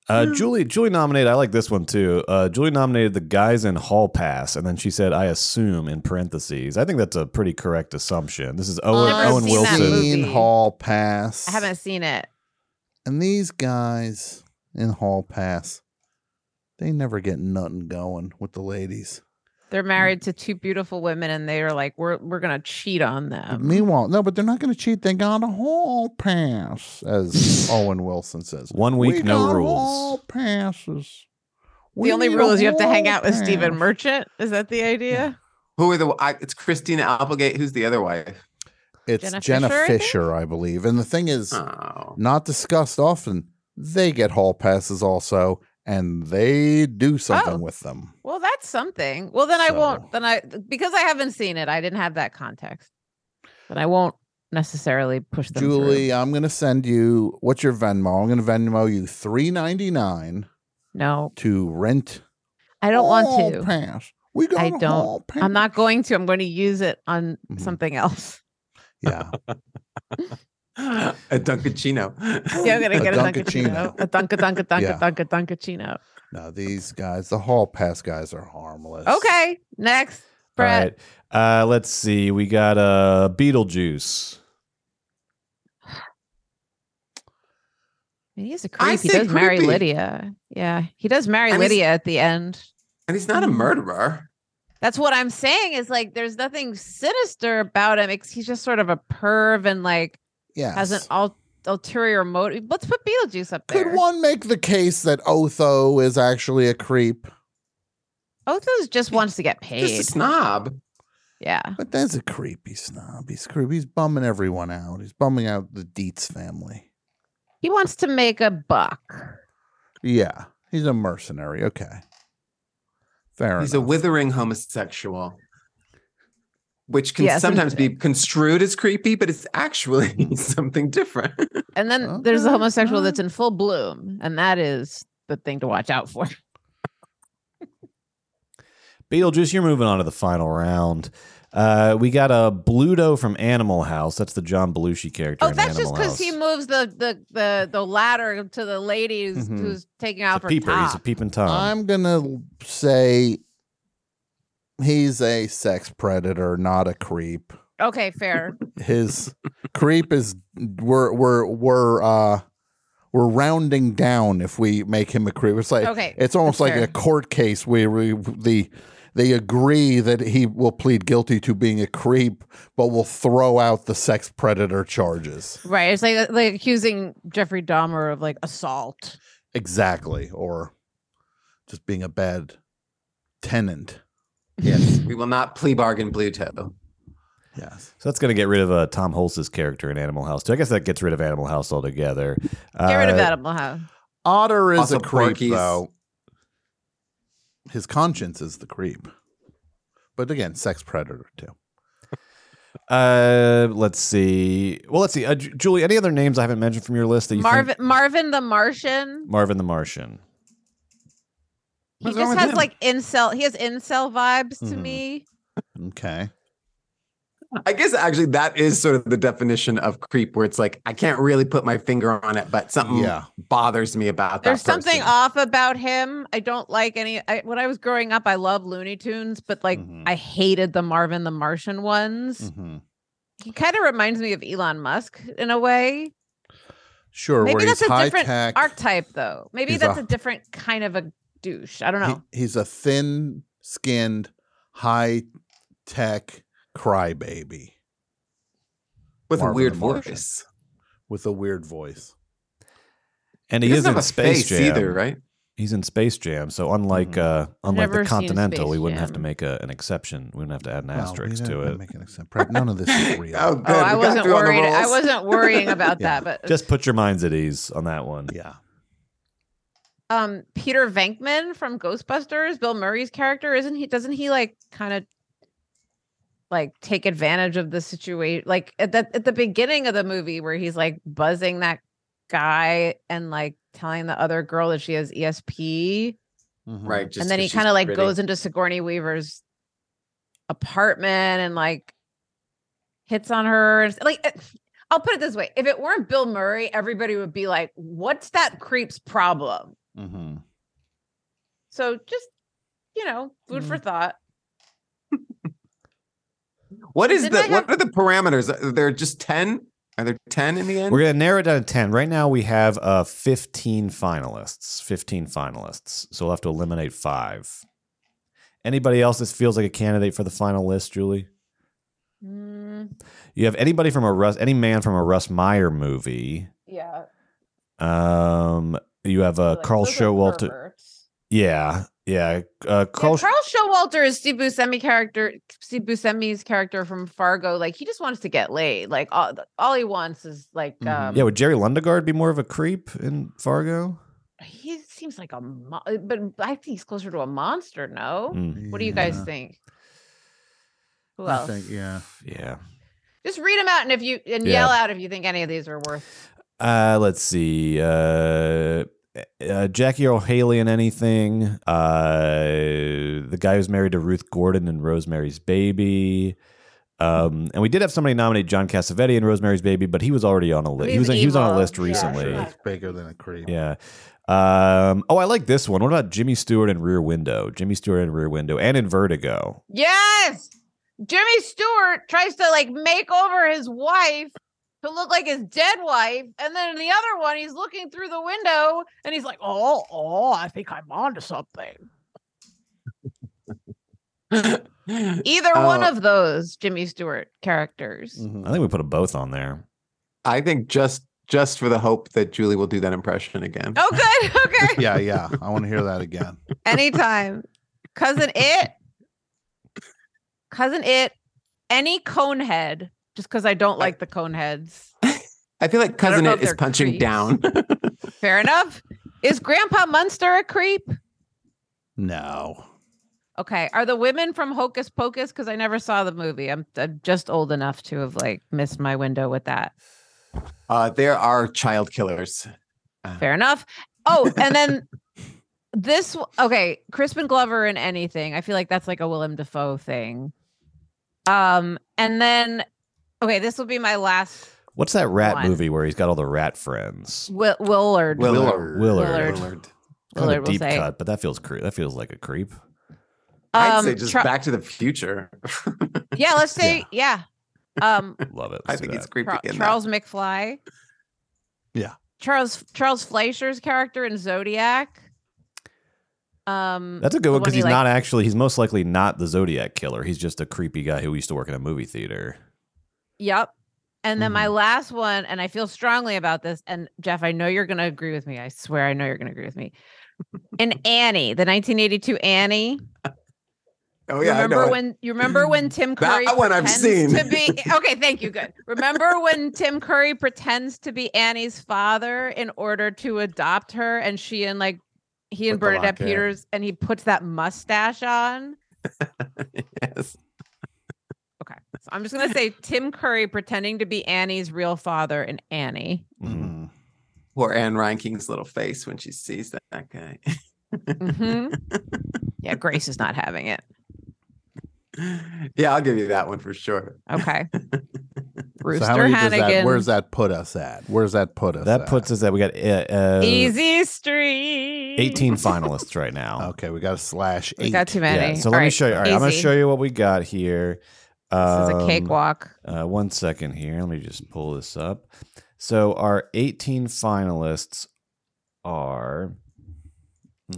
D: Uh, Julie Julie nominated. I like this one too. Uh, Julie nominated the guys in Hall Pass, and then she said, "I assume" in parentheses. I think that's a pretty correct assumption. This is Owen,
B: Never
D: Owen
B: seen that
D: Wilson.
B: movie.
C: In Hall Pass.
B: I haven't seen it.
C: And these guys in Hall Pass, they never get nothing going with the ladies.
B: They're
C: Mm.
B: married to two beautiful women, and they are like, "We're we're gonna cheat on
C: But
B: them."
C: Meanwhile, no, but they're not going to cheat. They got a Hall Pass, as Owen Wilson says.
D: One week,
C: We
D: no
C: got
D: rules.
C: Hall passes.
B: the only rule is you have to hang out with
C: Stephen
B: Stephen Merchant. Is that the idea?
G: Who are the? I, it's Christina Applegate. Who's the other wife?
C: It's
B: Jenna
C: Jenna,
B: Fisher,
C: Fisher,
B: I
C: I,
B: think?
C: believe. And the thing is,
G: Oh,
C: not discussed often. They get hall passes also, and they do something
B: Oh.
C: with them.
B: Well, that's something. Well, then I
C: So-
B: won't. Then I because I haven't seen it, I didn't have that context. Then I won't necessarily push them. through.
C: Julie, I'm gonna send you what's your Venmo? I'm gonna Venmo you three ninety nine
B: no,
C: to rent.
B: I don't
C: hall
B: want to.
C: Pass. We got
B: I
C: a hall
B: don't. I'm not going to. I'm going to use it on
C: Mhm.
B: something else.
C: Yeah,
G: a Dunkachino.
B: Yeah, I'm going to
C: A
B: get a
C: Dunkachino.
B: dunkachino. A dunka dunka dunka
C: Yeah.
B: dunka dunkachino.
C: no, these guys, the hall pass guys, are harmless.
B: Okay, next, Brett.
D: All right. Uh, let's see. We got uh, Beetlejuice.
B: I mean, he's a
G: I
B: creep. He
G: say
B: does marry
G: creepy.
B: Lydia. Yeah, he does marry
G: And he's-
B: Lydia at the end.
G: and he's not a murderer.
B: That's what I'm saying. Is like there's nothing sinister about him. ex- He's just sort of a perv and like
C: Yeah.
B: has an ul- ulterior motive. Let's put Beetlejuice up there.
C: Could one make the case that Otho is actually a creep?
B: Otho's just wants to get
G: Just a
B: paid.
G: snob.
B: Yeah.
C: But that's a creepy snob. He's creepy. He's bumming everyone out. He's bumming out the Dietz family.
B: He wants to make a buck.
C: Yeah, he's a mercenary. Okay, fair
G: He's a
C: enough.
G: withering homosexual, which can
B: Yes, and-
G: sometimes be construed as creepy, but it's actually something different.
B: And then there's the
C: Okay,
B: homosexual
C: all
B: that's in full bloom, and that is the thing to watch out for.
D: Beetlejuice, you're moving on to the final round. Uh, we got a Bluto from Animal House. That's the John Belushi character.
B: Oh,
D: in
B: that's just
D: Animal
B: because he
D: House.
B: moves the the the the ladder to the lady who's,
C: Mhm.
B: who's taking
D: Mm-hmm. He's
B: out
D: a
B: her
D: peeper. He's a
B: top.
D: peeping tom.
C: I'm gonna say he's a sex predator, not a creep.
B: okay, fair.
C: His creep is we're we're we're uh we're rounding down if we make him a creep. It's like
B: Okay,
C: it's almost
B: that's
C: like a
B: fair.
C: court case where we, the they agree that he will plead guilty to being a creep, but will throw out the sex predator charges.
B: right? It's like like accusing Jeffrey Dahmer of like assault.
C: Exactly, or just being a bad tenant.
G: yes, we will not plea bargain blue toe.
C: Yes.
D: so that's going to get rid of uh, Tom Hulce's character in Animal House. Too. I guess that gets rid of Animal House altogether.
B: Get rid of
D: Uh,
B: Animal House.
C: Otter is
G: Also
C: a creep,
G: Porky's-
C: though. His conscience is the creep. But again, sex predator too.
D: Uh, let's see. Well, let's see. Uh, Ju- Julie, any other names I haven't mentioned from your list that you
B: Marvin
D: think?
B: Marvin the Martian.
D: Marvin the Martian.
B: He
G: wrong
B: just
G: with
B: has
G: him?
D: Mm-hmm.
B: like incel. He has incel vibes to
C: Mhm.
B: me.
C: Okay.
G: I guess actually that is sort of the definition of creep, where it's like I can't really put my finger on it, but something
C: Yeah.
G: bothers me about
B: There's
G: that.
B: something off about him. I don't like any. I, when I was growing up, I loved Looney Tunes, but like
D: Mm-hmm.
B: I hated the Marvin the Martian ones.
D: Mm.
C: Mm-hmm.
B: He kind of reminds me of Elon Musk in a way.
C: Sure,
B: Maybe
C: where
B: that's
C: he's
B: a
C: high
B: different
C: tech.
B: archetype, though. Maybe
C: He's
B: that's
C: a-
B: a different kind of a douche. I don't know.
C: He- he's a thin skinned, high tech crybaby.
G: With a
C: Marvin
G: weird
C: the Martian.
G: voice.
C: With a weird voice.
D: And he,
G: He
D: is
G: doesn't
D: in
G: have a
D: Space
G: face
D: Jam
G: either, right? Mm-hmm.
D: He's in Space Jam, so unlike uh, unlike
G: never
D: the
G: seen
D: Continental,
G: Space
D: we wouldn't have to
G: Jam.
D: make a, an exception. We wouldn't have to add an
C: Well, we
D: asterisk
C: don't
D: to
C: have to
D: it.
C: make an exception. None of this is real.
G: Oh,
B: Oh, I wasn't worried. I wasn't worrying about
D: Yeah.
B: that. But
D: Just put your minds at ease on that one.
C: Yeah.
B: um, Peter Venkman from Ghostbusters, Bill Murray's character, isn't he? Doesn't he like kind of like take advantage of the situation? Like at the at the beginning of the movie, where he's like buzzing that guy and like telling the other girl that she has E ESP.
G: Right.
B: and then he kind of like goes into Sigourney Weaver's apartment and like hits on her. It's- Like, it- I'll put it this way: if it weren't Bill Murray, everybody would be like, "What's that creep's problem?"
C: Mm-hmm.
B: So just you know, food for thought.
G: What is
B: Didn't
G: the
B: I
G: what are the parameters? Are there just ten? Are there ten in the end?
D: We're gonna narrow it down to ten. Right now, we have uh, fifteen finalists. Fifteen finalists. So we'll have to eliminate five. Anybody else that feels like a candidate for the final list, Julie?
B: Mm,
D: You have anybody from a Russ, any man from a Russ Meyer movie?
B: yeah,
D: Um, you have uh, Carl Showalter. Yeah, yeah. Uh, Carl.
B: Carl Showalter is Steve Buscemi character, Steve Buscemi's character from Fargo. Like he just wants to get laid. Like all, all he wants is like, um,
D: yeah, would Jerry Lundegaard be more of a creep in Fargo?
B: he seems like a, mo- uh, but I think he's closer to a monster. No,
D: Mm.
B: what do you guys
D: Yeah.
B: think? Who
C: I
B: else?
C: think, yeah.
D: Yeah.
B: Just read them out, and if you and
D: Yeah.
B: yell out if you think any of these are worth.
D: Uh, let's see. Uh, uh, Jackie O'Haley in anything. Uh, the guy who's married to Ruth Gordon in Rosemary's Baby. Um, and we did have somebody nominate John Cassavetes in Rosemary's Baby, but he was already on a list. He
C: He's
D: was he was on a
C: evil.
D: list
C: Yeah.
D: recently.
C: Sure, he's bigger than a creep.
D: Yeah. Um, oh, I like this one. What about Jimmy Stewart in Rear Window? Jimmy Stewart in Rear Window and in Vertigo.
B: Yes, Jimmy Stewart tries to like make over his wife to look like his dead wife, and then in the other one, he's looking through the window and he's like, "Oh, oh, I think I'm onto something." Either one
G: Oh.
B: of those Jimmy Stewart characters.
C: Mm. Mm-hmm.
D: I think we put them both on there.
G: I think just just for the hope that Julie will do that impression again.
B: Oh, good. Okay.
C: yeah, yeah. I want to hear that again.
B: Anytime. Cousin It. Cousin It. Any Conehead, just because I don't like the Coneheads.
G: I feel like cousin
B: know
G: it
B: if
G: is
B: they're
G: punching
B: creeps.
G: down.
B: Fair enough. Is Grandpa Munster a creep?
C: No.
B: Okay. Are the women from Hocus Pocus? Because I never saw the movie. I'm, I'm just old enough to have like missed my window with that.
G: Uh, there are child killers.
B: Fair enough. Oh, and then this. w- Okay, Crispin Glover in anything. I feel like that's like a Willem Dafoe thing. Um, and then, okay, this will be my last
D: What's that rat
B: One.
D: movie where he's got all the rat friends?
B: Will- Willard.
D: Willard. Willard.
B: Willard.
D: Kind
B: Willard
D: of a
B: will
D: deep
B: say.
D: cut, but that feels cre- that feels like a creep.
G: I'd
B: Um,
G: say just
B: Char-
G: Back to the Future.
B: Yeah, let's say yeah. Um,
D: Love it.
G: I think it's creepy.
B: Char-
G: in
B: Charles McFly.
C: Yeah.
B: Charles Charles Fleischer's character in Zodiac. Um,
D: That's a good
B: the
D: one because
B: he,
D: he's
B: like-
D: not actually he's most likely not the Zodiac killer. He's just a creepy guy who used to work in a movie theater.
B: Yep. And then my last one, and I feel strongly about this. And Jeff, I know you're going to agree with me. I swear I know you're going to agree with me. In Annie, the 1982 Annie.
G: Oh yeah,
B: remember
G: I know it.
B: when you remember when Tim
G: That
B: Curry
G: one I've
B: pretends
G: seen.
B: to be okay. Thank you. Good. Remember when Tim Curry pretends to be Annie's father in order to adopt her, and she and like he and
G: With the long
B: Bernadette
G: hair.
B: Peters, and he puts that mustache on.
G: yes.
B: Okay, so I'm just gonna say Tim Curry pretending to be Annie's real father in Annie.
D: Mm-hmm.
G: Mm-hmm. Poor Anne Ranking's little face when she sees that guy.
B: Mm-hmm. hmm yeah, Grace is not having it.
G: Yeah, I'll give you that one for sure.
B: Okay.
C: So
B: Rooster
C: how many does that,
B: Hannigan.
C: where's that put us at? Where's that put us?
D: That
C: at?
D: puts us at we got uh, uh,
B: Easy Street.
D: 18 finalists right now.
C: Okay, we got to slash
B: We got too many.
D: so
B: All
D: let me
B: right,
D: show you. All right, I'm going to
B: easy.
D: show you what we got here.
B: This is a
D: Um,
B: cakewalk.
D: Uh, one second here. Let me just pull this up. So our 18 finalists are.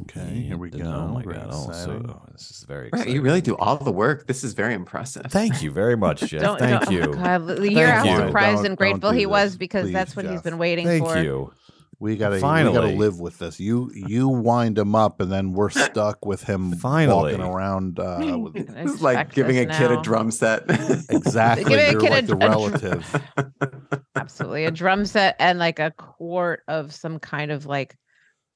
C: Okay, here we go.
D: Oh my
C: Very
D: god! Oh, so,
C: exciting.
D: oh, this is very.
G: Right, you
D: exciting.
G: really do all the work. This is very impressive.
D: Thank you very much, Jeff.
B: Don't,
D: Thank
B: don't,
D: you.
B: Oh God, you're how surprised
D: you.
C: Don't- don't
B: and grateful
C: do
B: he
C: this,
B: was because
C: please,
B: that's what he's
C: Jeff.
B: been waiting
D: Thank
B: for.
D: you.
C: We got to we got
D: Finally.
C: to live with this. You you wind him up, and then we're stuck with him
D: Finally.
C: walking around. Uh, with,
G: This is like
B: Expect
G: giving a
B: us
G: kid
B: now.
G: a drum set.
C: exactly,
B: Give it a
C: you're
B: kid a-
C: like the
B: a dr-
C: relative.
B: Absolutely. A drum set and like a quart of some kind of like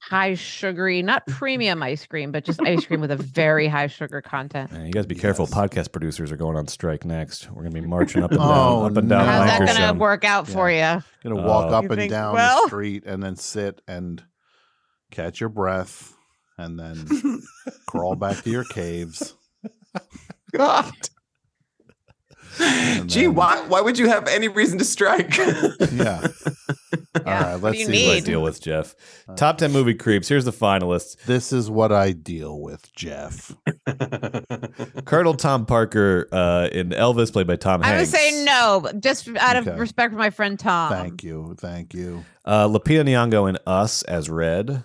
B: high sugary, not premium ice cream, but just ice cream with a very high sugar content.
D: Man, you guys be careful. Podcast producers are going on strike next. We're going to be marching up and down,
C: Oh,
D: up and down.
B: How's that going to
D: Lancashire.
B: work out for you?
C: Gonna walk
D: Oh.
C: up
B: You
C: and
B: think-
C: down
B: well?
C: the street, and then sit and catch your breath, and then crawl back to your caves.
G: God.
C: and
G: Gee,
C: then-
G: why why would you have any reason to strike?
C: Yeah.
B: Yeah,
C: All right,
B: what do
C: let's
B: you
C: see.
B: need?
C: what
D: I deal with Jeff. Top 10 movie creeps. Here's the finalists.
C: This is what I deal with, Jeff.
D: Colonel Tom Parker uh, in Elvis, played by Tom
B: I would
D: Hanks.
B: say no, but just out of
C: Okay.
B: respect for my friend Tom.
C: Thank you. Thank you.
D: Uh, Lupita Nyong'o in Us as Red.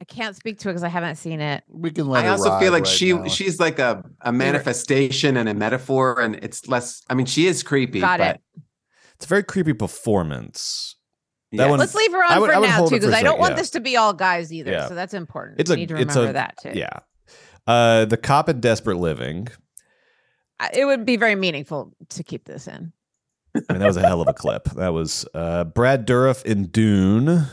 B: I can't speak to it because I haven't seen it.
C: We can let
G: I
C: it
G: also feel
C: ride
G: like
C: right
G: she
C: now.
G: she's like a, a manifestation and a metaphor, and it's less. I mean, she is creepy.
B: Got
G: but
B: it.
D: It's a very creepy performance.
G: Yeah.
D: That one,
B: Let's leave her on
D: I would-
B: for
D: I would
B: now
D: hold
B: too,
D: it for a
B: because I don't
D: second,
B: want
D: yeah.
B: this to be all guys either.
D: Yeah.
B: So that's important.
D: It's
B: we
D: a-
B: need to
D: it's
B: remember
D: a-
B: that too.
D: Yeah. Uh, the Cop in Desperate Living.
B: I- It would be very meaningful to keep this in.
D: I mean, that was a hell of a clip. That was uh, Brad Dourif in Dune.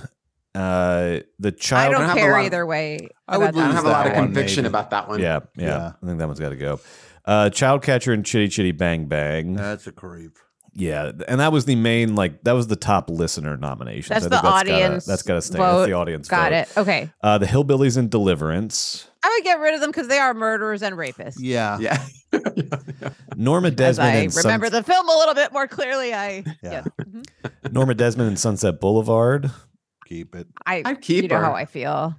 D: Uh, the
B: I
D: child.
B: don't,
G: have a
B: care
G: lot of-
B: either way.
C: I
B: about
C: would
G: I
B: that.
G: don't
C: lose
G: have a lot of
C: that one,
G: conviction
C: maybe.
G: about that one.
D: Yeah, yeah,
C: Yeah.
D: I think that one's got to go. Uh, child catcher and chitty chitty bang bang.
C: That's a creep.
D: yeah, and that was the main like that was the top listener nomination.
B: That's the audience
D: Gotta, that's got to stay.
B: vote.
D: That's the audience.
B: Got
D: vote.
B: it. Okay.
D: Uh, the hillbillies in Deliverance.
B: I would get rid of them because they are murderers and rapists.
C: Yeah.
G: yeah.
D: Norma
B: As
D: Desmond.
B: I
D: in Sun-
B: remember the film a little bit more clearly, I yeah.
C: Yeah.
B: Mhm.
D: Norma Desmond in Sunset Boulevard.
C: Keep it.
B: I
G: I'd keep
B: you know how
G: her.
B: I feel.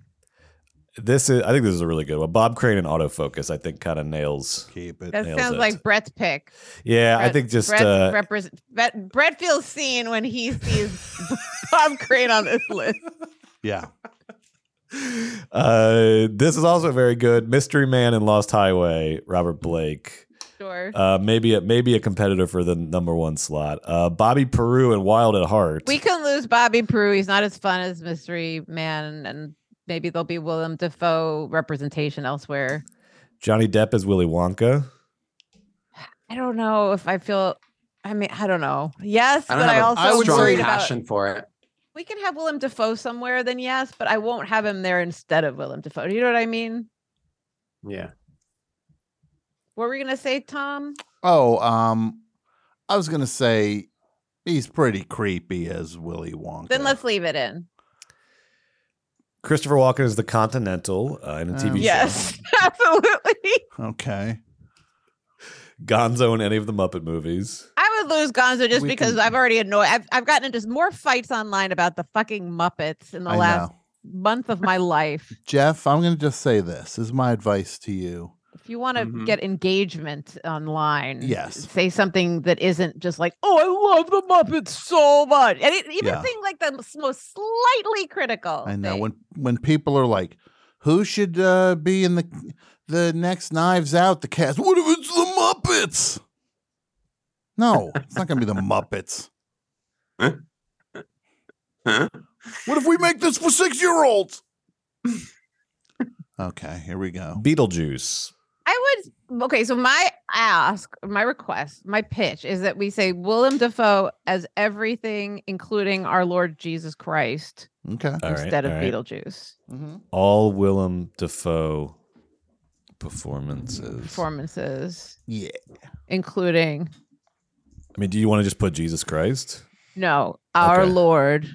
D: This is. I think this is a really good one. Bob Crane in Autofocus. I think kind of nails.
C: Keep it.
B: That
D: Nails
B: sounds
D: it.
B: like Brett's pick.
D: Yeah, I
B: Brett-
D: think just
B: Brett,
D: uh,
B: represent, Brett, Brett feels seen when he sees Bob Crane on this list.
C: Yeah.
D: uh, this is also very good. Mystery Man in Lost Highway. Robert Blake.
B: Sure.
D: Uh, maybe a, maybe a competitor for the number one slot. Uh, Bobby Peru and Wild at Heart.
B: we can lose Bobby Prue. He's not as fun as Mystery Man, and maybe there'll be Willem Dafoe representation elsewhere.
D: Johnny Depp is Willy Wonka.
B: I don't know if I feel. I mean, I don't know. Yes,
G: I
B: but
G: don't
B: I
G: have a
B: also
G: I
B: am
G: strong
B: worried about.
G: passion for it.
B: We can have Willem Dafoe somewhere, then yes, but I won't have him there instead of Willem Dafoe. Do you know what I mean?
G: Yeah.
B: What were you gonna say, Tom?
C: Oh, um, I was gonna say he's pretty creepy as Willy Wonka.
B: Then let's leave it in.
D: Christopher Walken is the Continental uh, in a TV
C: Oh.
D: show.
B: Yes, absolutely.
C: Okay.
D: Gonzo in any of the Muppet movies.
B: I would lose Gonzo just
C: We
B: because
C: can-
B: I've already annoyed. I've, I've gotten into more fights online about the fucking Muppets in the
C: I
B: last
C: know.
B: month of my life.
C: Jeff, I'm gonna just say this. this is my advice to you.
B: If you want to
G: Mhm.
B: get engagement online,
C: Mm-hmm. Yes.
B: say something that isn't just like, "Oh, I love the Muppets so much," and it, even
C: Yeah.
B: thing like the s- most slightly critical.
C: I know
B: thing.
C: when when people are like, who should uh, be in the the next Knives Out the cast? What if it's the Muppets? No, it's not gonna be the Muppets.
G: Huh?
C: What if we make this for six year olds? okay, here we go.
D: Beetlejuice.
B: I would okay. So my ask, my request, my pitch is that we say Willem Dafoe as everything, including our Lord Jesus Christ,
C: Okay.
D: All right,
B: instead of
D: all right.
B: Beetlejuice
C: Mm-hmm.
D: All Willem Dafoe performances.
B: performances,
C: Yeah.
B: including
D: I mean, do you want to just put Jesus Christ?
B: no, our
D: Okay.
B: Lord.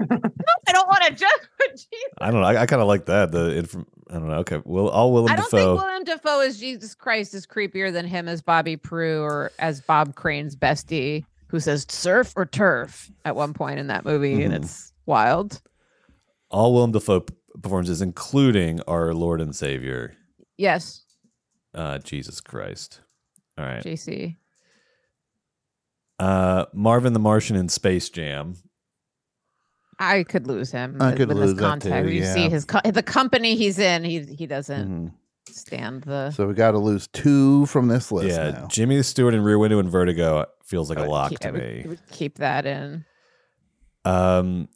B: no, I don't want to judge.
D: I don't know. I, I kind of like that. The inform- I don't know. Okay, well, all Willem
B: I don't
D: Dafoe.
B: think Willem Dafoe as Jesus Christ is creepier than him as Bobby Prue or as Bob Crane's bestie, who says "surf or turf" at one point in that movie, and
D: Mhm.
B: it's wild.
D: all Willem Dafoe p- performances, including our Lord and Savior,
B: Yes,
D: uh, Jesus Christ. All right.
B: JC.
D: Uh, Marvin the Martian in Space Jam.
B: I could lose him.
D: I
B: with-
D: could
B: with
D: lose
B: his
D: that too,
B: contact. You
D: yeah.
B: see his co- the company he's in. He he doesn't
D: Mm-hmm.
B: stand the.
C: So we got to lose two from this list.
D: yeah,
C: now.
D: Jimmy Stewart in Rear Window and Vertigo feels like a lock
B: I
D: to
B: would-
D: me.
B: would keep that in.
D: Um,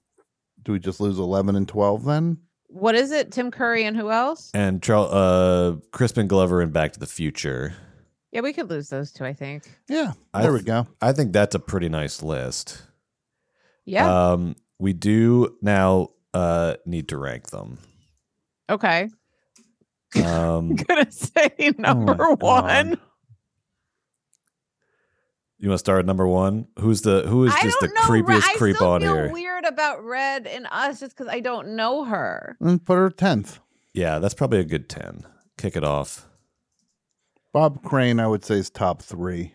C: do we just lose eleven and twelve then?
B: What is it? Tim Curry and who else?
D: And Charles, uh, Crispin Glover in Back to the Future.
B: Yeah, we could lose those two. I think.
D: Uh,
C: Yeah.
D: I
C: There we
D: th-
C: go.
D: I think that's a pretty nice list.
B: Yeah.
D: Um, we do now uh need to rank them.
B: okay.
D: Um,
B: gonna say number one.
D: you want to start at number one? Who's the who is
B: I
D: just the
B: don't know, Ra-
D: creepiest
B: I
D: creep
B: still
D: on
B: feel
D: here?
B: Weird about Red and us just because I don't know her.
C: And put her tenth.
D: Yeah, that's probably a good ten. Kick it off.
C: Bob Crane, I would say, is top three.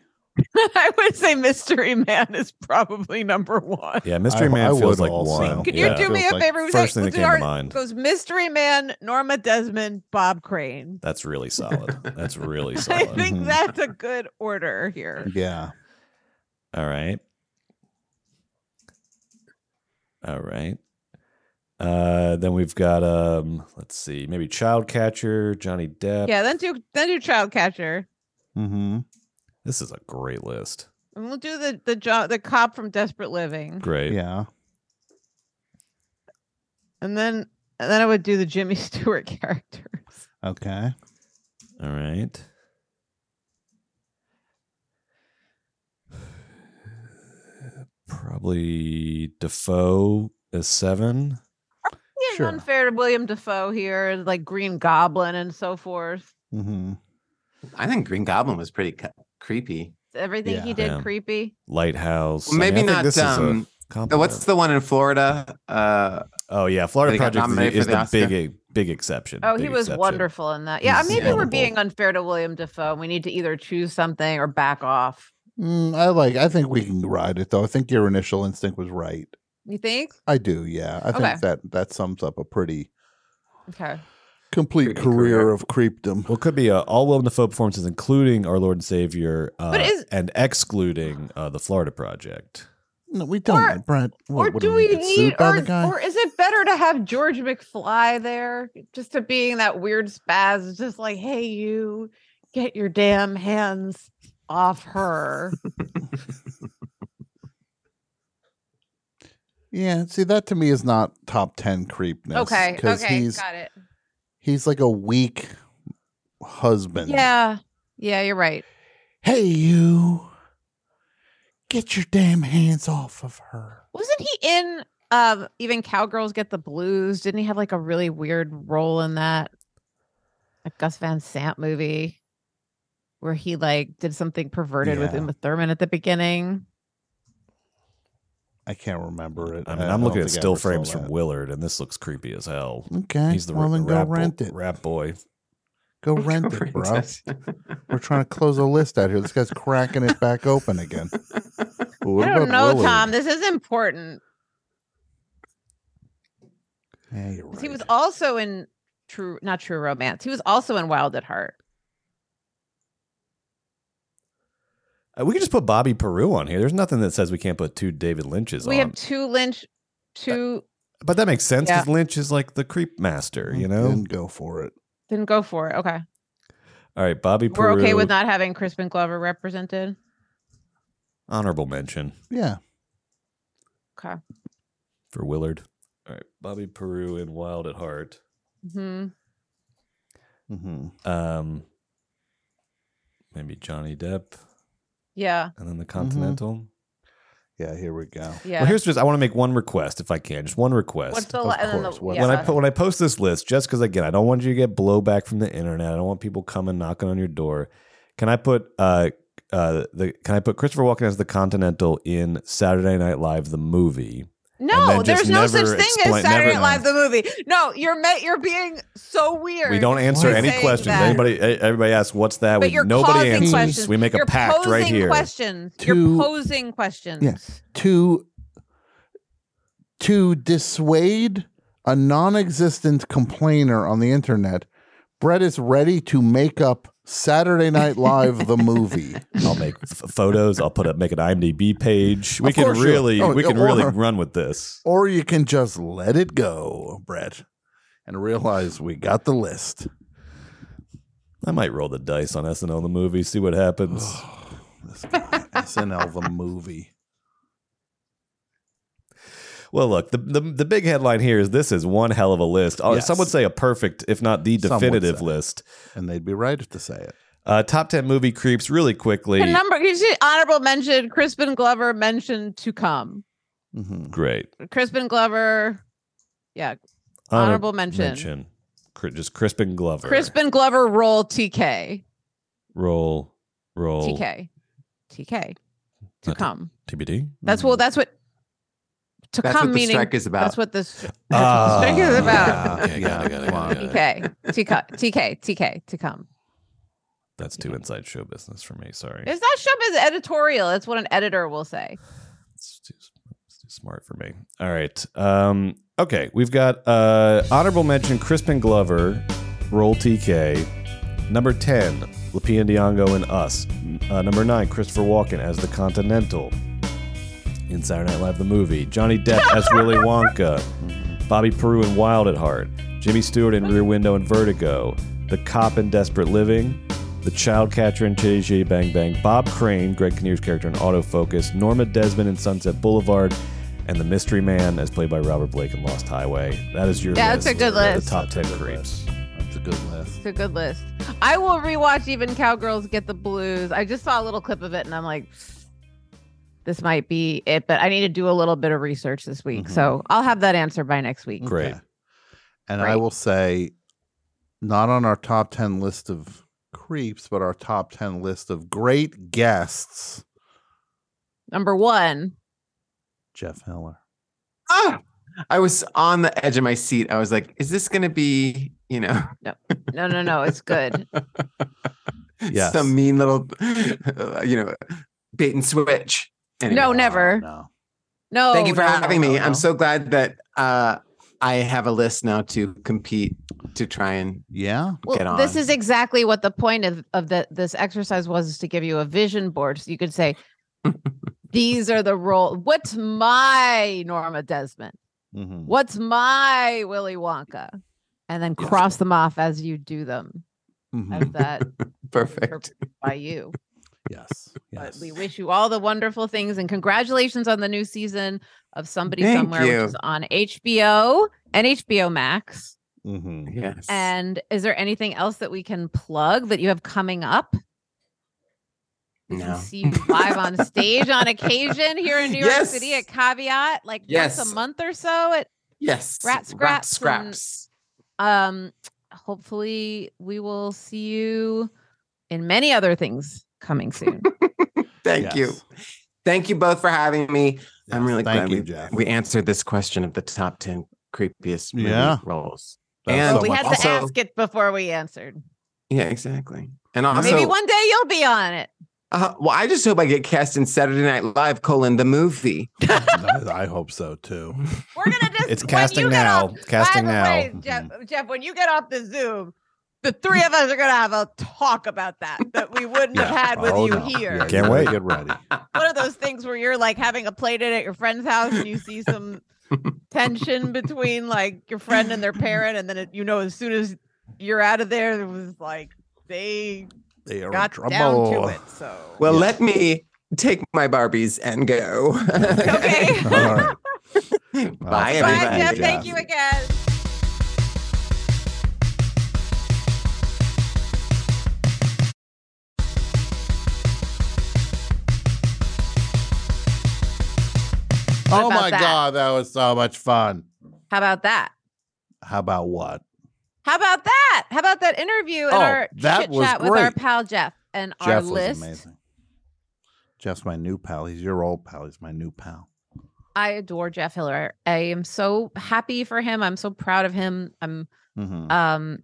B: I would say Mystery Man is probably number one.
D: Yeah, Mystery
C: I-
D: Man
C: I
D: feels
C: would
D: like
C: also.
D: one.
B: Could
D: yeah.
B: you do me a favor? We
D: First
B: say-
D: thing
B: we'll
D: that
B: do
D: came
B: our-
D: to mind.
B: goes Mystery Man, Norma Desmond, Bob Crane.
D: That's really solid. That's Mm-hmm. really
B: I
D: solid.
B: think that's a good order here.
C: Yeah.
D: All right. All right. Uh, then we've got um, let's see, maybe Child Catcher, Johnny Depp.
B: Yeah, then do then do Child Catcher.
C: Mm-hmm.
D: This is a great list.
B: And we'll do the the job the cop from Desperate Living.
D: Great.
C: Yeah.
B: And then and then I would do the Jimmy Stewart character.
C: Okay.
D: All right. Probably Defoe is seven.
B: Being
D: Sure.
B: unfair to William Defoe here, and, like Green Goblin and so forth.
C: Mm-hmm.
G: I think Green Goblin was pretty cu- creepy.
B: Everything he
G: Yeah.
B: did
G: Yeah.
B: creepy.
D: Lighthouse. I mean,
G: Maybe
D: I think
G: not.
D: This
G: um,
D: is a compliment.
G: what's the one in Florida? Uh,
D: oh yeah, Florida Project is, is the
G: Oscar?
D: big eh, big exception.
B: Oh,
D: big
B: he was
D: exception.
B: wonderful in that. Yeah,
D: He's
B: maybe we're
D: incredible.
B: being unfair to William Defoe. We need to either choose something or back off.
C: Mm, I like. I think we can ride it though. I think your initial instinct was right.
B: You think?
C: I do. Yeah. I
B: Okay.
C: think that that sums up a pretty
B: Okay.
C: complete career of creepdom.
D: Well, it could be uh, all Willem Dafoe performances, including Our Lord and Savior, uh,
B: But is-
D: and excluding uh, the Florida Project.
C: No, we don't,
B: Or-
C: Brett. What,
B: or
C: what
B: do we
C: get
B: need,
C: sued by
B: or,
C: the guy?
B: or is it better to have George McFly there just to being that weird spaz? It's just like, hey, you get your damn hands off her.
C: yeah. See, that to me is not top ten creepness.
B: okay.
C: 'cause
B: Okay.
C: He's
B: Got it.
C: he's like a weak husband.
B: Yeah. Yeah, you're right.
C: Hey, you. Get your damn hands off of her.
B: Wasn't he in um even Cowgirls Get the Blues? Didn't he have like a really weird role in that? A Gus Van Sant movie where he like did something perverted with
C: Yeah.
B: Uma Thurman at the beginning.
C: I can't remember it.
D: I mean,
C: I
D: I'm
C: don't
D: looking
C: think I
D: at still
C: ever saw
D: frames from
C: that.
D: Willard, and this looks creepy as hell.
C: Okay,
D: he's the
C: well,
D: ra-
C: then go
D: rap, bo-
C: rent it.
D: rap boy.
C: Go rent it, bro. We're trying to close a list out here. This guy's cracking it back open again. What
B: I don't
C: about
B: know,
C: Willard?
B: Tom. This is important.
C: Yeah, you're right.
B: He was also in True not True Romance. He was also in Wild at Heart.
D: Uh, we could just put Bobby Peru on here. There's nothing that says we can't put two David Lynches
B: we
D: on.
B: have two Lynch two
D: but that makes sense because
B: Yeah.
D: Lynch is like the creep master, you know.
C: Then go for it.
B: didn't go for it. Okay.
D: All right, Bobby
B: We're
D: Peru.
B: okay with not having Crispin Glover represented.
D: Honorable mention
C: Yeah.
B: Okay.
D: for Willard. All right, Bobby Peru in Wild at Heart.
B: hmm
C: Mm-hmm.
D: Um, maybe Johnny Depp,
B: Yeah.
D: and then the Continental.
C: Yeah, here we go.
B: Yeah.
D: Well, here's just I want to make one request if I can, just one request.
B: What's the la- and then the-
C: course, what-
B: yeah.
D: When I po- when I post this list, just because again, I don't want you to get blowback from the internet. I don't want people coming knocking on your door. Can I put uh uh the can I put Christopher Walken as the Continental in Saturday Night Live the movie
B: No,
D: then just
B: there's no such
D: never
B: thing as
D: explain-
B: Saturday Night
D: never-
B: Live the movie. No, you're ma- you're being so weird.
D: We don't answer
B: by
D: any
B: saying
D: questions.
B: that.
D: Anybody, eh, everybody asks, "What's that?"
B: But
D: We
B: you're
D: nobody
B: causing
D: answers.
B: questions.
D: We make a
B: You're
D: pact right
B: posing
D: here.
B: Questions. you You're
C: To-
B: posing questions.
C: Yes. To to dissuade a non-existent complainer on the internet, Brett is ready to make up Saturday Night Live the movie.
D: I'll make f- photos. I'll put up, make an IMDb page. We
C: Of
D: can
C: course you-
D: really,
C: oh,
D: we can
C: or-
D: really run with this.
C: Or you can just let it go, Brett, and realize we got the list.
D: I might roll the dice on SNL the movie, see what happens.
C: SNL the movie.
D: Well, look, the, the the big headline here is this is one hell of a list. Uh,
C: Yes.
D: Some would say a perfect, if not the
C: Some would
D: definitive
C: say.
D: list.
C: And they'd be right to say it.
D: Uh, top ten movie creeps really quickly.
B: The number you see honorable mention Crispin Glover mentioned to come.
C: Mm-hmm.
D: Great
B: Crispin Glover. Yeah.
D: Honor-
B: Honorable mention.
D: Cri- Just Crispin Glover.
B: Crispin Glover roll TK.
D: roll, roll.
B: TK. TK. To
D: Not to- Mm.
B: come.
D: TBD.
B: That's well that's what to
G: That's
B: come
G: what the
B: meaning
G: strike is about.
B: That's what this that's what the strike is about.
D: Ah, okay, got it, got it, got it, got it.
B: TK. TK. TK. TK to come.
D: That's too inside show business for me. Sorry.
B: It's not showbiz editorial. It's what an editor will say.
D: It's too, it's too smart for me. All right. Um, okay. We've got uh, honorable mention Crispin Glover, Roll TK. Number 10, Lupien Diango and Us. Uh, number 9, Christopher Walken as The Continental in Saturday Night Live the movie. Johnny Depp as Willy Wonka. Bobby Peru in Wild at Heart. Jimmy Stewart in Rear Window and Vertigo. The Cop in Desperate Living. The Child Catcher in Chitty Chitty Bang Bang. Bob Crane, Greg Kinnear's character in Autofocus. Norma Desmond in Sunset Boulevard. And The Mystery Man as played by Robert Blake in Lost Highway. That is your
B: Yeah,
D: list.
B: that's a good list.
D: The top 10 creeps.
C: That's a good list.
B: It's a good list. I will rewatch even Cowgirls Get the Blues. I just saw a little clip of it and I'm like, this might be it, but I need to do a little bit of research this week.
G: Mm-hmm.
B: So I'll have that answer by next week.
D: Great.
C: And I
B: Right.
C: will say, not on our top 10 list of creeps, but our top 10 list of great guests,
B: Number one.
C: Jeff Heller.
G: Ah, I was on the edge of my seat. I was like, is this going to be, you know,
B: No, no, no. It's good.
C: Yes.
G: some mean little, uh, you know, bait and switch? Anyway.
B: No, never.
C: Oh, No.
B: No.
G: Thank you for
B: no, no,
G: having me.
B: no, no.
G: I'm so glad that uh, I have a list now to compete to try and
C: Yeah.
G: get
B: Well,
G: on.
B: this is exactly what the point of, of the, this exercise was is to give you a vision board so you could say, these are the role. What's my Norma Desmond?
C: Mhm.
B: What's my Willy Wonka? And then cross them off as you do them.
C: Mhm.
G: Mm-hmm.
B: As that
G: perfect.
B: by you.
C: Yes.
B: But
C: Yes.
B: we wish you all the wonderful things and congratulations on the new season of Somebody
G: Thank
B: Somewhere,
G: you.
B: which is on HBO and HBO Max.
C: hmm
G: Yes.
B: And is there anything else that we can plug that you have coming up? We can
G: no.
B: see you live on stage on occasion here in New York
G: Yes.
B: City at Caveat, like once
G: Yes.
B: a month or so at
G: Yes.
B: Rat
G: Rat
B: scraps and-
G: scraps.
B: um hopefully we will see you in many other things coming soon
G: Thank you.
C: Yes.
G: Thank you both for having me. I'm
C: Yes.
G: really
C: Thank
G: glad
C: you,
G: we,
C: Jeff.
G: we answered this question of the top 10 creepiest movie
C: Yeah.
G: roles.
C: That was
G: And
C: so
B: we had
G: also-
B: to ask it before we answered
G: Yeah, exactly. And also,
B: maybe one day you'll be on it
G: uh, well, I just hope I get cast in Saturday Night Live, colon, the movie.
C: I hope so too.
B: we're gonna just
D: It's
B: when
D: casting
B: you get
D: now.
B: off-
D: Casting
B: by the
D: now.
B: way, jeff, jeff when you get off the zoom the three of us are gonna have a talk about that that we wouldn't have had with
C: Oh,
B: you
C: no.
B: here
C: Yeah,
D: Can't
C: you better
D: wait.
C: Get ready.
B: one of those things where you're like having a play date at your friend's house and you see some tension between like your friend and their parent, and then it, you know as soon as you're out of there, it was like they
C: They are
B: got
C: in trouble.
B: down to it. So
G: Well, let me take my Barbies and go.
B: okay,
C: All right.
G: Bye,
C: Bye,
B: bye,
G: everybody.
B: Jeff.
C: Jeff.
B: Thank you again. What
C: Oh
B: about
C: my
B: that?
C: god, that was so much fun.
B: How about that?
C: How about what?
B: How about that? How about that interview and
C: Oh,
B: our
C: that
B: chit
C: was
B: chat with our
C: great.
B: pal Jeff and our
C: Jeff was
B: list?
C: amazing. Jeff's my new pal. He's your old pal. He's my new pal.
B: I adore Jeff Hiller. I am so happy for him. I'm so proud of him. I'm
C: Mhm.
B: um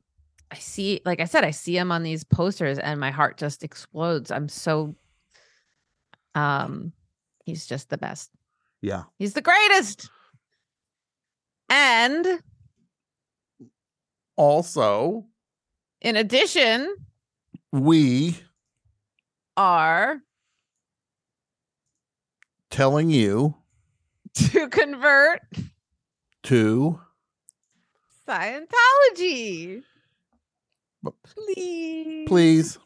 B: I see like I said I see him on these posters and my heart just explodes. I'm so um he's just the best.
C: Yeah.
B: He's the greatest. And
C: Also,
B: in addition
C: we
B: are
C: telling you
B: to convert
C: to
B: Scientology.
C: But-
B: Please.
C: please.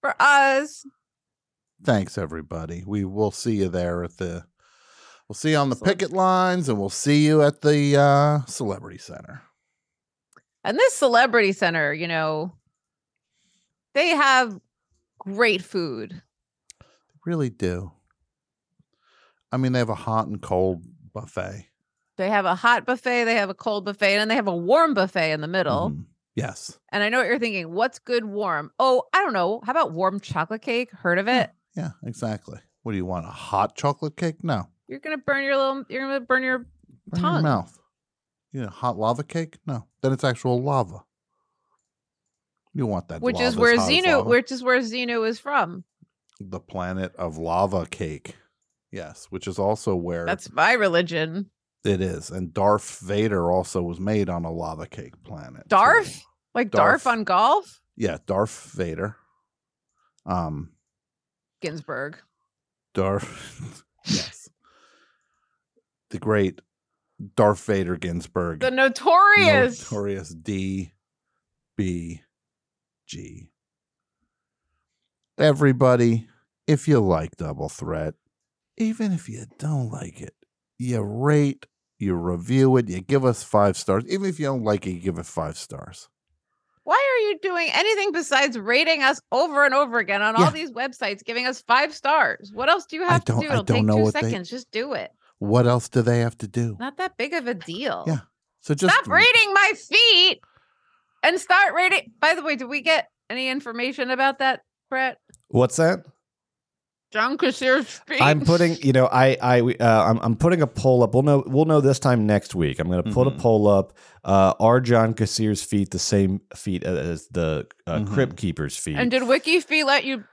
B: For us.
C: Thanks, everybody. We will see you there at the. We'll see you on the picket lines, and we'll see you at the uh, Celebrity Center.
B: And this celebrity center, you know, they have great food.
C: Really do. I mean, they have a hot and cold buffet.
B: They have a hot buffet, they have a cold buffet, and then they have a warm buffet in the middle.
C: Mm-hmm. Yes.
B: And I know what you're thinking. What's good warm? Oh, I don't know. How about warm chocolate cake? Heard of it?
C: Yeah, exactly. What do you want? A hot chocolate cake? No.
B: You're gonna burn your little. You're gonna burn your
C: Burn your
B: tongue.
C: mouth. You know, hot lava cake? No. Then it's actual lava. You want that.
B: which
C: lava
B: is
C: as
B: where
C: hot as
B: Xenu,
C: lava.
B: which is where Xenu is from.
C: the planet of lava cake. Yes, which is also where
B: That's my religion.
C: it is. And Darth Vader also was made on a lava cake planet. so-
B: Darf, like Darf,
C: Darf.
B: on golf.
C: Yeah, Darth Vader. Um
B: Ginsburg.
C: Darth yes. The great Darth Vader Ginsburg.
B: The notorious.
C: Notorious D B G. Everybody, if you like Double Threat, even if you don't like it, you rate, you review it, you give us five stars. Even if you don't like it, you give it five stars.
B: Why are you doing anything besides rating us over and over again on
C: Yeah.
B: all these websites, giving us five stars? What else do you
C: I
B: have
C: don't-
B: to do?
C: I
B: It'll
C: don't
B: take
C: know
B: two
C: what they-
B: seconds. Just do it.
C: What else do they have to do?
B: Not that big of a deal.
C: Yeah. So just
B: Stop rating my feet and start rating. By the way, did we get any information about that, Brett?
D: What's that?
B: John Kassir's feet.
D: I'm putting, you know, I, I, we, uh, I'm, I'm putting a poll up. We'll know, we'll know this time next week. I'm going to put a poll up. Uh, are John Kassir's feet the same feet as the uh, Crypt Keeper's feet?
B: And did Wiki Fee let you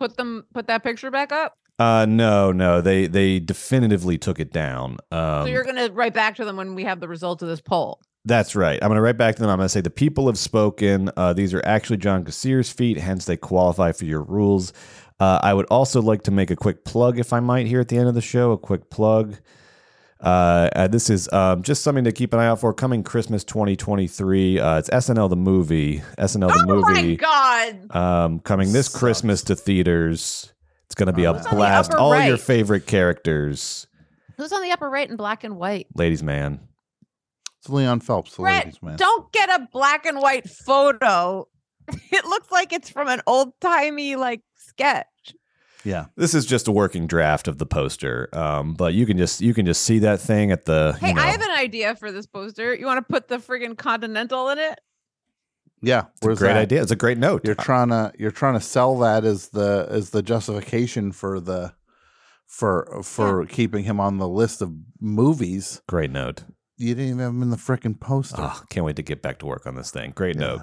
B: put them put that picture back up?
D: uh, no, no, they, they definitively took it down. Um,
B: so you're gonna write back to them when we have the results of this poll.
D: That's right. I'm going to write back to them. I'm going to say the people have spoken. Uh, these are actually John Kassir's feet, hence they qualify for your rules. Uh, I would also like to make a quick plug, if I might, here at the end of the show. A quick plug. Uh, uh, this is um, just something to keep an eye out for coming Christmas 2023. Uh, it's SNL the movie. SNL the
B: Oh
D: movie.
B: my god.
D: Um, coming this Christmas to theaters. It's going to be a
B: Who's on the
D: blast.
B: upper
D: All your
B: right?
D: favorite characters,
B: Who's on the upper right in black and white?
D: ladies, man.
C: It's Leon Phelps, the
B: Brett,
C: ladies man.
B: don't get a black and white photo. It looks like it's from an old timey like sketch.
C: Yeah.
D: This is just a working draft of the poster, um, but you can just you can just see that thing at the.
B: Hey,
D: you know,
B: I have an idea for this poster. You want to put the friggin' Continental in it?
C: Yeah.
D: it's a great idea. It's a great note.
C: You're trying to you're trying to sell that as the as the justification for the for for keeping him on the list of movies.
D: Great note.
C: You didn't even have him in the frickin' poster.
D: Oh, can't wait to get back to work on this thing. Great note.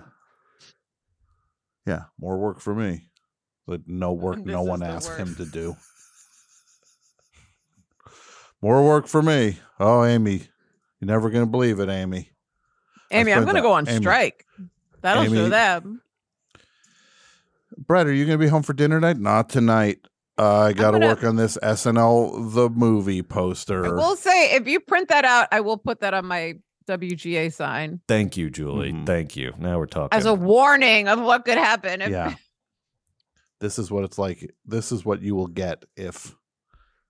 C: Yeah, more work for me. But no work
B: This
C: no
B: is
C: one
B: the
C: asked
B: work.
C: him to do. more work for me. Oh, Amy. You're never gonna believe it, Amy.
B: Amy, I'm
C: spent
B: gonna
C: the-
B: go on
C: Amy.
B: strike. That'll show
C: Amy-
B: them.
C: Brett, are you gonna be home for dinner tonight? Not tonight. Uh, I gotta
B: gonna-
C: work on this SNL the movie poster.
B: I will say if you print that out, I will put that on my WGA sign
D: Thank you, Julie. Thank you. Now we're talking.
B: as a warning of what could happen. If,
C: yeah. This is what it's like. This is what you will get if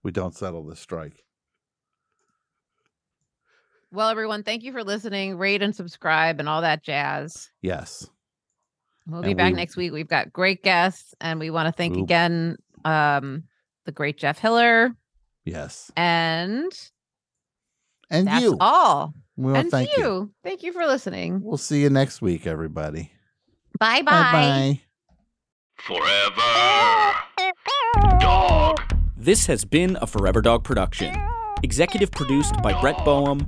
C: we don't settle this strike.
B: Well, everyone, thank you for listening. Rate and subscribe and all that jazz.
C: Yes.
B: We'll be
C: And
B: back
C: we-
B: next week. We've got great guests, and we want to thank
C: Oop.
B: again um, the great Jeff Hiller
C: Yes.
B: and
C: And
B: that's
C: you.
B: all.
C: Well,
B: and
C: thank
B: you.
C: you.
B: Thank you for listening.
C: We'll see you next week, everybody.
B: Bye bye.
C: Bye-bye.
Q: This has been a Forever Dog production.
E: executive produced by Brett Boehm,